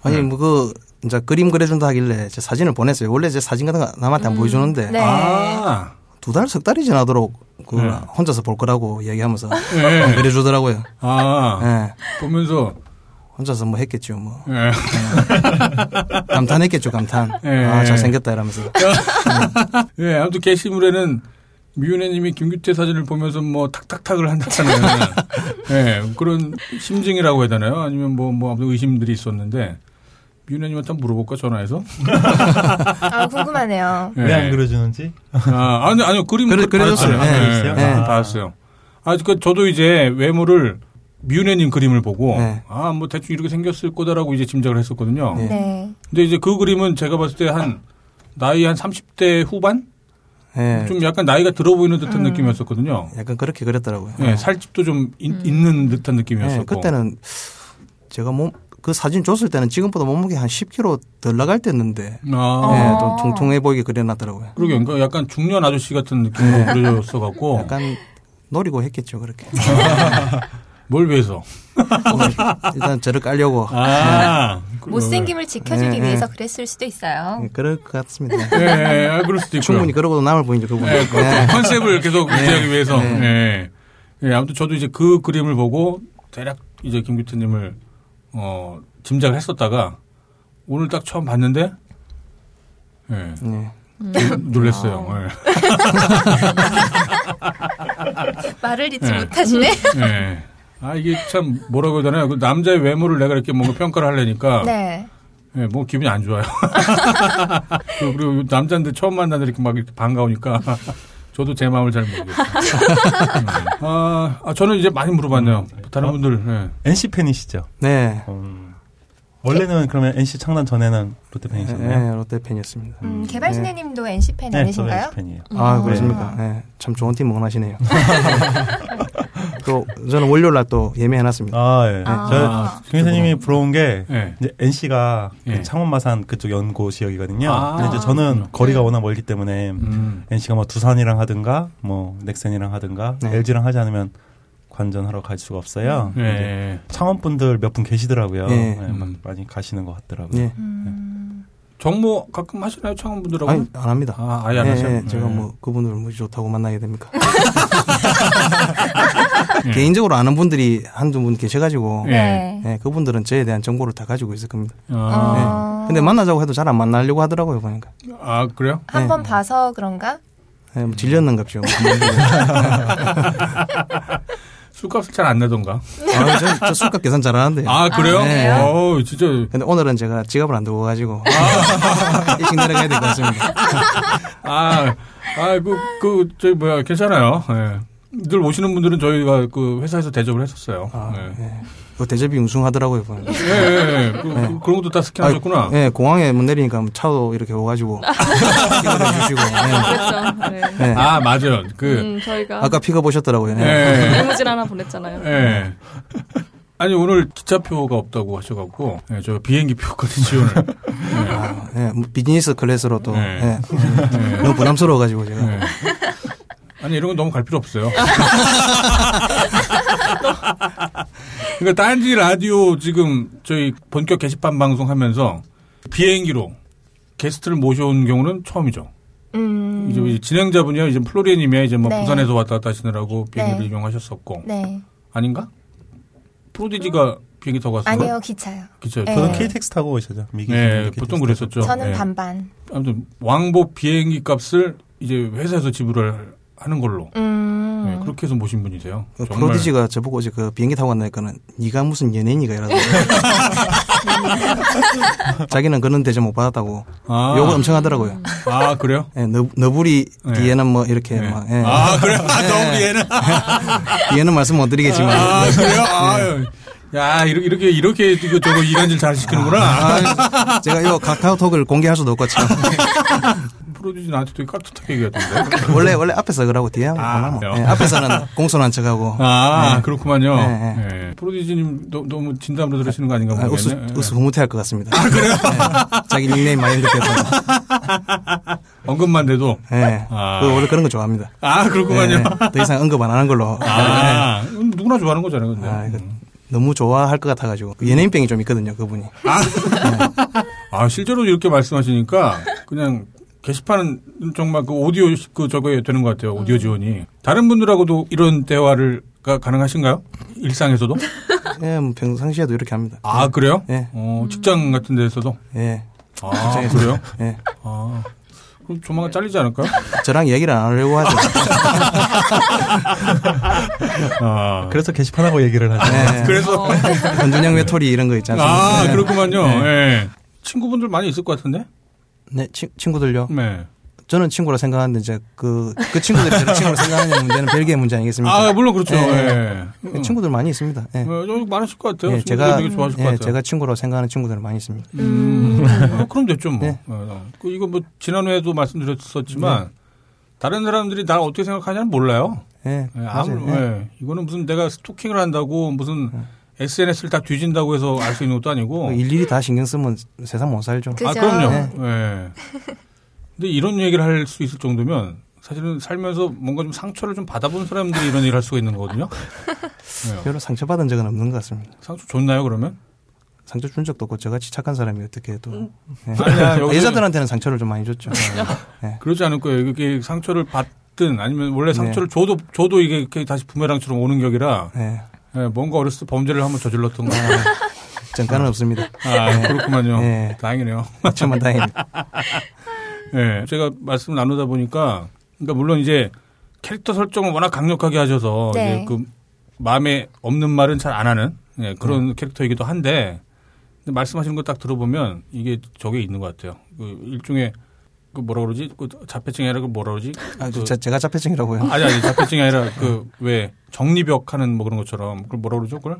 A: 네.
G: 아니 뭐 그 이제 그림 그려준다 하길래 제 사진을 보냈어요. 원래 제 사진 같은 거 남한테 안 보여주는데
C: 네.
A: 아,
G: 두 달 석 달이 지나도록 그
A: 네.
G: 혼자서 볼 거라고 얘기하면서 어,
A: 예.
G: 그려주더라고요.
A: 아,
G: 예.
A: 보면서
G: 혼자서 뭐 했겠죠 뭐.
A: 예.
G: 감탄했겠죠, 감탄.
A: 예.
G: 아, 잘생겼다 이러면서.
A: 예, 아무튼 게시물에는 미윤혜님이 김규태 사진을 보면서 뭐 탁탁탁을 한다는 예, 그런 심증이라고 해야 되나요? 아니면 뭐, 뭐 아무튼 의심들이 있었는데 미윤혜님한테 한번 물어볼까 전화해서?
C: 아, 궁금하네요.
A: 예.
B: 왜 안 그려주는지
A: 아, 아니, 아니요. 그림
G: 그래-
A: 그-
G: 그려줬어요.
A: 봤어요.
G: 예,
A: 예,
G: 그려줬어요?
A: 예,
B: 아.
A: 봤어요. 아, 그, 저도 이제 외모를 미윤혜님 그림을 보고,
G: 네.
A: 아, 뭐 대충 이렇게 생겼을 거다라고 이제 짐작을 했었거든요.
G: 네.
C: 네.
A: 근데 이제 그 그림은 제가 봤을 때 한, 나이 한 30대 후반?
G: 예.
A: 좀 약간 나이가 들어 보이는 듯한
C: 음.
A: 느낌이었었거든요.
G: 약간 그렇게 그랬더라고요.
A: 예, 살집도 좀
C: 음.
A: 인- 있는 듯한 느낌이었었고.
G: 예, 네. 그때는 제가 몸, 그 사진 줬을 때는 지금보다 몸무게 한 10kg 덜 나갈 때였는데,
A: 아,
C: 어.
G: 예, 좀 통통해 보이게 그려놨더라고요.
A: 그러게요. 그러니까 약간 중년 아저씨 같은 느낌으로 그려졌어갖고.
G: 네. 약간 노리고 했겠죠, 그렇게.
A: 뭘 위해서?
G: 일단 저를 깔려고.
A: 아.
G: 네.
C: 못생김을 지켜주기
G: 예, 예.
C: 위해서 그랬을 수도 있어요.
G: 예, 그럴 것 같습니다.
A: 예, 예, 아, 그럴 수도 있고.
G: 충분히 그러고도 남을 보인 적그분
A: 네, 그
G: 예.
A: 컨셉을 계속 유지하기 위해서. 예. 예, 아무튼 저도 이제 그 그림을 보고 대략 이제 김규태님을 어, 짐작을 했었다가 오늘 딱 처음 봤는데 예,
G: 예.
A: 놀- 놀랬어요. 예.
C: 말을 잊지
A: 예.
C: 못하시네.
A: 예. 아 이게 참 뭐라고 해야 되나요? 그 남자의 외모를 내가 이렇게 뭔가 평가를 하려니까
C: 네.
A: 예, 뭐 기분이 안 좋아요. 그리고- 그리고 남자인데 처음 만나는데 이렇게 막 이렇게 반가우니까 저도 제 마음을 잘 모르겠어요. 음. 아, 아, 저는 이제 많이 물어봤네요.
G: 음.
A: 다른 분들. 예.
B: NC 팬이시죠?
G: 네.
B: 음. 원래는 그러면 NC 창단 전에는 롯데
A: 네,
B: 팬이셨나요? 네,
G: 예, 롯데 팬이었습니다.
C: 음, 개발신혜님도
G: 네.
C: NC 팬
A: 네,
B: 저도
C: 네, 아니신가요?
B: NC 팬이에요.
G: 아, 그렇습니까? 예. 참 좋은 팀 응원하시네요. 또, 저는 월요일 날 또 예매해놨습니다.
B: 아, 예.
C: 아.
B: 저, 김선생님이 부러운 게,
A: 예.
B: 이제 NC가
A: 예.
B: 창원 마산 그쪽 연고 지역이거든요.
A: 아. 예.
B: 근데 이제 저는 거리가 워낙 멀기 때문에
A: 음.
B: NC가 뭐 두산이랑 하든가, 뭐 넥센이랑 하든가,
G: 네.
B: LG랑 하지 않으면 관전하러 갈 수가
G: 아,
B: 없어요. 이제
A: 예.
B: 창원 분들 몇 분 계시더라고요.
G: 예.
B: 예, 막
A: 음.
B: 많이 가시는 것 같더라고요.
G: 예.
A: 정모 가끔 하시나요 청원분들하고?
G: 아니, 안 합니다.
A: 아, 아예 안
G: 예,
A: 하세요?
G: 예, 제가
A: 네.
G: 뭐 그분을 뭐 좋다고 만나게 됩니까?
A: 네.
G: 개인적으로 아는 분들이 한두 분 계셔가지고
C: 네.
A: 예.
G: 예, 그분들은 저에 대한 정보를 다 가지고 있을 겁니다.
A: 아,
C: 어.
G: 예. 근데 네. 만나자고 해도 잘 안 만나려고 하더라고요 보니까
A: 아, 그래요?
C: 한 번 봐서 그런가?
G: 예, 뭐 질렸는갑죠.
A: 술값을 잘 안 내던가.
G: 아, 저, 저 술값 계산 잘하는데.
A: 아, 그래요?
G: 네.
A: 어우, 진짜.
G: 근데 오늘은 제가 지갑을 안 들고 가지고 일찍 내려가야 될 것 같습니다.
A: 아, 아, 그, 그, 저기, 뭐야, 괜찮아요. 예. 늘 오시는 분들은 저희가 그 회사에서 대접을 했었어요.
G: 아,
A: 예.
G: 예. 그 대접이 융숭하더라고요 보니까.
A: 예, 예, 예. 그, 그- 그런 것도 다 스캔하셨구나.
G: 네. 아, 예, 공항에 문 내리니까 뭐 차도 이렇게 오가지고 픽업해 주시고. 예.
D: 그렇죠. 네.
G: 예.
A: 아, 맞아요. 그,
D: 음, 저희가
G: 아까 픽업 오셨더라고요.
A: 예.
G: 예.
D: 메모지를 하나
G: 네.
D: 보냈잖아요.
A: 예. 아니, 오늘 기차표가 없다고 하셔갖고, 예, 저 비행기 표까지 지원을.
G: 아, 예, 뭐 비즈니스 클래스로 또
A: 네.
G: 예. 너무 부담스러워가지고 제가
A: 예. 아니, 이런 건 너무 갈 필요 없어요. 그러니까 딴지 라디오 지금 저희 본격 게시판 방송 하면서 비행기로 게스트를 모셔온 경우는 처음이죠.
C: 음.
A: 이제 이 진행자분이요. 이제 플로리님이야. 이제 뭐
C: 네.
A: 부산에서 왔다 갔다 하시느라고 비행기를
C: 네.
A: 이용하셨었고.
C: 네.
A: 아닌가? 프로디지가 비행기 타고 갔어요.
C: 아니요, 기차요.
A: 그쵸.
C: 네.
A: 저는
H: 저는
C: 예.
H: KTX 타고 오셨죠. 미기
A: 네, 보통 그랬었죠. 네.
C: 저는 반반.
A: 아무튼 왕복 비행기 값을 이제 회사에서 지불을 하는 걸로.
C: 음.
A: 네, 그렇게 해서 모신 분이세요.
G: 그
A: 정말.
G: 프로디지가 저보고 어제 그 비행기 타고 간다니까는 네가 무슨 연예인이가 이러더라고 자기는 그런 대접 못 받았다고
A: 아,
G: 욕을 엄청 하더라고요.
A: 아 그래요?
G: 예, 너, 너부리
A: 네.
G: 뒤에는 뭐 이렇게
A: 네.
G: 막 예.
A: 아 그래요? 아, 너무
G: 예.
A: 얘는
G: 뒤에는 말씀 못 드리겠지만
A: 아 그래요?
G: 네.
A: 아유. 야 이렇게 이렇게 이렇게 이거 저거 이간질 잘 시키는구나.
G: 아, 제가 요 카카오톡을 공개할 수도 없고 참
A: 프로듀스 나한테 되게 깍듯하게 얘기하던데.
G: 원래 원래 앞에서 그러고 뒤에 하면
A: 아,
G: 뭐.
A: 그래요?
G: 예, 앞에서는 공손한 척하고
A: 아
G: 네.
A: 그렇구만요. 예.
G: 네,
A: 프로듀스님 너무 진담으로 들으시는 거 아닌가
G: 아,
A: 모르겠네. 아,
G: 우스
A: 예.
G: 우스 흐뭇해할 것 같습니다. 그래요? 자기 닉네임 많이 듣겠다.
A: 언급만 돼도
G: 예.
A: 아.
G: 그 원래 그런 거 좋아합니다.
A: 아 그렇구만요.
G: 예, 더 이상 언급 안 하는 걸로.
A: 아 이건 누구나 좋아하는 거잖아요. 근데.
G: 네. 아, 이거 너무 좋아할 것 같아가지고 그 연예인병이 좀 있거든요 그분이.
A: 아 실제로 이렇게 말씀하시니까 그냥 게시판은 정말 그 오디오 그 저거에 되는 것 같아요. 오디오 지원이 다른 분들하고도 이런 대화를 가 가능하신가요? 일상에서도?
G: 예, 뭐 평상시에도 이렇게 합니다.
A: 아 그래요?
G: 예.
A: 어, 직장 같은 데서도?
G: 예,
A: 아
G: 직장에서.
A: 그래요?
G: 예.
A: 아 그럼 조만간 잘리지 않을까요?
G: 저랑 얘기를 안 하려고 하죠.
A: 아 네.
H: 그래서 게시판하고 얘기를 하죠.
G: 예.
A: 그래서
G: 권준영 외톨이 이런 거 있지 않습니까?
A: 아
G: 예.
A: 그렇구만요. 예. 친구분들 많이 있을 것 같은데?
G: 네, 치- 친구들요.
A: 네.
G: 저는 친구라 생각하는데 이제 그, 그 친구들이 저를 친구로 생각하는 문제는 별개의 문제 아니겠습니까?
A: 아 물론 그렇죠.
G: 예.
A: 예.
G: 예, 친구들 많이 있습니다. 예.
A: 어, 좀 많으실 것 같아요.
G: 예,
A: 친구들 되게 좋아하실 것
G: 예,
A: 같아요.
G: 제가 친구로 생각하는 친구들 많이 있습니다.
A: 음, 어, 그럼 됐죠 뭐.
G: 네.
A: 어, 그 이거 뭐 지난회에도 말씀드렸었지만 다른 사람들이 나 어떻게 생각하냐는 몰라요.
G: 예,
A: 예,
G: 맞아요. 네.
A: 아무,
G: 예.
A: 예. 이거는 무슨 내가 스토킹을 한다고 무슨 SNS를 다 뒤진다고 해서 알 수 있는 것도 아니고.
G: 그 일일이 다 신경 쓰면 세상 못 살죠.
C: 그-
A: 아
C: 그죠.
A: 그럼요.
G: 네.
A: 예. 근데 이런 얘기를 할 수 있을 정도면 사실은 살면서 뭔가 좀 상처를 좀 받아본 사람들이 이런 얘기를 할 수가 있는 거거든요. 예.
G: 별로 상처받은 적은 없는 것 같습니다.
A: 상처 줬나요 그러면?
G: 상처 준 적도 없고 저같이 착한 사람이 어떻게 또 예.
A: 음. 아니야, 여기는- 아.
G: 여자들한테는 상처를 좀 많이 줬죠.
A: 그렇지 않을 거예요. 이게 상처를 받든 아니면
G: 네.
A: 원래 상처를 줘도 줘도 이게 이렇게 다시 부메랑처럼 오는 격이라
G: 예.
A: 예, 뭔가 어렸을 때 범죄를 한번 저질렀던 거.
G: 전가는 없습니다.
A: 아, 그렇구만요.
G: 네.
A: 다행이네요.
G: 참만 다행입니다.
A: 예, 제가 말씀 나누다 보니까, 그러니까 물론 이제 캐릭터 설정을 워낙 강력하게 하셔서,
C: 네.
A: 이제 그 마음에 없는 말은 잘 안 하는 예, 그런 캐릭터이기도 한데, 근데 말씀하시는 거 딱 들어보면 이게 저게 있는 것 같아요. 그 일종의 그 뭐라 그러지? 그 자폐증이 아니라 그 뭐라 그러지?
G: 아,
A: 그
G: 저, 제가 자폐증이라고요.
A: 아니 아니 자폐증이 아니라 그 왜 정리벽 하는 뭐 그런 것처럼 그걸 뭐라 그러죠 그걸?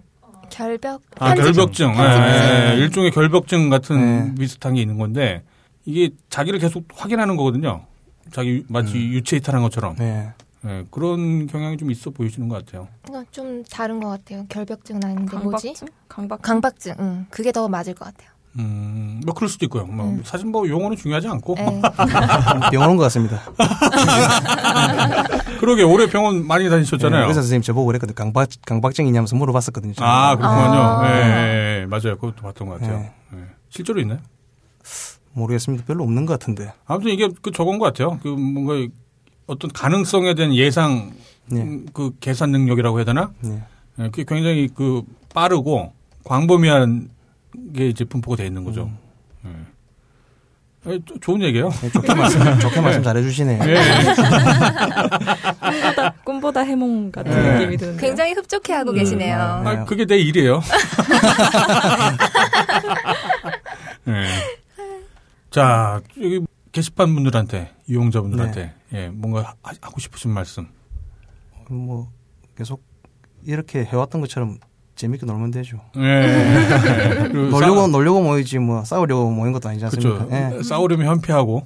C: 결벽.
A: 아
C: 편집.
A: 결벽증, 예, 예, 예. 일종의 결벽증 같은
G: 네.
A: 비슷한 게 있는 건데 이게 자기를 계속 확인하는 거거든요. 자기 유- 마치 유체이탈한 것처럼
G: 네.
A: 예, 그런 경향이 좀 있어 보이시는 것 같아요.
C: 이건 좀 다른 것 같아요. 결벽증은
D: 그
C: 아닌데 뭐지?
D: 강박증? 강박.
C: 강박증. 응. 그게 더 맞을 것 같아요.
A: 음, 뭐 그럴 수도 있고요. 뭐
C: 음.
A: 사실 뭐 용어는 중요하지 않고
C: 네.
G: 병원 온 것 같습니다.
A: 그러게 올해 병원 많이
G: 예,
A: 다니셨잖아요.
G: 의사 선생님 저보고 그랬거든요. 강박, 강박증 있냐면서 물어봤었거든요. 저는.
A: 아 그렇군요.
C: 아.
A: 예, 예, 예. 맞아요. 그것도 봤던 것 같아요. 예. 실제로 있나요?
G: 모르겠습니다. 별로 없는 것 같은데.
A: 아무튼 이게 그 저건 것 같아요. 그 뭔가 이 어떤 가능성에 대한 예상
G: 예.
A: 음, 그 계산 능력이라고 해야 되나?
G: 예.
A: 예, 그게 굉장히 그 빠르고 광범위한 게 이제 분포가 돼 있는 거죠. 예. 아니, 조- 좋은 얘기예요.
G: 예, 음. 좋게 말씀, 좋게 말씀 잘해주시네요.
A: 예, 예.
D: 꿈보다, 꿈보다 해몽 같은
A: 네.
D: 느낌이 드는데.
C: 굉장히 흡족해하고
A: 음.
C: 계시네요.
A: 아, 그게 내 일이에요. 예. 자, 여기 게시판 분들한테 이용자분들한테
G: 네.
A: 예, 뭔가 하, 고 싶으신 말씀.
G: 뭐 계속 이렇게 해왔던 것처럼 재밌게 놀면 되죠.
A: 예. 그리고
G: 놀려고
A: 싸-
G: 놀려고 모이지 뭐 싸우려고 모인 것도 아니지 않습니까?
A: 그렇죠.
G: 예.
A: 싸우려면 현피하고.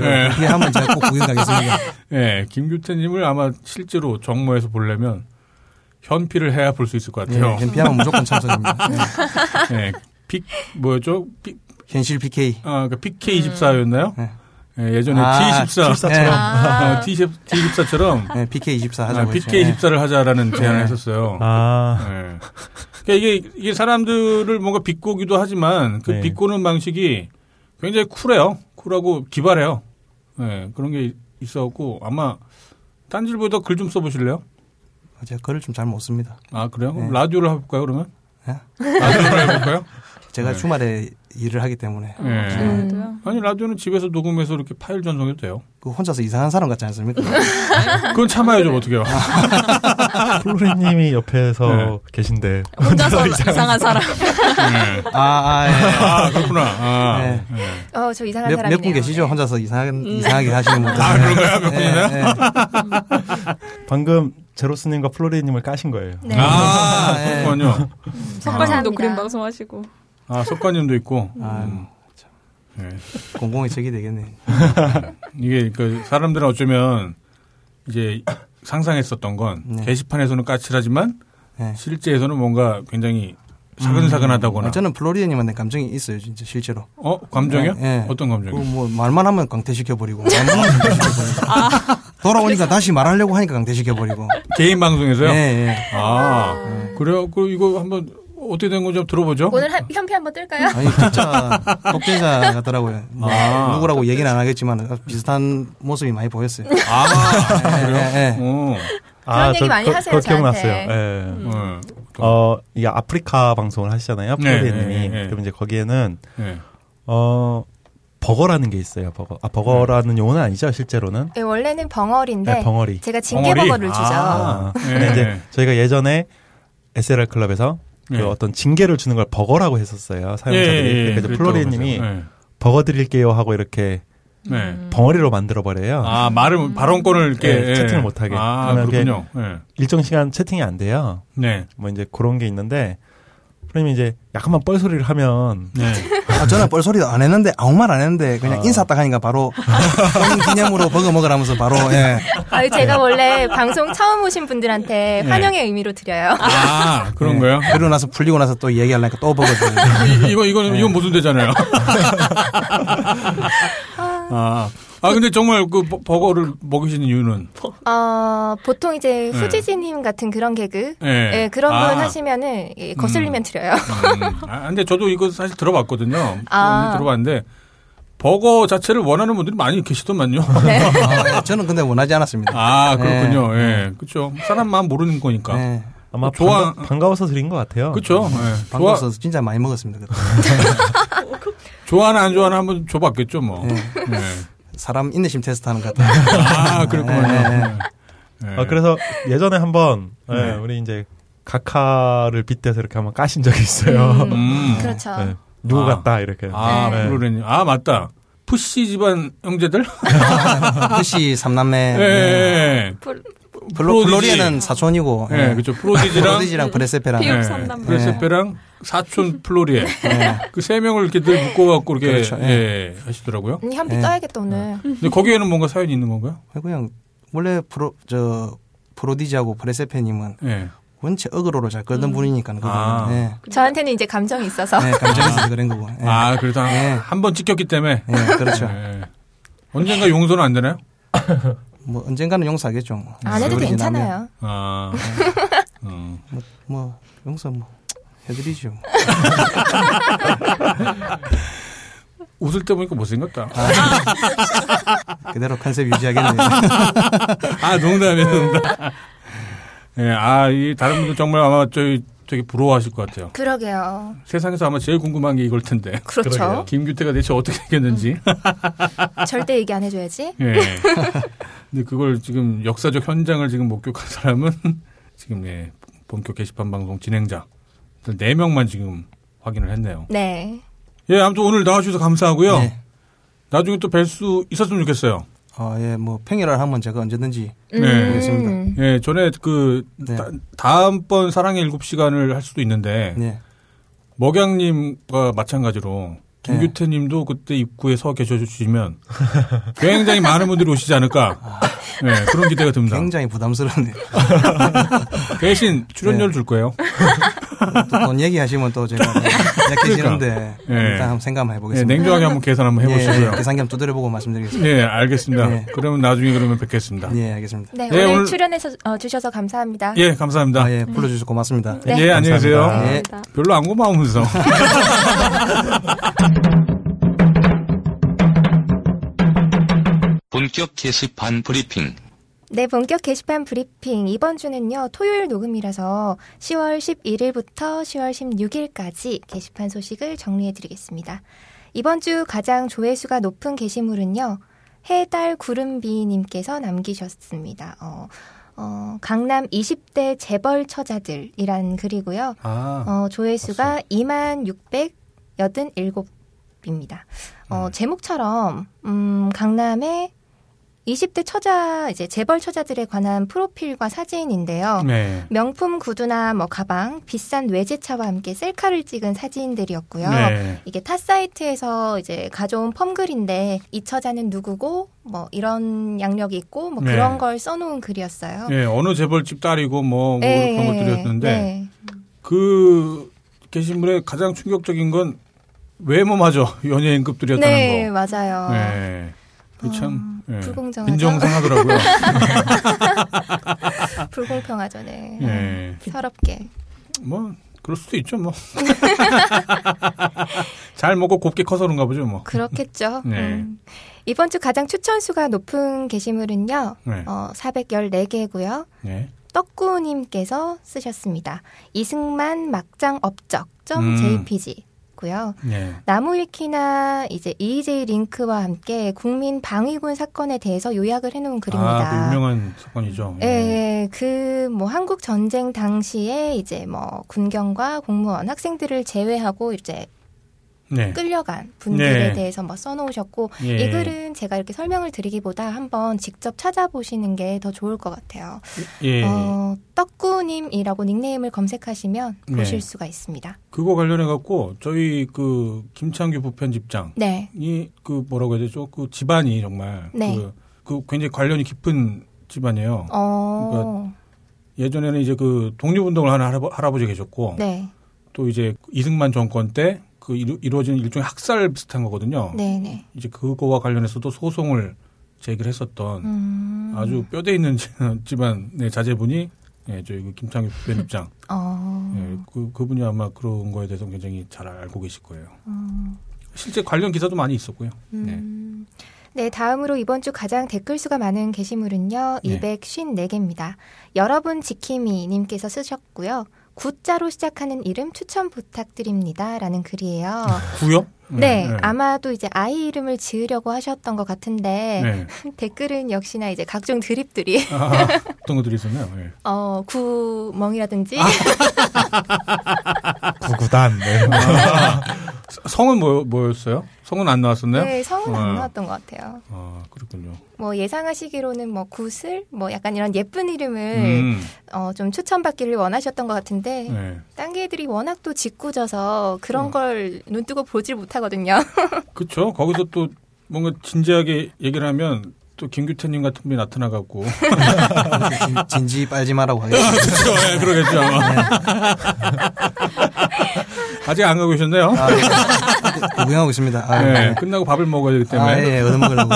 G: 예.
A: 네.
G: 그게 한번 제가 꼭 구경 가겠습니다.
A: 예, 김규태님을 아마 실제로 정모에서 보려면 현피를 해야 볼 수 있을 것 같아요.
G: 예. 비하면 무조건 참석입니다. 예.
A: 예, 빅 뭐였죠? 빅,
G: 현실 BK.
A: 아, 그 PK 14였나요?
G: 예.
A: 예, 예전에
G: 아,
A: T14 어, T T14처럼
G: 예. BK 24
A: 아,
G: 하자고 했죠.
A: PK
G: 예.
A: 14를 하자라는 제안을 했었어요.
B: 아,
A: 예. 그러니까 이게 이게 사람들을 뭔가 비꼬기도 하지만 그
B: 네.
A: 비꼬는 방식이 굉장히 쿨해요. 쿨하고 기발해요. 예, 그런 게 있어갖고 아마 딴질보다 글 좀 써보실래요?
G: 제가 글을 좀 잘 못 씁니다.
A: 아 그래요? 그럼
G: 네.
A: 라디오를 해볼까요 그러면?
G: 예?
A: 라디오를 해볼까요?
G: 제가
A: 네.
G: 주말에 일을 하기 때문에 네.
A: 예.
C: 음.
D: 그래도요.
A: 아니 라디오는 집에서 녹음해서 이렇게 파일 전송해도 돼요.
G: 그 혼자서 이상한 사람 같지 않습니까?
A: 네. 그건
B: 네.
A: 참아야죠 어떻게요?
B: 플로리님이 옆에서
A: 네.
B: 계신데
D: 혼자서 이상한 사람.
A: 예.
G: 아, 아, 예.
A: 아 그렇구나. 아,
G: 네.
A: 예.
C: 어, 저 이상한
G: 몇,
C: 사람이네요. 음.
G: 몇분 계시죠? 혼자서 이상한, 이상하게 하시는 분들.
A: 아, 그런가요? 몇
G: 예, 예.
B: 방금 제로스님과 플로리님을 까신 거예요.
C: 네.
A: 아,
G: 아, 예.
A: 그렇군요.
D: 작가님도
C: 감사합니다.
D: 그림 방송하시고.
A: 아 석관님도 있고.
G: 아유,
A: 예.
G: 공공의 적이 되겠네.
A: 이게 그 사람들은 어쩌면 이제 상상했었던 건
G: 네.
A: 게시판에서는 까칠하지만
G: 예.
A: 실제에서는 뭔가 굉장히 사근사근하다거나.
B: 음.
G: 아, 저는 플로리아님한테 감정이 있어요, 진짜 실제로.
A: 어 감정이요?
B: 네,
G: 예, 예.
A: 어떤
G: 그,
B: 음.
A: 감정이요?
G: 뭐 말만 하면 강퇴시켜 버리고 돌아오니까 다시 말하려고 하니까 강퇴시켜 버리고.
A: 개인 방송에서요?
G: 예,
B: 네.
G: 예.
A: 아, 그래요? 그 이거 한번 어떻게 된 건지 한번 들어보죠.
C: 오늘 한- 현피 한번 뜰까요?
G: 아니 진짜 독재자 같더라고요. 뭐
A: 아.
G: 누구라고 얘기는 안 하겠지만 비슷한 모습이 많이 보였어요.
A: 아,
G: 예, 예, 예.
A: 어,
C: 그런 얘기 많이 하세요,
B: 아, 그거
C: 저한테.
B: 기억났어요. 예.
A: 어,
B: 어, 이 아프리카 방송을 하시잖아요.
A: 네,
B: 플로리님이.
A: 네, 네, 네.
B: 그럼 이제 거기에는
A: 예.
B: 어 버거라는 게 있어요. 버거. 아 버거라는 용어는 아니죠. 실제로는.
C: 예, 원래는 벙어리인데
B: 네, 벙어리.
C: 제가 징계버거를
A: 벙어리?
C: 주죠.
A: 아.
B: 아, 근데
A: 예.
B: 이제 저희가 예전에 SLR 클럽에서 그
A: 예.
B: 어떤 징계를 주는 걸 버거라고 했었어요. 사용자들이.
A: 예, 예,
B: 그러니까 이제
A: 그랬다고
B: 플로리님이
A: 그러죠.
B: 버거 드릴게요 하고 이렇게
A: 예. 네.
C: 음.
B: 벙어리로 만들어 버려요.
A: 아, 말을, 발언권을 이렇게.
B: 예,
A: 예.
B: 채팅을 못하게.
A: 아,
B: 그러면 이게-
A: 그렇군요. 예.
B: 일정 시간 채팅이 안 돼요.
A: 네.
B: 뭐 이제 그런 게 있는데 프로님이 이제 약간만 뻘소리를 하면
A: 네.
G: 아, 저는 뻘소리도 안 했는데 아무 말 안 했는데 그냥 인사 딱 하니까 바로 본인 기념으로 버거 먹으라면서 바로 예.
C: 아유, 제가 원래 방송 처음 오신 분들한테 환영의 의미로 드려요.
A: 아, 그런
G: 예.
A: 거예요?
B: 네.
G: 그러고 나서 풀리고 나서 또 얘기하려니까 또 버거 드리고.
A: 이- 이거,
B: 네.
A: 이거, 이건 모순되잖아요. 아. 아, 근데 정말 그 버- 버거를 먹이시는 이유는?
C: 어, 보통
A: 네.
C: 이제 후지지님 같은 그런 개그,
A: 예.
C: 예, 그런
A: 아.
C: 분 하시면은 예, 거슬리면 드려요.
A: 음. 아, 근데 저도 이거 사실 들어봤거든요.
C: 아.
A: 들어봤는데, 버거 자체를 원하는 분들이 많이 계시더만요.
G: 아, 저는 근데 원하지 않았습니다.
A: 아, 그렇군요.
B: 네.
A: 예. 그렇죠. 사람 마음 모르는 거니까.
G: 예.
B: 아마
A: 뭐 좋아-
B: 반가, 반가워서 드린 것 같아요.
A: 그렇죠.
B: 네.
A: 예. 좋아
G: 방금서 진짜 많이 먹었습니다. 그때.
A: 좋아하나 안 좋아하나 한번 줘봤겠죠, 뭐.
B: 네.
G: 예.
A: 예.
G: 사람 인내심 테스트하는 것 같아요.
A: 아, 그렇군요.
G: 예.
A: 예.
B: 아, 그래서 예전에 한번 예,
A: 네.
B: 우리 이제 각하를 빗대서 이렇게 한번 까신 적이 있어요.
A: 음.
C: 그렇죠.
B: 예, 누구
A: 아.
B: 같다 이렇게.
A: 아,
B: 네.
A: 블루레님. 아, 맞다. 푸시 집안 형제들?
G: 푸시 삼남매.
A: 예.
G: 예.
A: 예.
D: 플-
G: 블로,
A: 프로디지.
G: 블로리에는 사촌이고.
A: 예,
G: 예.
A: 그렇죠. 프로디지랑
G: 프로디지랑 네. 브레세페랑.
D: 피읍
A: 예,
D: 삼남매.
A: 브레세페랑 사촌 플로리에
G: 예.
A: 그 세 명을 이렇게 늘 묶어갖고 이렇게
G: 그렇죠.
A: 예, 하시더라고요.
C: 음, 현피
G: 예.
C: 떠야겠다 오늘.
A: 근데 거기에는 뭔가 사연이 있는 건가요?
G: 그냥 원래 프로 저 프로디지하고 브레세페님은
A: 예.
G: 원체 어그로로 잘 끄는
C: 음.
G: 분이니까. 그분은.
A: 아.
G: 예.
C: 저한테는 이제 감정이 있어서
G: 예, 감정에서 그런 거고. 예.
A: 아 그래도 한-
G: 예.
A: 한 번 찍혔기 때문에
G: 예, 그렇죠.
A: 예. 언젠가 용서는 안 되나요?
G: 뭐 언젠가는 용서하겠죠. 뭐.
C: 안 해도
G: 세월이 지나면.
C: 괜찮아요.
A: 아, 음.
G: 뭐, 뭐 용서 뭐 해드리죠.
A: 웃을 때 보니까 못생겼다.
G: 그대로 컨셉 유지하겠네요.
A: 아, 농담이에요, 농담. 예, 아, 이 다른 분들 정말 아마 저희 되게 부러워하실 것 같아요.
C: 그러게요.
A: 세상에서 아마 제일 궁금한 게 이걸 텐데.
C: 그렇죠. 그러게요.
A: 김규태가 대체 어떻게 생겼는지.
C: 절대 얘기 안 해줘야지.
A: 예. 근데 그걸 지금 역사적 현장을 지금 목격한 사람은 지금 예, 본격 게시판 방송 진행자 네 명만 지금 확인을 했네요.
C: 네.
A: 예, 아무튼 오늘 나와주셔서 감사하고요.
G: 네.
A: 나중에 또 뵐 수 있었으면 좋겠어요.
G: 어, 예, 뭐 평일을 하면 제가 언제든지
C: 음.
A: 네,
G: 알겠습니다.
A: 예, 전에 그
G: 네.
A: 다, 음번 사랑의 일곱 시간을 할 수도 있는데
G: 네.
A: 먹양님과 마찬가지로
G: 네.
A: 김규태님도 그때 입구에 서 계셔주시면 굉장히 많은 분들이 오시지
G: 아.
A: 않을까. 예, 그런 기대가 듭니다.
G: 굉장히 부담스러운데
A: 대신 출연료를
G: 네.
A: 줄 거예요.
G: 또 돈 얘기하시면 또 제가 약해 지는데
A: 예.
G: 일단 한번 생각 한번
A: 예,
G: 해보겠습니다.
A: 냉정하게 한번 계산 한번 해보시고요.
G: 예, 계산기 한번 두드려보고 말씀드리겠습니다.
A: 예, 알겠습니다.
G: 네.
A: 그러면 나중에 그러면 뵙겠습니다.
G: 예, 알겠습니다.
C: 네,
A: 네,
C: 오늘,
A: 오늘-
C: 출연해서 어, 주셔서 감사합니다.
A: 예, 감사합니다.
G: 아, 예, 불러주셔서 고맙습니다.
C: 네.
A: 예, 안녕히 계세요.
H: 감사합니다.
G: 예.
A: 별로 안 고마우면서.
E: 본격 게시판 브리핑.
C: 네, 본격 게시판 브리핑. 이번 주는요, 토요일 녹음이라서 10월 11일부터 10월 16일까지 게시판 소식을 정리해드리겠습니다. 이번 주 가장 조회수가 높은 게시물은요, 해달 구름비님께서 남기셨습니다. 어, 어, 강남 20대 재벌 처자들이란 글이고요.
A: 아,
C: 어, 조회수가 2687입니다. 어,
A: 네.
C: 제목처럼 음, 강남의 20대 처자 이제 재벌 처자들에 관한 프로필과 사진인데요.
A: 네.
C: 명품 구두나 뭐 가방, 비싼 외제차와 함께 셀카를 찍은 사진들이었고요.
A: 네.
C: 이게 타 사이트에서 이제 가져온 펌글인데 이 처자는 누구고 뭐 이런 양력이 있고 뭐
A: 네.
C: 그런 걸 써놓은 글이었어요.
A: 예, 어느 재벌집 딸이고 뭐, 뭐
C: 예,
A: 그런
C: 예,
A: 것들이었는데
C: 네.
A: 그 게시물의 가장 충격적인 건 외모마저 연예인급들이었다는
C: 네,
A: 거.
C: 맞아요. 아,
A: 예. 그참 예.
C: 불공정하죠.
A: 인정상하더라고요.
C: 불공평하죠, 네.
A: 예.
C: 서럽게.
A: 뭐 그럴 수도 있죠, 뭐. 잘 먹고 곱게 커서 그런가 보죠, 뭐.
C: 그렇겠죠.
A: 네.
C: 음. 이번 주 가장 추천수가 높은 게시물은요,
A: 네.
C: 어, 414개고요.
A: 예.
C: 떡구님께서 쓰셨습니다. 이승만 막장 업적.
A: 음.
C: .jpg. 고요.
A: 예.
C: 나무위키나 이제 EJ 링크와 함께 국민 방위군 사건에 대해서 요약을 해놓은 글입니다.
A: 아, 그 유명한 사건이죠.
C: 예, 예, 그 뭐 한국 전쟁 당시에 이제 뭐 군경과 공무원 학생들을 제외하고 이제
A: 네.
C: 끌려간 분들에
A: 네.
C: 대해서 뭐 써놓으셨고
A: 예.
C: 그 이 글은 제가 이렇게 설명을 드리기보다 한번 직접 찾아보시는 게 더 좋을 것 같아요.
A: 예.
C: 어, 떡구님이라고 닉네임을 검색하시면
A: 네.
C: 보실 수가 있습니다.
A: 그거 관련해 갖고 저희 그 김창규 부편집장
C: 네,
A: 이 그 뭐라고 해야 되죠? 그 집안이 정말
C: 네.
A: 그, 그 굉장히 관련이 깊은 집안이에요.
C: 어,
A: 예전에는 이제 그 독립운동을 하는 할아버, 할아버지 계셨고
C: 네,
A: 또 이제 이승만 정권 때 그 이루어진 일종의 학살 비슷한 거거든요.
C: 네, 네.
A: 이제 그거와 관련해서도 소송을 제기를 했었던
C: 음,
A: 아주 뼈대 있는 집안의 자제분이 예, 저희 그 김창규 부편집장
C: 어,
A: 예, 그, 그분이 아마 그런 거에 대해서 굉장히 잘 알고 계실 거예요.
C: 음.
A: 실제 관련 기사도 많이 있었고요. 네.
C: 음. 네, 다음으로 이번 주 가장 댓글 수가 많은 게시물은요.
A: 네.
C: 254개입니다. 여러분 지킴이 님께서 쓰셨고요. 구자로 시작하는 이름 추천 부탁드립니다. 라는 글이에요.
A: 구요?
C: 네, 아마도 이제 아이 이름을 지으려고 하셨던 것 같은데
A: 네.
C: 댓글은 역시나 이제 각종 드립들이
A: 아, 어떤 것들이 있었나요? 예.
C: 어, 구멍이라든지
A: 아,
H: 구구단. 네.
A: 아. 성은 뭐, 뭐였어요? 성은 안 나왔었나요?
C: 네, 성은
A: 어.
C: 안 나왔던 것 같아요.
A: 아, 그렇군요.
C: 뭐 예상하시기로는 뭐 구슬 뭐 약간 이런 예쁜 이름을
A: 음,
C: 어, 좀 추천받기를 원하셨던 것 같은데
A: 네.
C: 딴게 애들이 워낙 또 짓궂어서 그런 걸 눈뜨고 보질 못하거든요.
A: 그쵸. 거기서 또 뭔가 진지하게 얘기를 하면 또 김규태님 같은 분이 나타나갖고.
G: 예, 진- 진지 빨지 마라고 하겠습니다.
A: 그쵸. 예,
C: 네.
A: 그러겠죠. 아마. 아직 안 가고 계셨네요.
G: 아, 구경하고 있습니다. 아,
A: 네,
G: 네.
A: 끝나고 밥을 먹어야 되기 때문에.
G: 아, 예, 얻어먹으려고.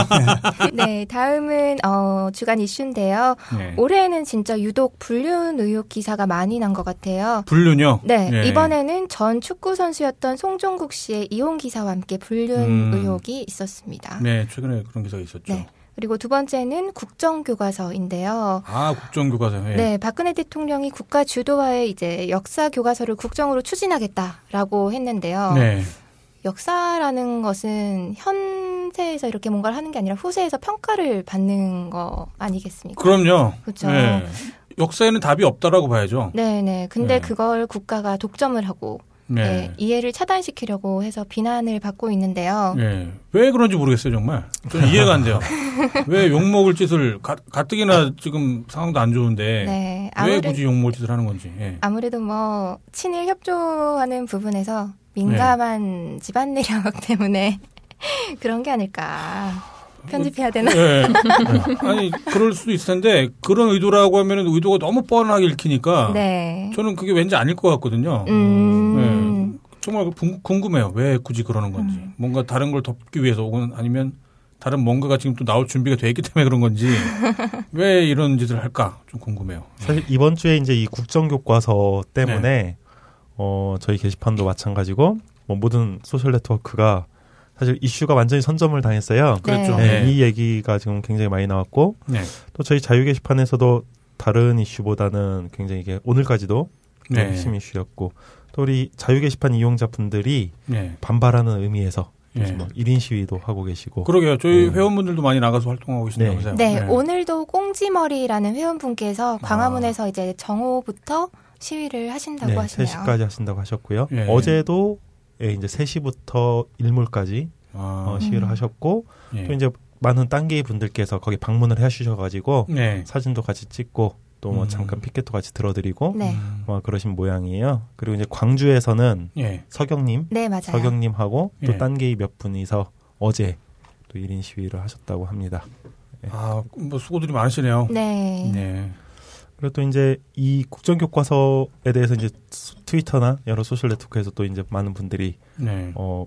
C: 네, 다음은 어, 주간 이슈인데요.
A: 예.
C: 올해는 진짜 유독 불륜 의혹 기사가 많이 난 것 같아요.
A: 불륜요.
C: 네,
A: 예.
C: 이번에는 전 축구 선수였던 송종국 씨의 이혼 기사와 함께 불륜
A: 음.
C: 의혹이 있었습니다.
A: 네, 최근에 그런 기사가 있었죠.
C: 네. 그리고 두 번째는 국정교과서인데요.
A: 아, 국정교과서. 예.
C: 네, 박근혜 대통령이 국가 주도하에 이제 역사 교과서를 국정으로 추진하겠다라고 했는데요.
A: 네.
C: 역사라는 것은 현세에서 이렇게 뭔가를 하는 게 아니라 후세에서 평가를 받는 거 아니겠습니까?
A: 그럼요.
C: 그쵸.
A: 예. 역사에는 답이 없다라고 봐야죠.
C: 네, 네.
A: 네.
C: 근데 그걸 국가가 독점을 하고 네, 이해를 차단시키려고 해서 비난을 받고 있는데요.
A: 예. 왜 그런지 모르겠어요, 정말. 저는 이해가 안 돼요. 왜 욕먹을 짓을 가, 가뜩이나 지금 상황도 안 좋은데
C: 네,
A: 왜
C: 아무래도
A: 굳이 욕먹을 짓을 하는 건지. 예.
C: 아무래도 뭐 친일 협조하는 부분에서 민감한 집안 내력 때문에 그런 게 아닐까. 편집해야 되나?
A: 예. 아니, 그럴 수도 있을 텐데 그런 의도라고 하면 의도가 너무 뻔하게 읽히니까
C: 네.
A: 저는 그게 왠지 아닐 것 같거든요.
C: 음.
A: 예. 정말 궁- 궁금해요. 왜 굳이 그러는 건지. 뭔가 다른 걸 덮기 위해서 혹은 아니면 다른 뭔가가 지금 또 나올 준비가 돼 있기 때문에 그런 건지 왜 이런 짓을 할까 좀 궁금해요.
B: 사실 이번 주에 이제 이 국정교과서 때문에
A: 네.
B: 어 저희 게시판도 마찬가지고 뭐 모든 소셜 네트워크가 사실 이슈가 완전히 선점을 당했어요.
A: 그랬죠.
B: 네,
A: 네.
B: 이 얘기가 지금 굉장히 많이 나왔고
A: 네.
B: 또 저희 자유 게시판에서도 다른 이슈보다는 굉장히 이게 오늘까지도
A: 네.
B: 핵심 이슈였고 또 우리 자유 게시판 이용자분들이
A: 네.
B: 반발하는 의미에서
A: 예.
B: 뭐 1인 시위도 하고 계시고
A: 그러게요. 저희
B: 음.
A: 회원분들도 많이 나가서 활동하고 계신다고
B: 네.
A: 보세요. 예.
C: 네, 오늘도 꽁지머리라는 회원분께서 광화문에서 이제 정오부터 시위를 하신다고
B: 네,
C: 하시네요.
B: 3시까지 하신다고 하셨고요.
A: 예.
B: 어제도 예, 이제 3시부터 일몰까지
A: 아,
B: 어, 시위를
C: 음.
B: 하셨고
A: 예.
B: 또 이제 많은 딴기 분들께서 거기 방문을 해주셔가지고
A: 네.
B: 사진도 같이 찍고 또 뭐
A: 음.
B: 잠깐 피켓도 같이 들어드리고
C: 네.
A: 음.
B: 뭐 그러신 모양이에요. 그리고 이제 광주에서는
A: 예.
B: 서경님,
C: 네, 맞아요.
B: 서경님하고
A: 예.
B: 또 딴기 몇 분이서 어제 또 1인 시위를 하셨다고 합니다.
A: 아, 뭐 수고들이 많으시네요.
C: 네.
A: 네.
B: 그리고 또 이제 이 국정교과서에 대해서 이제 수- 트위터나 여러 소셜 네트워크에서 또 이제 많은 분들이
A: 네.
B: 어,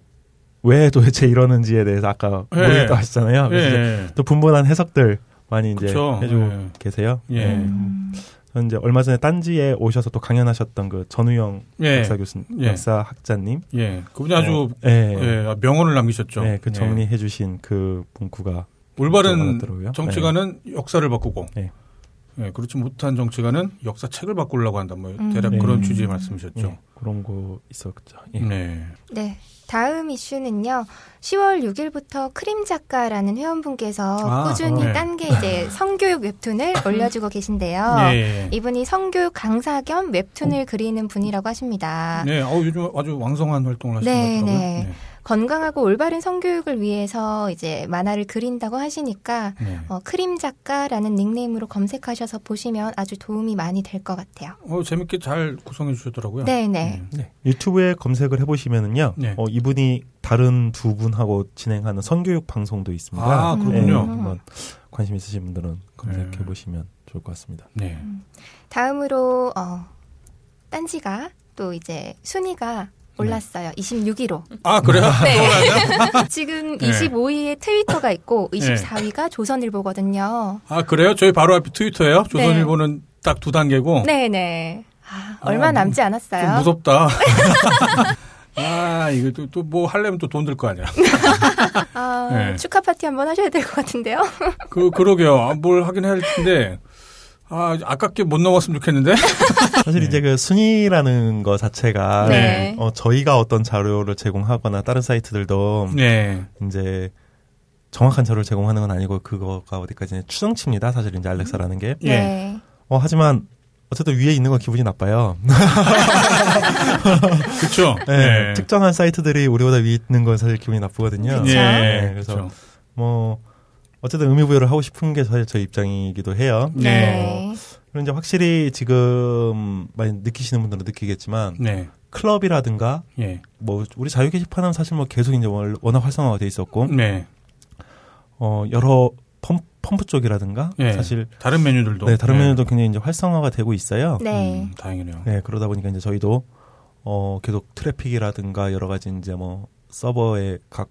B: 왜 도대체 이러는지에 대해서 아까
A: 예.
B: 모르겠다고 하셨잖아요. 그래서 이제
A: 예.
B: 또 분분한 해석들 많이 이제
A: 그쵸.
B: 해주고
A: 예.
B: 계세요.
A: 예.
D: 음.
B: 저는 이제 얼마 전에 딴지에 오셔서 또 강연하셨던 그 전우영
A: 예.
B: 역사 교수, 님
A: 예.
B: 역사 학자님,
A: 예. 그분이 아주
B: 어, 예.
A: 예, 명언을 남기셨죠.
B: 예, 그
A: 예.
B: 정리해주신 그 문구가
A: 올바른
B: 들어가더라고요.
A: 정치가는 역사를 바꾸고
B: 네.
A: 예, 그렇지 못한 정치가는 역사책을 바꾸려고 한다. 뭐
C: 음.
A: 대략
B: 네.
A: 그런 취지의
B: 예,
A: 말씀이셨죠.
B: 그런 거 있었죠. 예.
A: 네.
C: 네. 다음 이슈는요. 10월 6일부터 크림 작가라는 회원분께서
A: 아,
C: 꾸준히
A: 네.
C: 딴 게 이제 성교육 웹툰을 올려주고 계신데요.
A: 예.
C: 아, 이분이 성교육 강사 겸 웹툰을 그리는 분이라고 하십니다.
A: 네, 아우 요즘 아주 왕성한 활동을 하시는
C: 네,
A: 것 같더라고요.
C: 네. 건강하고 올바른 성교육을 위해서 이제 만화를 그린다고 하시니까
A: 네. 네.
C: 어, 크림 작가라는 닉네임으로 검색하셔서 보시면 아주 도움이 많이 될 것 같아요.
A: 어, 재밌게 잘 구성해 주셨더라고요.
C: 네, 네.
A: 네.
B: 네. 유튜브에 검색을 해보시면은요,
A: 네.
B: 어, 이분이 다른 두 분하고 진행하는 선교육 방송도 있습니다.
A: 아, 그렇군요.
B: 예, 한번 관심 있으신 분들은 검색해 보시면 좋을 것 같습니다.
A: 네.
C: 다음으로 어, 딴지가 또 이제
A: 네.
C: 순위가 올랐어요. 26위로.
A: 아, 그래요?
B: 음.
C: 네. 지금
A: 네.
C: 25위에 트위터가 있고 24위가 조선일보거든요.
A: 아, 그래요? 저희 바로 앞에 트위터예요. 조선일보는 딱 두 단계고.
C: 네, 네. 아,
A: 어. 아,
C: 얼마
A: 무-
C: 남지
A: 좀
C: 않았어요.
A: 무섭다. 아, 이거 또, 또 뭐 하려면 또 돈 들 거 아니야.
C: 아,
A: 네.
C: 축하 파티 한번 하셔야 될 것 같은데요.
A: 그, 그러게요. 아, 뭘 하긴 할 텐데. 아, 아깝게 못 넘었으면 좋겠는데.
B: 음. 사실
A: 네.
B: 이제 그 순위라는 거 자체가
C: 네.
B: 어, 저희가 어떤 자료를 제공하거나 다른 사이트들도
A: 네.
B: 이제 정확한 자료를 제공하는 건 아니고 그거가 어디까지는 추정치입니다. 사실 이제 알렉사라는 게.
A: 예.
C: 네.
B: 어, 하지만 어쨌든 위에 있는 건 기분이 나빠요.
A: 그쵸.
B: 네. 특정한 사이트들이 우리보다 위에 있는 건 사실 기분이 나쁘거든요.
A: 예.
B: 네,
A: 그래서.
B: 그래서 뭐 어쨌든 의미 부여를 하고 싶은 게 사실 저희 입장이기도 해요.
A: 네.
C: 네.
B: 그런데 확실히 지금 많이 느끼시는 분들은 느끼겠지만
A: 네.
B: 클럽이라든가
A: 예.
B: 뭐 우리 자유 게시판은 사실 뭐 계속 이제 월- 워낙 활성화가 돼 있었고
A: 네.
B: 어 여러 펌, 펌프 쪽이라든가
A: 예.
B: 사실
A: 다른 메뉴들도.
B: 네 다른
A: 예.
B: 면에도 굉장히 이제 활성화가 되고 있어요.
C: 네.
A: 음, 다행이네요.
B: 네 그러다 보니까 이제 저희도 어 계속 트래픽이라든가 여러 가지 이제 뭐 서버의 각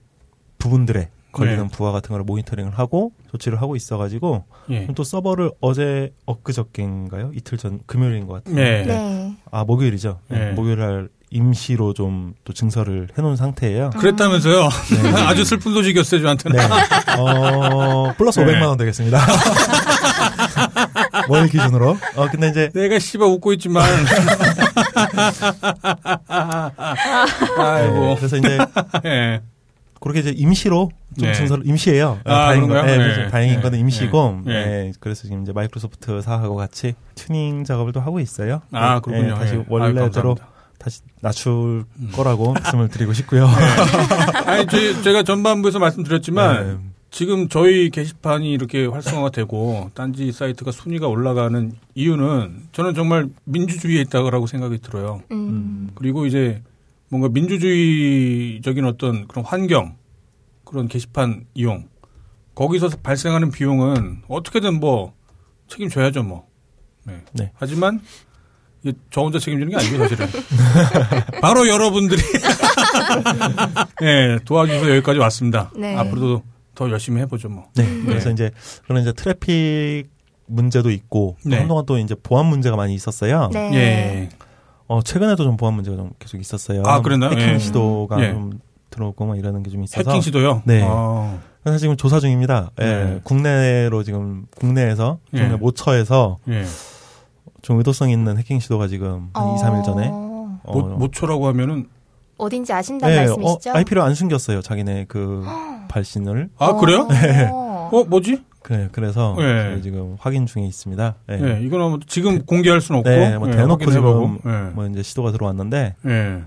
B: 부분들에 걸리는
A: 네.
B: 부하 같은 걸 모니터링을 하고 조치를 하고 있어가지고
A: 예.
C: 네.
B: 그럼 또 서버를 어제 엊그저께인가요? 이틀 전 금요일인 것 같아요.
A: 예.
C: 네.
B: 아 목요일이죠.
A: 네.
B: 목요일 날 임시로 좀 또 증설을 해놓은 상태예요.
A: 아, 그랬다면서요.
C: 네.
A: 아주 슬픈 소식이었어요, 저한테는.
B: 네. 어, 플러스
A: 네.
B: 500만 원 되겠습니다. 월 기준으로. 어 근데 이제
A: 내가 씨발 웃고 있지만.
B: 네,
A: 아이고.
B: 그래서 이제
A: 예.
B: 그렇게 이제 임시로 좀
A: 네.
B: 증설 임시예요.
A: 아,
B: 다행인 건,
A: 그런가요?
B: 네,
A: 네.
B: 그래서 다행인
A: 네.
B: 거는 임시고.
A: 네.
B: 네. 그래서 지금 이제 마이크로소프트사하고 같이 튜닝 작업을 또 하고 있어요.
A: 아,
B: 네,
A: 그렇군요.
B: 네, 다시
A: 예. 아유,
B: 원래대로
A: 감사합니다. 음.
B: 다시 낮출 거라고 말씀을 드리고 싶고요.
A: 아니, 제, 제가 전반부에서 말씀드렸지만, 지금 저희 게시판이 이렇게 활성화가 되고, 딴지 사이트가 순위가 올라가는 이유는, 저는 정말 민주주의에 있다고 생각이 들어요.
C: 음.
A: 그리고 이제 뭔가 민주주의적인 어떤 그런 환경, 그런 게시판 이용, 거기서 발생하는 비용은 어떻게든 뭐 책임져야죠, 뭐. 네.
B: 네.
A: 하지만 이게 저 혼자 책임지는 게 아니고 사실은. 바로 여러분들이 예, 도와주셔서 여기까지 왔습니다.
C: 네.
A: 앞으로도 더 열심히 해보죠, 뭐.
B: 네. 그래서 이제 그런 이제 트래픽 문제도 있고 또
A: 네.
B: 한동안 또 이제 보안 문제가 많이 있었어요.
C: 네.
A: 예.
B: 어 최근에도 좀 보안 문제가 좀 계속 있었어요.
A: 아, 그랬나요?
B: 해킹
A: 예.
B: 시도가
A: 예.
B: 좀 들어오고 막 이러는 게 좀 있어서
A: 해킹 시도요?
B: 네.
A: 아,
B: 그래서 지금 조사 중입니다. 예.
A: 네.
B: 국내로 지금 국내에서 국내
A: 예.
B: 모처에서
A: 예.
B: 좀 의도성 있는 해킹 시도가 지금 한 2, 3일 전에
C: 어,
B: 어,
A: 모, 모초라고 하면은,
C: 어딘지 아신다는
A: 네.
B: 예, 어,
C: 말씀이시죠?
B: IP를 안 숨겼어요. 자기네 그 발신을.
A: 아, 그래요?
C: 어.
A: 어, 뭐지?
B: 그래, 그래서
A: 예.
B: 저희 지금 확인 중에 있습니다. 예.
A: 예, 이건 아무 지금 공개할 수는 없고
B: 네, 뭐
A: 예,
B: 대놓고
A: 확인해보고.
B: 뭐 이제 시도가 들어왔는데
A: 예. 예.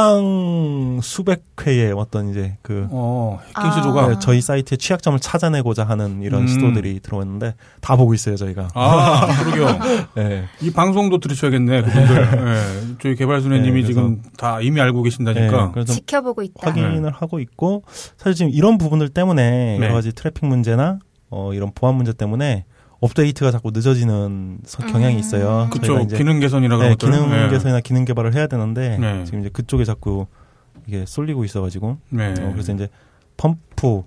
B: 초당 수백 회의 어떤 이제 그
A: 어,
C: 아.
A: 해킹 시도가
B: 네, 저희 사이트의 취약점을 찾아내고자 하는 이런
A: 음.
B: 시도들이 들어왔는데 다 보고 있어요 저희가.
A: 아, 그러게요.
B: 네.
A: 이 방송도 들으셔야겠네, 그분들. 예. 저희 개발소녀님이
B: 네,
A: 지금 다 이미 알고
B: 네,
A: 계신다니까.
B: 그래서
C: 어, 지켜보고 있다.
B: 확인을 하고 있고 사실 지금 이런 부분들 때문에
A: 네.
B: 여러 가지 트래픽 문제나 어, 이런 보안 문제 때문에 업데이트가 자꾸 늦어지는 서- 경향이 있어요.
C: 음.
A: 그쵸,
B: 저희가 이제
A: 기능 개선이라
B: 네,
A: 그런 것들.
B: 기능 개선이나 기능 개발을 해야 되는데
A: 네.
B: 지금 이제 그쪽에 자꾸 이게 쏠리고 있어가지고
A: 네.
B: 어, 그래서 이제 펌프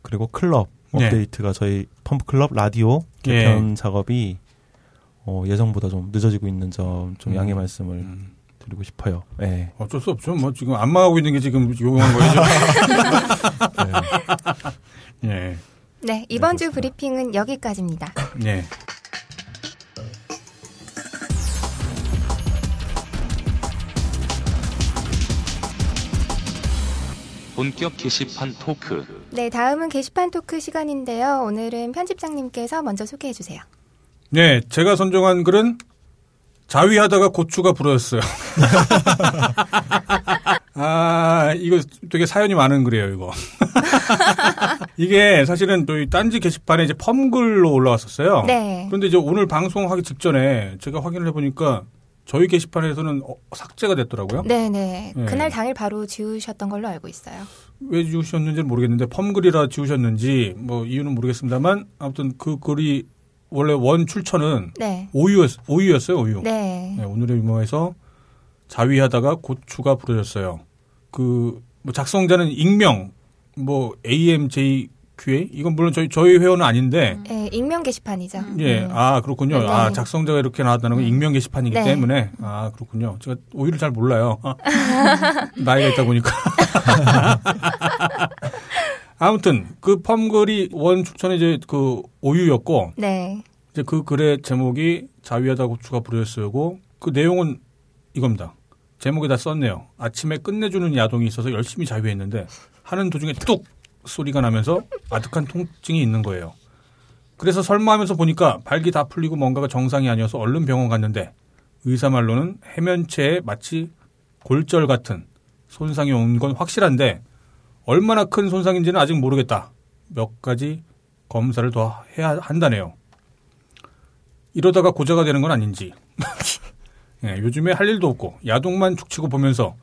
B: 그리고 클럽
A: 네. 예.
B: 업데이트가 저희 펌프 클럽 라디오 개편 작업이 어, 예정보다 좀 늦어지고 있는 점 좀
A: 음.
B: 양해 말씀을
A: 음.
B: 드리고 싶어요. 네.
A: 어쩔 수 없죠. 뭐 지금 안마하고 있는 게 지금 요용한 거죠. 예.
C: 네, 이번
B: 네,
C: 주 브리핑은 여기까지입니다.
A: 예.
E: 본격 게시판 토크.
C: 네, 다음은 게시판 토크 시간인데요. 오늘은 편집장님께서 먼저 소개해 주세요.
A: 네, 제가 선정한 글은 자위하다가 고추가 불어였어요. 아, 이거 되게 사연이 많은 글이에요, 이거. 이게 사실은 저희 딴지 게시판에 이제 펌글로 올라왔었어요.
C: 네.
A: 그런데 이제 오늘 방송하기 직전에 제가 확인을 해보니까 저희 게시판에서는 어, 삭제가 됐더라고요.
C: 네, 네.
A: 네.
C: 그날 당일 바로 지우셨던 걸로 알고 있어요.
A: 왜 지우셨는지는 모르겠는데 펌글이라 지우셨는지 뭐 이유는 모르겠습니다만 아무튼 그 글이 원래 원 출처는
C: 네.
A: 오유였, 오유였어요, 오유.
C: 네.
A: 네, 오늘의 유머에서 자위하다가 고추가 부러졌어요. 그, 뭐 작성자는 익명, 뭐, AMJQA? 이건 물론 저희, 저희 회원은 아닌데,
C: 네, 익명 게시판이죠.
A: 예, 아, 그렇군요.
C: 네.
A: 아, 작성자가 이렇게 나왔다는 건 익명 게시판이기
C: 네.
A: 때문에, 아, 그렇군요. 제가 오히려 잘 몰라요. 나이가 있다 보니까. 아무튼, 그 펌글이 원 추천이 이제 그 오유였고,
C: 네.
A: 이제 그 글의 제목이 자위하다 고추가 부러졌어요고 그 내용은 이겁니다. 제목에다 썼네요. 아침에 끝내주는 야동이 있어서 열심히 자위했는데 하는 도중에 뚝 소리가 나면서 아득한 통증이 있는 거예요. 그래서 설마 하면서 보니까 발기 다 풀리고 뭔가가 정상이 아니어서 얼른 병원 갔는데 의사 말로는 해면체에 마치 골절 같은 손상이 온 건 확실한데 얼마나 큰 손상인지는 아직 모르겠다. 몇 가지 검사를 더 해야 한다네요. 이러다가 고자가 되는 건 아닌지. 예, 요즘에 할 일도 없고 야동만 축치고 보면서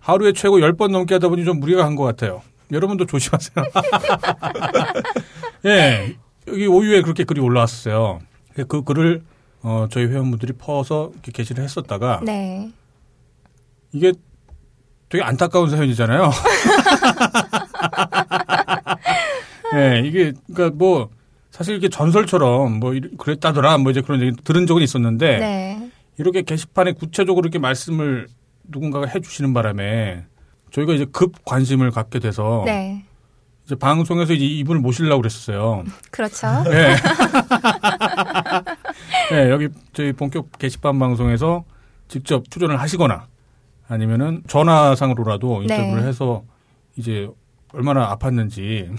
A: 하루에 최고 10번 넘게 하다 보니 좀 무리가 간 것 같아요. 여러분도 조심하세요. 예, 여기 오유에 그렇게 글이 올라왔어요. 그 글을 어, 아. 저희 회원분들이 퍼서 이렇게 게시를 했었다가
C: 네.
A: 이게 되게 안타까운 사연이잖아요. 예, 이게 그러니까 뭐 사실 이게 전설처럼 뭐 이래- 그랬다더라 뭐 이제 그런 얘기 들은 적은 있었는데
C: 네.
A: 이렇게 게시판에 구체적으로 이렇게 말씀을 누군가가 해주시는 바람에 저희가 이제 급 관심을 갖게 돼서
C: 네.
A: 이제 방송에서 이제 이분을 모시려고 그랬었어요.
C: 그렇죠.
A: 네. 네, 여기 저희 본격 게시판 방송에서 직접 출연을 하시거나 아니면은 전화상으로라도
C: 네.
A: 인터뷰를 해서 이제 얼마나 아팠는지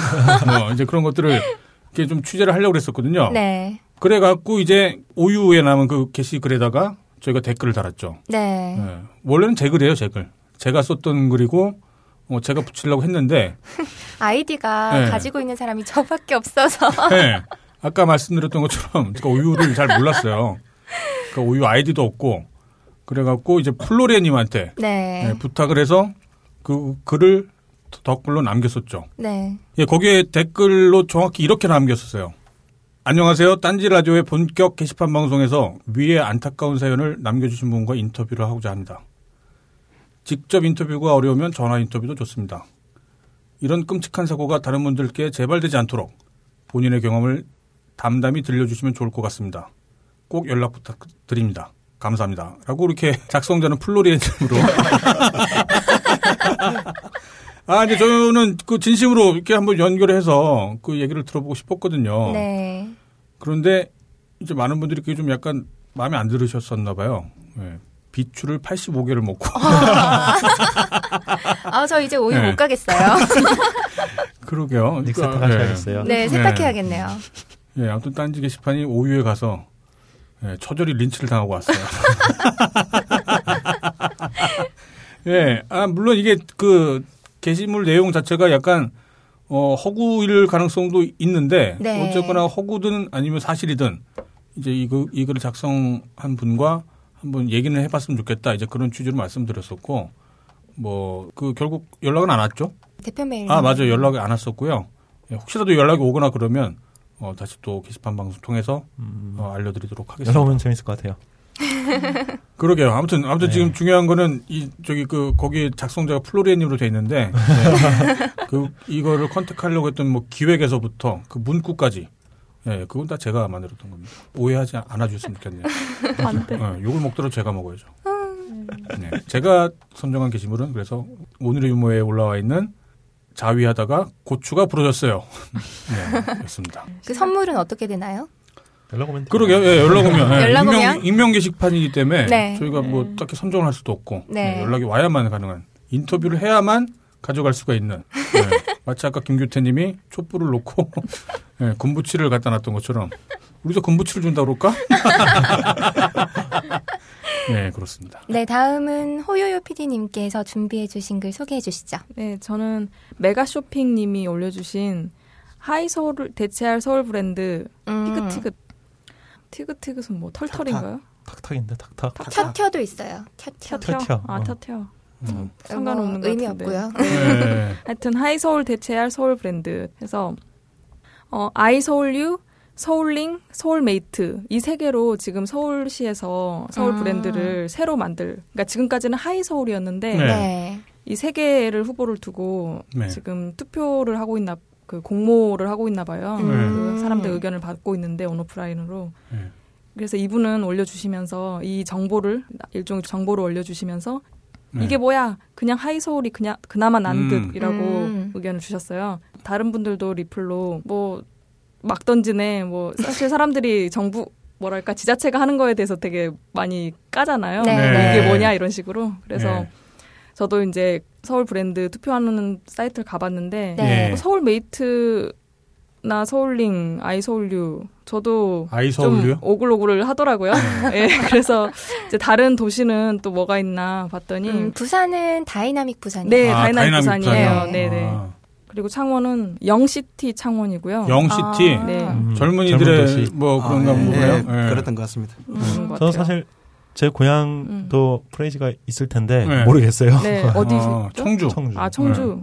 A: 뭐 이제 그런 것들을 이렇게 좀 취재를 하려고 그랬었거든요.
C: 네.
A: 그래갖고 이제 오유에 남은 그 게시글에다가 저희가 댓글을 달았죠.
C: 네.
A: 예. 원래는 제 글이에요, 제 글. 제가 썼던 글이고 어, 제가 붙이려고 했는데
C: 아이디가
A: 네.
C: 가지고 있는 사람이 저밖에 없어서.
A: 예. 아까 말씀드렸던 것처럼 제가 오유를 잘 몰랐어요. 그 오유 아이디도 없고 그래갖고 이제 플로레님한테
C: 네.
A: 예, 부탁을 해서 그 글을 덧글로 남겼었죠.
C: 네.
A: 예, 거기에 댓글로 정확히 이렇게 남겼었어요. 안녕하세요. 딴지 라디오의 본격 게시판 방송에서 위에 안타까운 사연을 남겨주신 분과 인터뷰를 하고자 합니다. 직접 인터뷰가 어려우면 전화 인터뷰도 좋습니다. 이런 끔찍한 사고가 다른 분들께 재발되지 않도록 본인의 경험을 담담히 들려주시면 좋을 것 같습니다. 꼭 연락 부탁드립니다. 감사합니다. 라고 이렇게 작성자는 플로리엔으로 아, 근데 저는 그 진심으로 이렇게 한번 연결해서 그 얘기를 들어보고 싶었거든요.
C: 네.
A: 그런데 이제 많은 분들이 그게 좀 약간 마음에 안 들으셨었나 봐요. 예. 비추를 85개를 먹고
C: 아, 저 이제 오유
A: 네.
C: 못 가겠어요.
A: 그러게요.
B: 닉세터
A: 그러니까,
B: 하셔야겠어요.
C: 네, 세탁해야겠네요.
A: 예, 예, 아무튼 딴지 게시판이 오유에 가서 예, 처절히 린치를 당하고 왔어요. 예, 아 물론 이게 그 게시물 내용 자체가 약간 어, 허구일 가능성도 있는데
C: 네.
A: 어쨌거나 허구든 아니면 사실이든 이제 이거 이 글을 작성한 분과 한번 얘기를 해봤으면 좋겠다 이제 그런 취지로 말씀드렸었고 뭐 그 결국 연락은 안 왔죠?
C: 대표 메일.
A: 아 맞아요 연락이 안 왔었고요. 예, 혹시라도 연락이 오거나 그러면 어, 다시 또 게시판 방송 통해서 어, 알려드리도록 하겠습니다.
B: 여러분 재밌을 것 같아요.
A: 그러게요. 아무튼 아무튼 지금 중요한 거는 이 저기 그 거기 작성자가 플로리엔님으로 돼 있는데 예, 그 이거를 컨택하려고 했던 뭐 기획에서부터 그 문구까지 예 그건 다 제가 만들었던 겁니다. 오해하지 않아 주셨으면 좋겠네요.
D: 안 돼. 아.
A: 예, 욕을 먹더라도 제가 먹어야죠. 네, 제가 선정한 게시물은 그래서 오늘의 유머에 올라와 있는 자위하다가 고추가 부러졌어요. 네, 였습니다.
C: 그 선물은 어떻게 되나요?
B: 연락 오면
A: 그러게요. 예, 연락 오면. 예,
C: 연락 오면?
A: 익명, 익명 게시판이기 때문에
C: 네.
A: 저희가
D: 음.
A: 뭐 딱히 선정을 할 수도 없고
C: 네.
A: 예, 연락이 와야만 가능한 인터뷰를 해야만 가져갈 수가 있는 예, 마치 아까 김규태님이 촛불을 놓고 예, 군부치를 갖다 놨던 것처럼 우리도 군부치를 준다 그럴까? 네 그렇습니다.
C: 네, 다음은 호요요 PD님께서 준비해주신 글 소개해주시죠.
D: 네, 저는 메가쇼핑님이 올려주신 하이 서울을 대체할 서울 브랜드
C: 음.
D: 티긋티긋. 티긋티긋은 뭐 털털인가요?
B: 탁탁인데 탁탁.
C: 켜켜도 있어요. 켜켜.
D: 텨
B: 텨.
D: 아
B: 어.
D: 텨텨.
A: 음.
D: 뭐 상관없는 것
C: 의미
D: 같은데.
C: 없고요.
A: 네.
D: 하여튼 하이 서울 대체할 서울 브랜드 해서 어, 아이 서울유, 서울링, 서울메이트 이 세 개로 지금 서울시에서 서울
C: 아.
D: 브랜드를 새로 만들. 그러니까 지금까지는 하이 서울이었는데
A: 네.
C: 네.
D: 이 세 개를 후보를 두고
A: 네.
D: 지금 투표를 하고 있나 그 공모를 하고 있나 봐요.
C: 음.
D: 그 사람들 의견을 받고 있는데 온오프라인으로.
A: 네.
D: 그래서 이분은 올려주시면서 이 정보를 일종의 정보를 올려주시면서
A: 네.
D: 이게 뭐야 그냥 하이 서울이 그냥 그나마 난
A: 음.
D: 듯이라고
C: 음.
D: 의견을 주셨어요. 다른 분들도 리플로 뭐 막 던지네 뭐 사실 사람들이 정부 뭐랄까 지자체가 하는 거에 대해서 되게 많이 까잖아요.
C: 네.
A: 네.
D: 이게 뭐냐 이런 식으로 그래서
A: 네.
D: 저도 이제 서울 브랜드 투표하는 사이트를 가봤는데
A: 네.
D: 뭐 서울 메이트나 서울링, 아이서울유 저도
A: 아이 아.
D: 좀
A: 서울요?
D: 오글오글 하더라고요. 예, 그래서 이제 다른 도시는 또 뭐가 있나 봤더니
C: 음, 부산은 다이나믹 부산이요.
D: 네,
A: 아,
D: 다이나믹
A: 다이나믹
D: 부산이에요.
A: 부산이요?
D: 네, 네.
A: 아,
D: 그리고 창원은 영시티 창원이고요.
A: 영시티
C: 아.
D: 네.
B: 음, 젊은
A: 젊은이들의
B: 도시.
A: 뭐 그런가
G: 아, 예,
A: 보네요.
G: 예,
A: 예.
G: 그랬던 것 같습니다.
A: 음.
D: 그런
B: 저는
D: 것 같아요. 음.
B: 사실 제 고향도 프레이즈가 있을 텐데
A: 네.
B: 모르겠어요.
D: 네, 어디
A: 아, 청주.
B: 청주.
D: 아, 청주.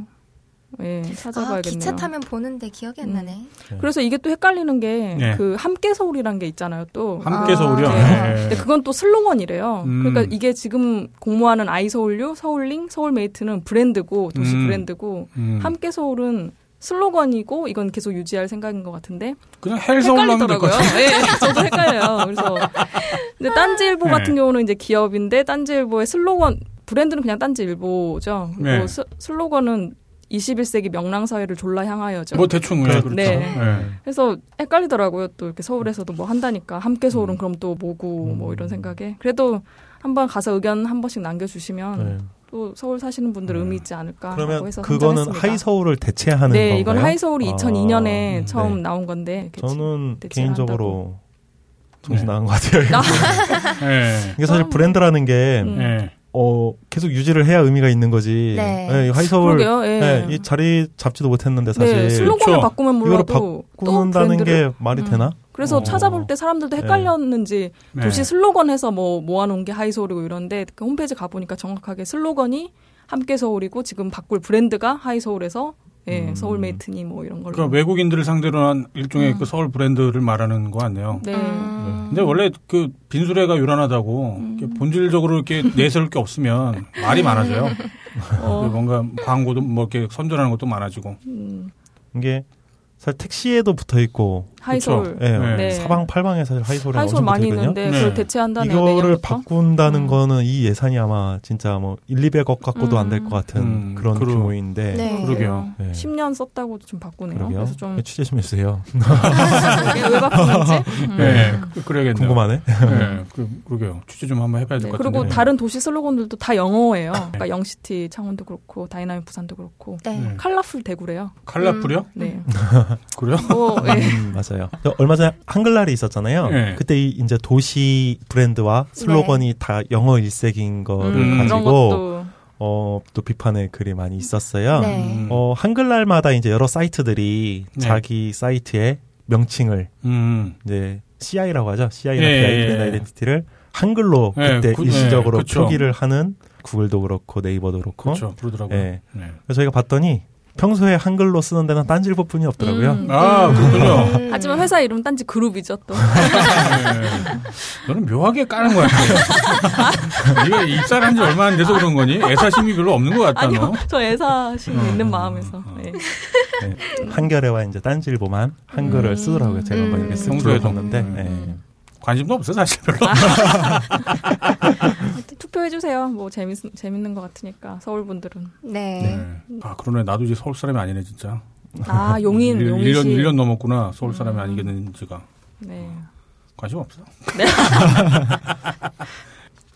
D: 예,
C: 아,
D: 찾아봐야겠네요.
C: 기차 타면 보는데 기억이 안
D: 음.
C: 나네.
D: 그래서 이게 또 헷갈리는 게 그
A: 네.
D: 함께 서울이란 게 있잖아요. 또
A: 함께
C: 아,
A: 서울이요.
D: 네.
A: 예.
D: 근데 그건 또 슬로건이래요.
A: 음.
D: 그러니까 이게 지금 공모하는 아이서울류, 서울링, 서울메이트는 브랜드고 도시
A: 음.
D: 브랜드고
A: 음.
D: 함께 서울은 슬로건이고 이건 계속 유지할 생각인 것 같은데
A: 그냥 헬 서울로 하면 될것
D: 헷갈리더라고요.
A: 같아요.
D: 예, 저도 헷갈려요. 그래서 근데 딴지일보
A: 네.
D: 같은 경우는 이제 기업인데 딴지일보의 슬로건 브랜드는 그냥 딴지일보죠. 그리고
A: 네.
D: 스- 슬로건은 21세기 명랑 사회를 졸라 향하여죠.
A: 뭐 대충 예, 그렇죠.
D: 네.
A: 예.
D: 그래서 헷갈리더라고요. 또 이렇게 서울에서도 뭐 한다니까 함께
B: 음.
D: 서울은 그럼 또 뭐고 뭐 이런 생각에 그래도 한번 가서 의견 한 번씩 남겨주시면
B: 네.
D: 또 서울 사시는 분들 의미 있지 않을까라고
B: 그러면
D: 해서
B: 그거는
D: 아, 선정했습니다.
B: 하이 서울을 대체하는
D: 네,
B: 건가요?
D: 이건 하이 서울이
B: 아,
D: 2002년에
B: 음,
D: 처음
B: 네.
D: 나온 건데 이렇게
B: 저는
D: 대체를
B: 개인적으로 정신
A: 네.
B: 나간 것 같아요.
D: 나-
A: 예.
B: 이게 사실
D: 음.
B: 브랜드라는 게
D: 음.
A: 예.
B: 어, 계속 유지를 해야 의미가 있는 거지.
C: 네.
B: 예, 이 하이
D: 지금.
B: 서울
D: 그러게요. 예.
B: 예, 이 자리 잡지도 못했는데 사실
D: 네, 슬로건을
A: 그렇죠.
D: 바꾸면 몰라도
B: 꾸는다는
D: 또 브랜드를
B: 게 말이
D: 음.
B: 되나?
D: 그래서
B: 어.
D: 찾아볼 때 사람들도 헷갈렸는지
A: 네.
D: 도시 슬로건 해서 뭐 모아놓은 게 하이서울이고 이런데 그 홈페이지 가보니까 정확하게 슬로건이 함께 서울이고 지금 바꿀 브랜드가 하이서울에서 예,
B: 음.
D: 서울메이트니 뭐 이런 걸로.
A: 그러니까 외국인들을 상대로 한 일종의
D: 음.
A: 그 서울 브랜드를 말하는 거 같네요.
D: 네.
C: 음.
A: 근데 원래 그 빈수레가 요란하다고 이렇게
D: 음.
A: 본질적으로 이렇게 내세울 게 없으면 말이 많아져요. 그
D: 음. 어,
A: 뭔가 광고도 뭐 이렇게 선전하는 것도 많아지고.
B: 네.
D: 음,
B: 이게 사실 택시에도 붙어 있고
D: 하이서울.
B: 예,
A: 네.
B: 사방 팔방에 사실 하이솔이
D: 하이서울
B: 엄청
D: 많이
B: 붙어 있거든요.
D: 있는데
A: 네.
D: 그걸 대체한다네요.
B: 이거를
D: 내년부터.
B: 바꾼다는
D: 음.
B: 거는 이 예산이 아마 진짜 뭐 1, 200억 갖고도 안 될 것 같은
A: 음,
B: 그런
A: 그러-
B: 규모인데
C: 네.
A: 그러게요.
B: 네.
D: 10년 썼다고 좀 바꾸네요.
B: 그러게요.
D: 그래서 좀 예,
B: 취재 좀 해주세요.
D: 이게 왜 바꾸는지. 음.
A: 네. 그- 그래야겠네요.
B: 궁금하네.
A: 네. 그, 그러게요. 취재 좀 한번 해봐야
D: 네,
A: 될 것
D: 그리고
A: 같은데.
D: 다른 도시 슬로건들도 다 영어예요.
B: 네.
D: 그러니까 영시티 창원도 그렇고 다이나믹 부산도 그렇고
C: 네.
A: 네.
D: 컬러풀 대구래요.
A: 칼라풀이요?
D: 네.
A: 그래요?
D: 뭐, 예.
B: 음, 맞아요. 저 얼마 전에 한글날이 있었잖아요.
A: 네.
B: 그때 이 이제 도시 브랜드와 슬로건이 다 영어 일색인 거를
A: 음,
D: 네. 그런
B: 가지고
D: 것도
B: 어, 또 비판의 글이 많이 있었어요.
C: 네.
A: 음.
B: 어, 한글날마다 이제 여러 사이트들이
A: 네.
B: 자기 사이트의 명칭을
A: 음.
B: 이제 CI라고 하죠. CI나
A: 예,
B: BI,
A: 예,
B: 브랜드
A: 예.
B: 아이덴티티를 한글로
A: 예,
B: 그때
A: 그-
B: 일시적으로
A: 예, 그쵸.
B: 표기를 하는 구글도 그렇고 네이버도 그렇고
A: 그렇죠. 그러더라고요.
B: 예.
A: 네.
B: 그래서 저희가 봤더니 평소에 한글로 쓰는 데는 딴질보뿐이 없더라고요.
D: 음.
A: 아, 그렇군요.
C: 음.
D: 하지만 회사 이름 딴지 그룹이죠 또.
A: 네. 너는 묘하게 까는 것 같아. 네가 입사한 지 얼마 안 돼서 그런 거니? 애사심이 별로 없는 것 같다,
D: 아니요,
A: 너.
D: 저 애사심이
A: 음,
D: 있는
A: 음,
D: 마음에서. 네.
B: 한겨레와 이제 딴질보만 한글을
D: 음.
B: 쓰더라고요. 제가 한번 이렇게 쓱
A: 평소에도.
B: 둘러봤는데
A: 음.
B: 예.
A: 관심도 없어, 사실
C: 아,
A: 별로.
D: 투표해 주세요. 뭐 재밌 재밌는 것 같으니까 서울 분들은.
C: 네.
A: 네. 아, 그러네. 나도 이제 서울 사람이 아니네, 진짜.
D: 아 용인
A: 일-
D: 용인시.
A: 일년일년 넘었구나. 서울
C: 음.
A: 사람이 아니겠는지가.
D: 네.
A: 관심 없어.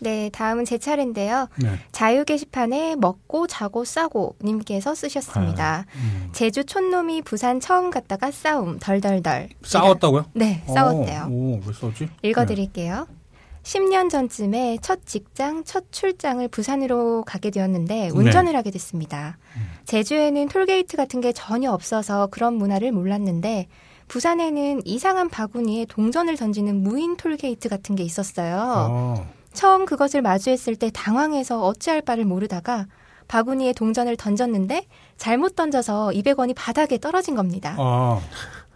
C: 네, 다음은 제 차례인데요.
A: 네.
C: 자유 게시판에 먹고 자고 싸고 님께서 쓰셨습니다.
A: 음.
C: 제주 촌놈이 부산 처음 갔다가 싸움 덜덜덜.
A: 싸웠다고요? 어,
C: 네, 싸웠대요.
A: 오, 오, 왜 싸웠지?
C: 읽어드릴게요. 10년 전쯤에 첫 직장, 첫 출장을 부산으로 가게 되었는데 운전을 하게 됐습니다. 제주에는 톨게이트 같은 게 전혀 없어서 그런 문화를 몰랐는데 부산에는 이상한 바구니에 동전을 던지는 무인 톨게이트 같은 게
A: 네.
C: 있었어요.
A: 아,
C: 처음 그것을 마주했을 때 당황해서 어찌할 바를 모르다가 바구니에 동전을 던졌는데 잘못 던져서 200원이 바닥에 떨어진 겁니다.
A: 아,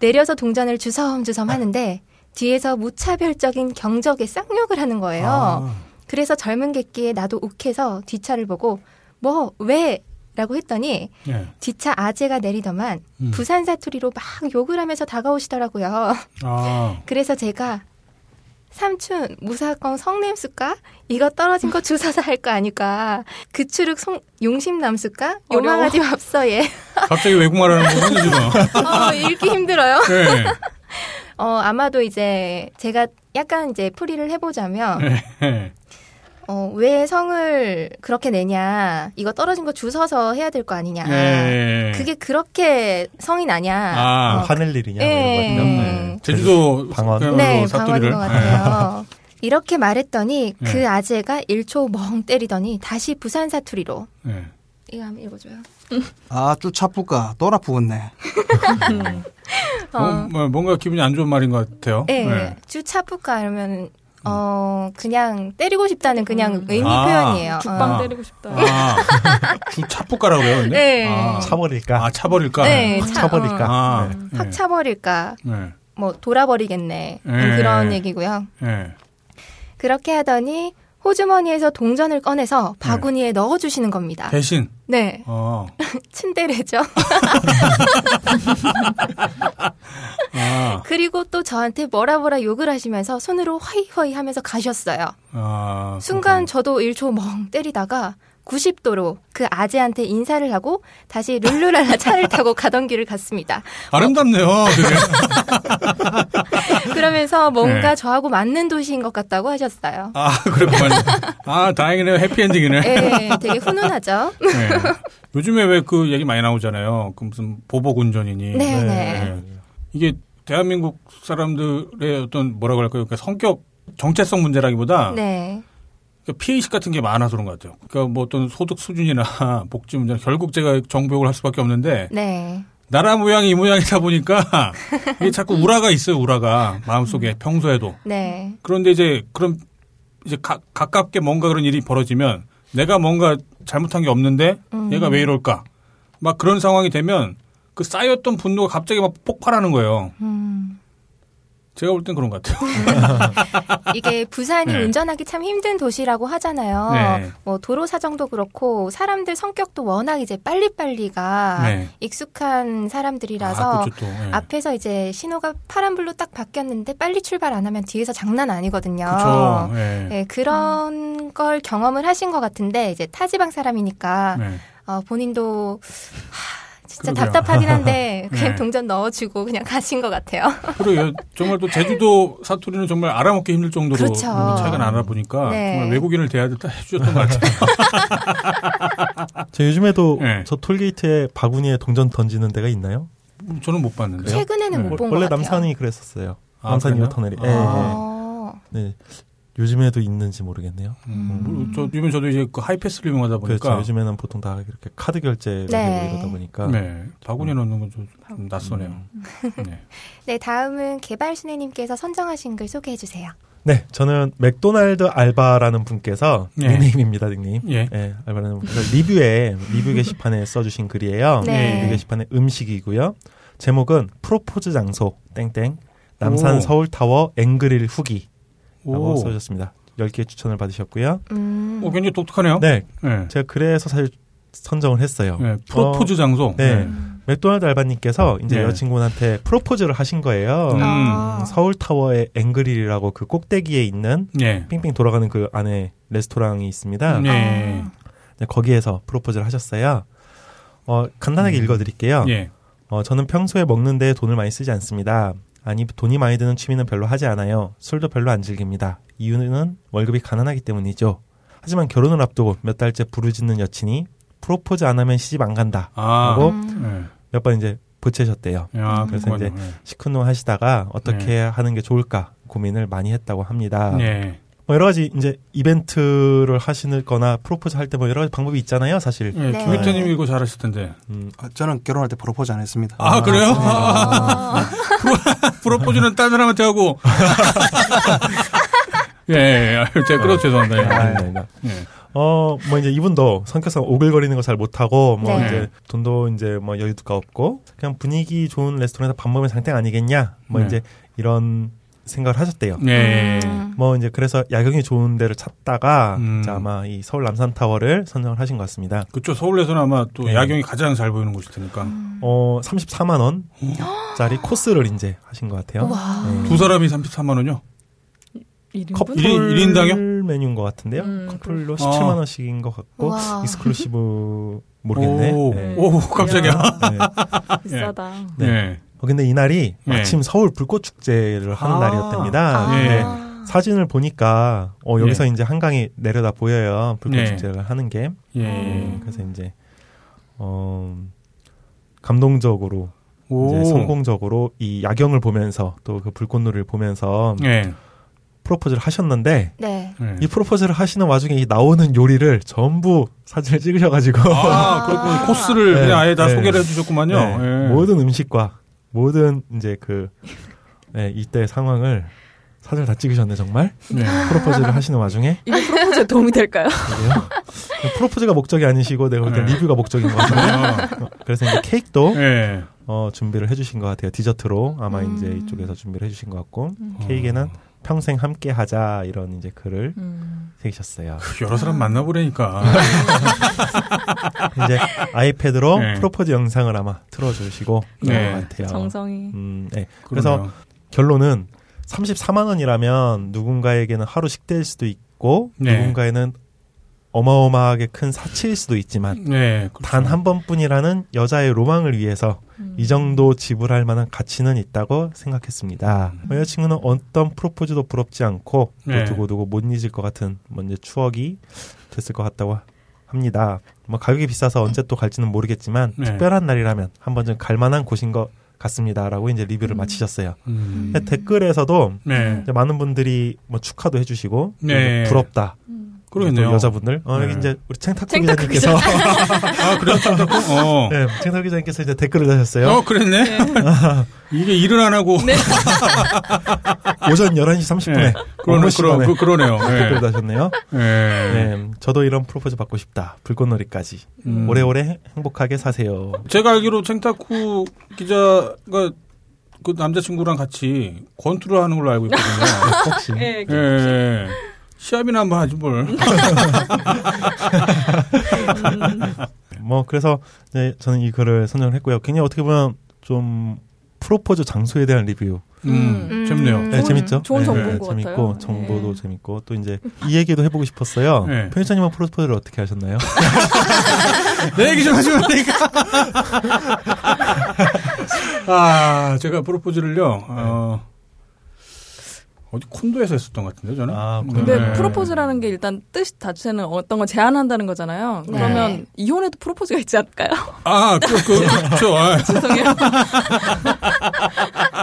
C: 내려서 동전을 주섬주섬 하는데 뒤에서 무차별적인 경적에 쌍욕을 하는 거예요.
A: 아.
C: 그래서 젊은 객기에 나도 욱해서 뒷차를 보고 뭐 왜? 라고 했더니
A: 예.
C: 뒷차 아재가 내리더만
A: 음.
C: 부산 사투리로 막 욕을 하면서 다가오시더라고요.
A: 아,
C: 그래서 제가 삼촌 무사건 성냄수까 이거 떨어진 거 주사사 할 거 아닐까 그 추륵 송, 용심남수까
D: 어려워.
C: 요망하지 맙서 얘
A: 갑자기 외국말하는 거 하는지 봐.
C: 어, 읽기 힘들어요
A: 예.
C: 어 아마도 이제 제가 약간 이제 풀이를 해보자면
A: 예.
C: 어 왜 성을 그렇게 내냐 이거 떨어진 거 주워서 해야 될 거 아니냐
A: 예.
C: 그게 그렇게 성이 나냐
A: 아,
C: 어,
B: 화낼 일이냐 뭐
C: 예.
B: 이런 거죠.
C: 음.
A: 제주도
B: 방언.
A: 그야말로
C: 네,
A: 사투리를.
C: 방언인 것 같아요. 이렇게 말했더니 그
A: 네.
C: 아재가 1초 멍 때리더니 다시 부산 사투리로
A: 예. 예.
C: 이거 한번 읽어줘요.
G: 아, 쭈차뿌까. 또라프겠네
A: 어, 뭐, 뭐, 뭔가 기분이 안 좋은 말인 것 같아요.
C: 어, 예,
A: 예.
C: 쭈차푸까 이러면 어, 그냥 때리고 싶다는 그냥
D: 음.
C: 의미
A: 아,
C: 표현이에요. 어.
D: 죽방
A: 아.
D: 때리고 싶다.
A: 아, 주 차뿌까라고 그래요? 근데?
C: 네.
A: 아,
B: 차버릴까?
A: 아, 차버릴까?
C: 네, 차- 어,
B: 차버릴까?
A: 아,
B: 네.
A: 예.
C: 확 차버릴까,
A: 네.
C: 뭐 돌아버리겠네 뭐
A: 예.
C: 그런 얘기고요.
A: 예.
C: 그렇게 하더니 호주머니에서 동전을 꺼내서 바구니에 넣어주시는 겁니다.
A: 예. 대신,
C: 네,
A: 어,
C: 츤데레죠.
A: 아,
C: 그리고 또 저한테 뭐라 뭐라 욕을 하시면서 손으로 화이화이 하면서 가셨어요.
A: 아.
C: 순간 저도 1초 멍 때리다가 90도로 그 아재한테 인사를 하고 다시 룰루랄라 차를 타고 가던 길을 갔습니다.
A: 아름답네요. 되게.
C: 그러면서 뭔가
A: 네.
C: 저하고 맞는 도시인 것 같다고 하셨어요.
A: 아, 그렇군요. 아, 다행이네요. 해피엔딩이네.
C: 예, 되게 훈훈하죠.
A: 네. 요즘에 왜 그 얘기 많이 나오잖아요. 그 무슨 보복 운전이니.
C: 네, 네.
A: 네. 이게 대한민국 사람들의 어떤 뭐라고 할까요? 그러니까 성격 정체성 문제라기보다
C: 네.
A: 그러니까 피해의식 같은 게 많아서 그런 것 같아요. 그러니까 뭐 어떤 소득 수준이나 복지 문제 결국 제가 정복을 할 수밖에 없는데
C: 네.
A: 나라 모양이 이 모양이다 보니까 이게 자꾸 우라가 있어요. 우라가 마음속에 평소에도
C: 네.
A: 그런데 이제 그럼 이제 가, 가깝게 뭔가 그런 일이 벌어지면 내가 뭔가 잘못한 게 없는데
C: 음.
A: 얘가 왜 이럴까 막 그런 상황이 되면 그 쌓였던 분노가 갑자기 막 폭발하는 거예요.
C: 음.
A: 제가 볼 땐 그런 것 같아요.
C: 이게 부산이
A: 네.
C: 운전하기 참 힘든 도시라고 하잖아요.
A: 네.
C: 뭐 도로 사정도 그렇고 사람들 성격도 워낙 이제 빨리빨리가
A: 네.
C: 익숙한 사람들이라서
A: 아, 그쵸, 또. 예.
C: 앞에서 이제 신호가 파란불로 딱 바뀌었는데 빨리 출발 안 하면 뒤에서 장난 아니거든요.
A: 그쵸. 예.
C: 네, 그런 걸 경험을 하신 것 같은데 이제 타지방 사람이니까
A: 네.
C: 어, 본인도 하, 진짜
A: 그러게요.
C: 답답하긴 한데 그냥
A: 네.
C: 동전 넣어주고 그냥 가신 것 같아요.
A: 그리고 정말 또 제주도 사투리는 정말 알아먹기 힘들 정도로
C: 그렇죠.
A: 차이가 나나 보니까
C: 네.
A: 정말 외국인을 대하듯 해주셨던 것 같아요. 아.
B: 저 요즘에도
A: 네.
B: 저 톨게이트에 바구니에 동전 던지는 데가 있나요?
A: 저는 못 봤는데요.
C: 최근에는
A: 네.
C: 못 본 것
B: 원래
C: 같아요.
B: 남산이 그랬었어요.
A: 아,
B: 남산
A: 그래요?
B: 이호터널이. 예,
A: 아.
C: 어,
B: 예. 네. 요즘에도 있는지 모르겠네요.
A: 음, 저, 요즘 저도 이제 그 하이패스를 이용하다
B: 그렇죠.
A: 보니까
B: 요즘에는 보통 다 이렇게 카드 결제를
C: 네.
B: 하고 이러다 음. 보니까
A: 네, 바구니에 넣는 건좀 낯서네요. 네.
C: 네 다음은 개발순애님께서 선정하신 글 소개해 주세요.
B: 네, 저는 맥도날드 알바라는 분께서
A: 예.
B: 닉네임입니다, 닉네임.
A: 예.
B: 예, 알바라는 분께서 리뷰에 리뷰 게시판에 써주신 글이에요.
C: 네.
B: 리뷰 게시판에 음식이고요. 제목은 프로포즈 장소 땡땡 남산
A: 오.
B: 서울 타워 앵그릴 후기라고
A: 오,
B: 써주셨습니다. 10개 추천을 받으셨고요.
C: 음,
A: 오, 굉장히 독특하네요.
B: 네,
A: 네.
B: 제가 그래서 사실 선정을 했어요.
A: 네, 프로포즈 장소.
B: 네. 맥도날드 알바님께서 이제
A: 네.
B: 여자친구한테 프로포즈를 하신 거예요.
A: 음.
C: 아.
B: 서울 타워의 앵그릴이라고 그 꼭대기에 있는
A: 네.
B: 빙빙 돌아가는 그 안에 레스토랑이 있습니다.
A: 네. 네.
B: 네, 거기에서 프로포즈를 하셨어요. 어, 간단하게 읽어드릴게요.
A: 예.
B: 어, 저는 평소에 먹는 데 돈을 많이 쓰지 않습니다. 아니, 돈이 많이 드는 취미는 별로 하지 않아요. 술도 별로 안 즐깁니다. 이유는 월급이 가난하기 때문이죠. 하지만 결혼을 앞두고 몇 달째 부르짖는 여친이 프로포즈 안 하면 시집 안 간다.
A: 아.
B: 하고
A: 네.
B: 몇 번 이제 보채셨대요.
A: 아,
B: 음. 그래서
A: 그래서 이제.
B: 시큰둥 하시다가 어떻게
A: 네.
B: 하는 게 좋을까 고민을 많이 했다고 합니다.
A: 네.
B: 뭐 여러 가지 이제 이벤트를 하시는 거나 프로포즈 할 때 뭐 여러 가지 방법이 있잖아요, 사실.
A: 예,
C: 네.
A: 김혜태님 이거 잘하실 텐데.
B: 음,
G: 어, 저는 결혼할 때 프로포즈 안 했습니다.
A: 아, 그래요?
B: 네.
A: 아,
C: 어,
A: 프로포즈는 딴 사람한테 하고. 예, 예, 예. 제가 끌어 죄송합니다. 예.
B: 네. 아니, 아니, 아니.
A: 예.
B: 어, 뭐 이제 이분도 성격상 오글거리는 거 잘 못하고 뭐
C: 네.
B: 이제 돈도 이제 뭐 여유가 없고 그냥 분위기 좋은 레스토랑에서 밥 먹으면 상땡 아니겠냐 뭐
A: 네.
B: 이제 이런 생각을 하셨대요.
A: 네.
C: 음,
B: 뭐 이제 그래서 야경이 좋은 데를 찾다가
A: 음.
B: 이제 아마 이 서울 남산 타워를 선정을 하신 것 같습니다.
A: 그쵸. 서울에서는 아마 또
B: 네.
A: 야경이 가장 잘 보이는 곳일 테니까.
B: 어 34만 원짜리 코스를 이제 하신 것 같아요.
C: 와.
B: 네.
A: 두 사람이 33만 원요?
D: 이름은?
B: 커플
A: 일인- 일인당이요?
B: 메뉴인 것 같은데요.
D: 음,
B: 커플로
A: 그렇구나.
B: 17만 원씩인 것 같고
C: 와.
B: 익스클루시브 모르겠네.
A: 오,
B: 네.
A: 오 깜짝이야.
D: 이야,
B: 네.
A: 예.
D: 비싸다.
B: 네.
A: 네.
B: 어, 근데 이날이
A: 네.
B: 마침 서울 불꽃 축제를 하는
A: 아.
B: 날이었답니다.
A: 아.
B: 근데 사진을 보니까 어, 여기서
A: 네.
B: 이제 한강이 내려다 보여요. 불꽃
A: 네.
B: 축제를 하는 게. 네.
A: 예.
B: 그래서 이제 어, 감동적으로
A: 오.
B: 이제 성공적으로 이 야경을 보면서 또 그 불꽃놀이를 보면서
A: 예.
B: 프로포즈를 하셨는데
C: 네.
A: 예.
B: 이 프로포즈를 하시는 와중에 이 나오는 요리를 전부 사진을 찍으셔가지고
A: 아, 그렇군. 코스를
B: 네,
A: 그냥 아예 다
B: 네.
A: 소개를 해주셨구만요.
B: 네,
A: 예.
B: 모든 음식과 모든 이제 그 네, 이때 상황을 사진을 다 찍으셨네 정말.
A: 네.
B: 프로포즈를 하시는 와중에
D: 이게 프로포즈에 도움이 될까요?
B: 그래요? 프로포즈가 목적이 아니시고 내가 볼때
A: 네.
B: 리뷰가 목적인 것 같아요. 어, 그래서 이제 케이크도
A: 예.
B: 어, 준비를 해주신 것 같아요. 디저트로 아마
D: 음.
B: 이제 이쪽에서 준비를 해주신 것 같고
D: 음.
A: 어.
B: 케이크에는 평생 함께하자 이런 이제 글을
D: 음.
B: 새기셨어요.
A: 여러 사람 만나보라니까.
B: 이제 아이패드로
A: 네.
B: 프로포즈 영상을 아마 틀어주시고 그런
A: 네.
B: 것 같아요.
D: 정성이.
B: 음, 네. 그래서
A: 그래서
B: 결론은 34만 원이라면 누군가에게는 하루 식대일 수도 있고
A: 네.
B: 누군가에는 어마어마하게 큰 사치일 수도 있지만
A: 네. 그렇죠.
B: 단 한 번뿐이라는 여자의 로망을 위해서
D: 음.
B: 이 정도 지불할 만한 가치는 있다고 생각했습니다. 어, 여자친구는 어떤 프로포즈도 부럽지 않고
A: 음. 네.
B: 뭐 두고두고 못 잊을 것 같은 뭔지 추억이 됐을 것 같다고 합니다. 뭐 가격이 비싸서 언제 또 갈지는 모르겠지만
A: 네.
B: 특별한 날이라면 한 번쯤 갈 만한 곳인 것 같습니다라고 이제 리뷰를 마치셨어요.
A: 음.
B: 근데 댓글에서도
A: 네.
B: 이제 많은 분들이 뭐 축하도 해주시고
A: 네.
B: 이제 부럽다.
D: 음.
A: 그러겠네요.
B: 또 여자분들 어, 여기
A: 네.
B: 이제 우리 챙탁구
D: 챙탁구
B: 기자님께서
A: 아, 그래요? 어.
B: 네, 챙탁구 기자님께서 이제 댓글을 다셨어요.
A: 어, 그랬네. 이게 일을 안 하고.
D: 네.
B: 오전 11시 30분에
A: 네.
B: 업무
A: 그러네, 그러,
B: 시간에
A: 그, 그러네요.
B: 댓글
A: 네.
B: 다셨네요.
A: 네.
B: 네, 저도 이런 프로포즈 받고 싶다. 불꽃놀이까지
A: 음.
B: 오래오래 행복하게 사세요.
A: 제가 알기로 챙타쿠 기자가 그 남자친구랑 같이 권투를 하는 걸로 알고 있거든요.
B: 혹시
D: 예,
A: 예. 시합이나 한번 하지 뭘.
D: 음.
B: 뭐 그래서 이제 저는 이 글을 선정을 했고요. 굉장히 어떻게 보면 좀 프로포즈 장소에 대한 리뷰
A: 음,
D: 음.
A: 재밌네요.
B: 네,
D: 좋은-
B: 재밌죠?
D: 좋은
B: 네,
D: 정보인 것
B: 재밌고
D: 같아요.
B: 정보도
D: 네.
B: 재밌고 또 이제 이 얘기도 해보고 싶었어요.
A: 네.
B: 편의점님은 프로포즈를 어떻게 하셨나요?
A: 내 얘기 좀 하시면 안 되니까. 아, 제가 프로포즈를요, 어, 어디 콘도에서 했었던 것 같은데, 저는.
B: 네. 아, 콘도.
D: 근데
A: 네.
D: 프로포즈라는 게 일단 뜻 자체는 어떤 걸 제안한다는 거잖아요.
C: 네.
D: 그러면 이혼에도 프로포즈가 있지 않을까요?
A: 아, 그, 그, 그쵸. 아,
D: 죄송해요.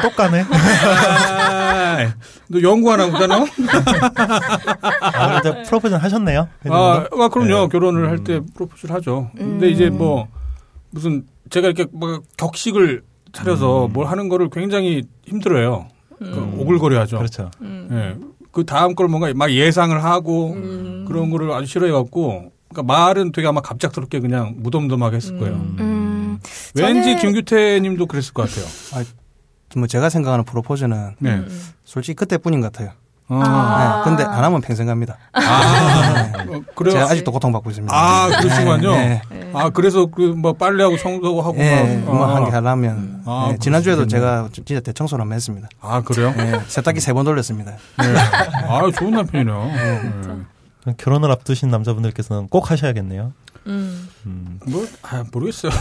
B: 똑같네.
A: 아, 너 연구 하나 보다, 너?
B: 아, 이제 프로포즈는 하셨네요.
A: 아, 아, 그럼요.
B: 네.
A: 결혼을 할
B: 음.
A: 때 프로포즈를 하죠. 근데
C: 음.
A: 이제 뭐, 무슨, 제가 이렇게 막 격식을 차려서 뭘 하는 거를 굉장히 힘들어요. 그 오글거려 하죠.
B: 그렇죠.
D: 음.
A: 예. 그 다음 걸 뭔가 막 예상을 하고
D: 음.
A: 그런 거를 아주 싫어해갖고 그러니까 말은 되게 아마 갑작스럽게 그냥 무덤덤하게 했을 거예요.
C: 음,
A: 왠지
C: 저는-
A: 김규태님도 그랬을 것 같아요.
G: 뭐 제가 생각하는 프로포즈는
A: 네.
C: 음.
G: 솔직히 그때뿐인 것 같아요.
A: 아,
D: 아.
G: 네, 근데 안 하면 평생 갑니다.
C: 아.
A: 어, 그래요.
G: 제가 아직도 고통받고 있습니다.
A: 아, 그렇지만요.
G: 네,
D: 네.
A: 아 그래서 그 뭐 빨래하고 청소하고
G: 예,
A: 막,
G: 뭐
A: 아.
G: 한 개 하려면
A: 아,
G: 예, 지난주에도 제가 진짜 대청소를 한번 했습니다.
A: 아 그래요?
G: 예, 세탁기 세 번 돌렸습니다.
A: 네. 아 좋은 남편이네요.
B: 음.
A: 네.
B: 결혼을 앞두신 남자분들께서는 꼭 하셔야겠네요.
D: 음.
B: 음.
A: 뭐 아, 모르겠어요.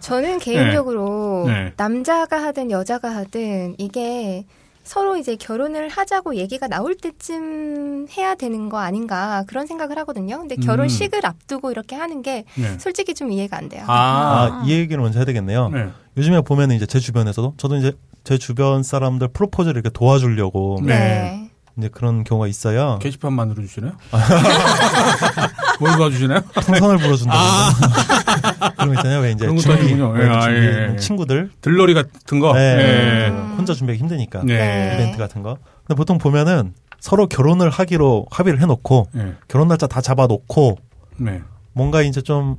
C: 저는 개인적으로
A: 네.
C: 남자가 하든 여자가 하든 이게 서로 이제 결혼을 하자고 얘기가 나올 때쯤 해야 되는 거 아닌가 그런 생각을 하거든요. 근데
A: 음.
C: 결혼식을 앞두고 이렇게 하는 게
A: 네.
C: 솔직히 좀 이해가 안 돼요.
A: 아,
B: 아, 이 얘기를 먼저 해야 되겠네요.
A: 네.
B: 요즘에 보면 이제 제 주변에서도 저도 이제 제 주변 사람들 프로포즈를 이렇게 도와주려고
A: 네.
B: 이제 그런 경우가 있어요.
A: 게시판 만들어 주시나요? 뭘 도와주시나요?
B: 아, 풍선을 불어준다고. 그런 거 있잖아요. 왜 이제
A: 아. 그런 것도
B: 준비,
A: 아니군요.
B: 왜
A: 예, 아,
B: 준비
A: 예, 예.
B: 친구들
A: 들러리 같은 거.
B: 네.
A: 네.
B: 혼자 준비하기 힘드니까
A: 네.
B: 이벤트 같은 거. 근데 보통 보면은 서로 결혼을 하기로 합의를 해놓고
A: 네.
B: 결혼 날짜 다 잡아놓고
A: 네.
B: 뭔가 이제 좀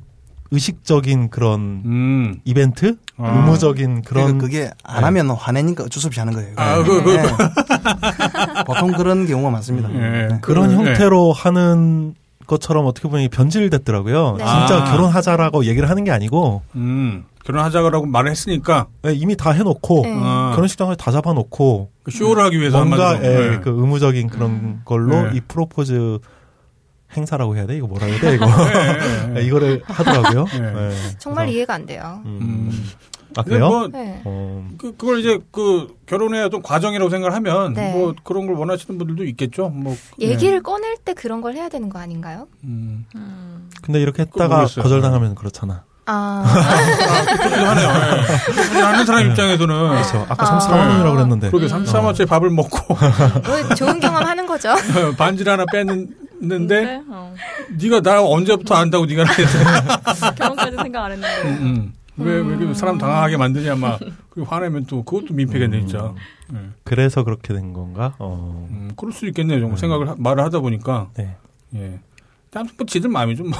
B: 의식적인 그런
A: 음.
B: 이벤트,
A: 아.
B: 의무적인 그런
G: 그러니까 그게 안 하면 화내니까 어쩔 수 없이 하는 거예요.
A: 네. 아, 그, 그,
G: 예. 보통 그런 경우가 많습니다.
A: 예.
G: 네.
B: 그런
A: 네.
B: 형태로 하는 것처럼 어떻게 보면 변질됐더라고요.
C: 네.
B: 진짜
A: 아.
B: 결혼하자라고 얘기를 하는 게 아니고
A: 음. 결혼하자고 말을 했으니까.
B: 예, 이미 다 해놓고
C: 네.
A: 어,
B: 결혼식장을 다 잡아놓고
A: 그 쇼를 하기 위해서
B: 뭔가
A: 한마디로.
B: 예,
A: 네.
B: 그 의무적인 그런
C: 음.
B: 걸로
A: 네.
B: 이 프로포즈 행사라고 해야 돼 이거 뭐라 해야 돼 이거
A: 네, 네.
B: 예, 이거를 하더라고요.
A: 네.
B: 예.
C: 정말
B: 그래서,
C: 이해가 안 돼요.
A: 음.
B: 음. 아
A: 근데
B: 그래요?
A: 뭐,
C: 네.
B: 어,
A: 그, 그걸 이제 그 결혼의 어떤 과정이라고 생각하면
C: 네.
A: 뭐 그런 걸 원하시는 분들도 있겠죠. 뭐.
C: 얘기를 꺼낼 때 그런 걸 해야 되는 거 아닌가요?
A: 네. 음.
D: 음.
B: 근데 이렇게
A: 그거
B: 했다가
A: 모르겠어요.
B: 거절당하면 그렇잖아.
C: 아,
A: 그렇긴 하네요. 예. 그렇긴 하는 사람 입장에서는.
B: 그렇죠. 아까
C: 아.
B: 34만 원이라고
A: 네.
B: 그랬는데.
A: 그러게 33만원짜리 밥을 먹고
C: 뭐 좋은 경험 하는 거죠.
A: 반지를 하나 뺐는데
D: 어.
A: 네가 나 언제부터 안다고 네가 나한테
D: 결혼까지 생각 안 했는데.
A: 음. 왜, 왜 이렇게 사람 당황하게 만드냐, 막. 그리고 화내면 또 그것도 민폐겠네, 진짜. 예.
H: 그래서 그렇게 된 건가? 어.
A: 음, 그럴 수 있겠네요. 정말 생각을, 하- 말을 하다 보니까.
H: 네.
A: 예. 아무튼 뭐 지들 마음이죠, 뭐.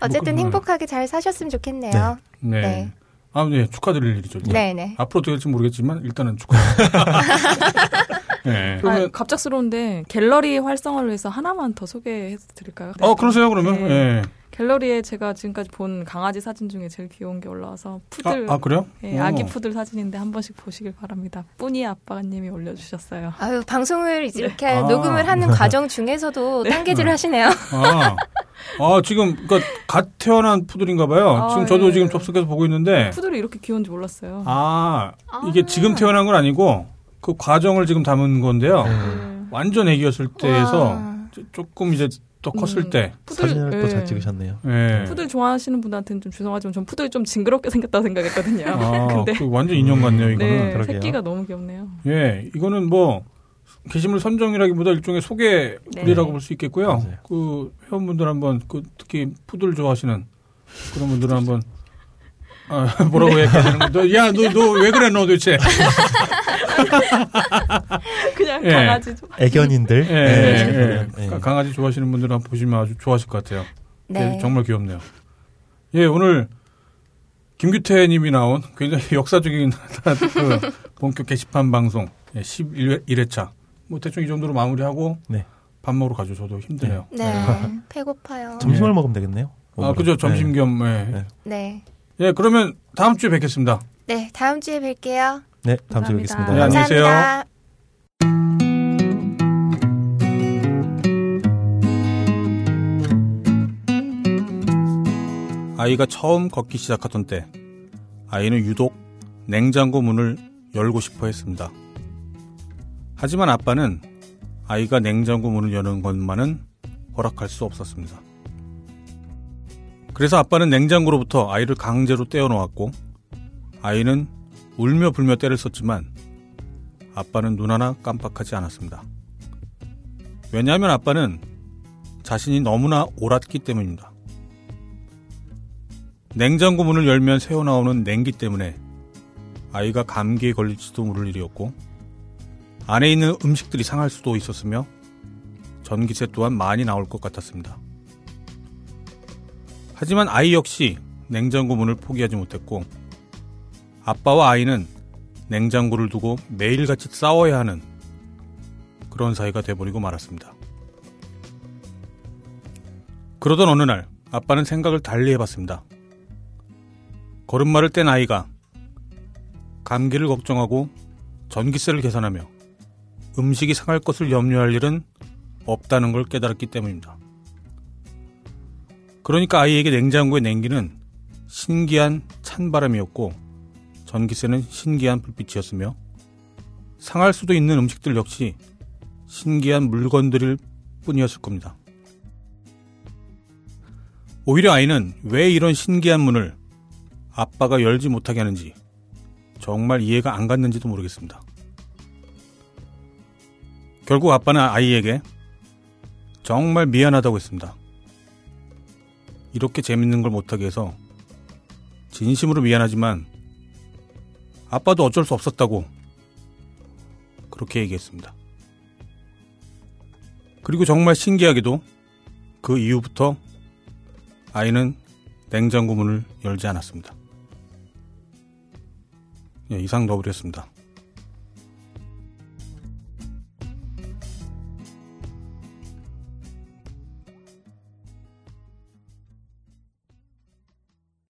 C: 어쨌든
A: 그렇구나.
C: 행복하게 잘 사셨으면 좋겠네요.
A: 네.
C: 네.
A: 아, 네. 축하드릴 일이죠. 일단.
C: 네, 네.
A: 앞으로 어떻게 될지 모르겠지만, 일단은 축하. 네.
D: 아,
A: 그러면,
D: 갑작스러운데 갤러리 활성화를 위해서 하나만 더 소개해 드릴까요?
A: 어, 그러세요, 그러면.
D: 네.
A: 예.
D: 갤러리에 제가 지금까지 본 강아지 사진 중에 제일 귀여운 게 올라와서 푸들
A: 아, 아, 그래요?
D: 예,
A: 오.
D: 아기 푸들 사진인데 한 번씩 보시길 바랍니다. 뿌니 아빠님이 올려주셨어요.
C: 아유, 방송을 이제 이렇게
A: 아.
C: 녹음을 하는 과정 중에서도 땅개질을 하시네요.
A: 아, 아 지금 그러니까 갓 태어난 푸들인가 봐요.
D: 아,
A: 지금 저도
D: 예.
A: 지금 접속해서 보고 있는데
D: 푸들이 이렇게 귀여운지 몰랐어요.
A: 네. 아 이게 지금 태어난 건 아니고 그 과정을 지금 담은 건데요.
D: 예.
A: 완전 애기였을 때에서
C: 와.
A: 조- 조금 이제 더 컸을
D: 음.
A: 때.
C: 그
D: 푸들,
H: 사진을 또 잘
D: 예.
H: 찍으셨네요.
A: 예.
D: 푸들 좋아하시는 분한테는 좀 죄송하지만 전 푸들이 좀 징그럽게 생겼다고 생각했거든요.
A: 아,
D: 근데
A: 그 완전 인형 같네요. 이거는.
D: 네,
H: 그러게요.
D: 새끼가 너무 귀엽네요.
A: 예, 이거는 뭐 게시물 선정이라기보다 일종의 소개글이라고
D: 네.
A: 볼 수 있겠고요.
H: 맞아요.
A: 그 회원분들 한번 그 특히 푸들 좋아하시는 그런 분들은 한번 아, 뭐라고 얘기하는 건데, 야, 너 너 왜 그래 너 도대체?
D: 그냥
A: 예.
D: 강아지 좀.
H: 애견인들.
A: 예,
H: 네.
A: 예, 예.
H: 네.
A: 가- 강아지 좋아하시는 분들은 한번 보시면 아주 좋아하실 것 같아요.
C: 네.
A: 예, 정말 귀엽네요. 예, 오늘 김규태님이 나온 굉장히 역사적인 그 본격 게시판 방송 예, 11회차 뭐 대충 이 정도로 마무리하고
H: 네.
A: 밥 먹으러 가죠. 저도 힘드네요.
C: 네. 배고파요.
H: 점심을 먹으면 되겠네요.
A: 예. 아, 그죠. 점심 겸. 예.
H: 네.
C: 네.
A: 예, 그러면 다음 주에 뵙겠습니다.
C: 네, 다음 주에 뵐게요.
H: 네, 다음 주에
D: 감사합니다.
H: 뵙겠습니다.
A: 네, 안녕히 계세요.
C: 감사합니다.
A: 아이가 처음 걷기 시작하던 때 아이는 유독 냉장고 문을 열고 싶어 했습니다. 하지만 아빠는 아이가 냉장고 문을 여는 것만은 허락할 수 없었습니다. 그래서 아빠는 냉장고로부터 아이를 강제로 떼어놓았고 아이는 울며 불며 떼를 썼지만 아빠는 눈 하나 깜빡하지 않았습니다. 왜냐하면 아빠는 자신이 너무나 옳았기 때문입니다. 냉장고 문을 열면 새어나오는 냉기 때문에 아이가 감기에 걸릴지도 모를 일이었고 안에 있는 음식들이 상할 수도 있었으며 전기세 또한 많이 나올 것 같았습니다. 하지만 아이 역시 냉장고 문을 포기하지 못했고 아빠와 아이는 냉장고를 두고 매일같이 싸워야 하는 그런 사이가 돼버리고 말았습니다. 그러던 어느 날 아빠는 생각을 달리 해봤습니다. 걸음마를 뗀 아이가 감기를 걱정하고 전기세를 계산하며 음식이 상할 것을 염려할 일은 없다는 걸 깨달았기 때문입니다. 그러니까 아이에게 냉장고의 냉기는 신기한 찬바람이었고 전기세는 신기한 불빛이었으며 상할 수도 있는 음식들 역시 신기한 물건들일 뿐이었을 겁니다. 오히려 아이는 왜 이런 신기한 문을 아빠가 열지 못하게 하는지 정말 이해가 안 갔는지도 모르겠습니다. 결국 아빠는 아이에게 정말 미안하다고 했습니다. 이렇게 재밌는 걸 못하게 해서 진심으로 미안하지만 아빠도 어쩔 수 없었다고 그렇게 얘기했습니다. 그리고 정말 신기하게도 그 이후부터 아이는 냉장고 문을 열지 않았습니다. 예, 이상 너브리였습니다.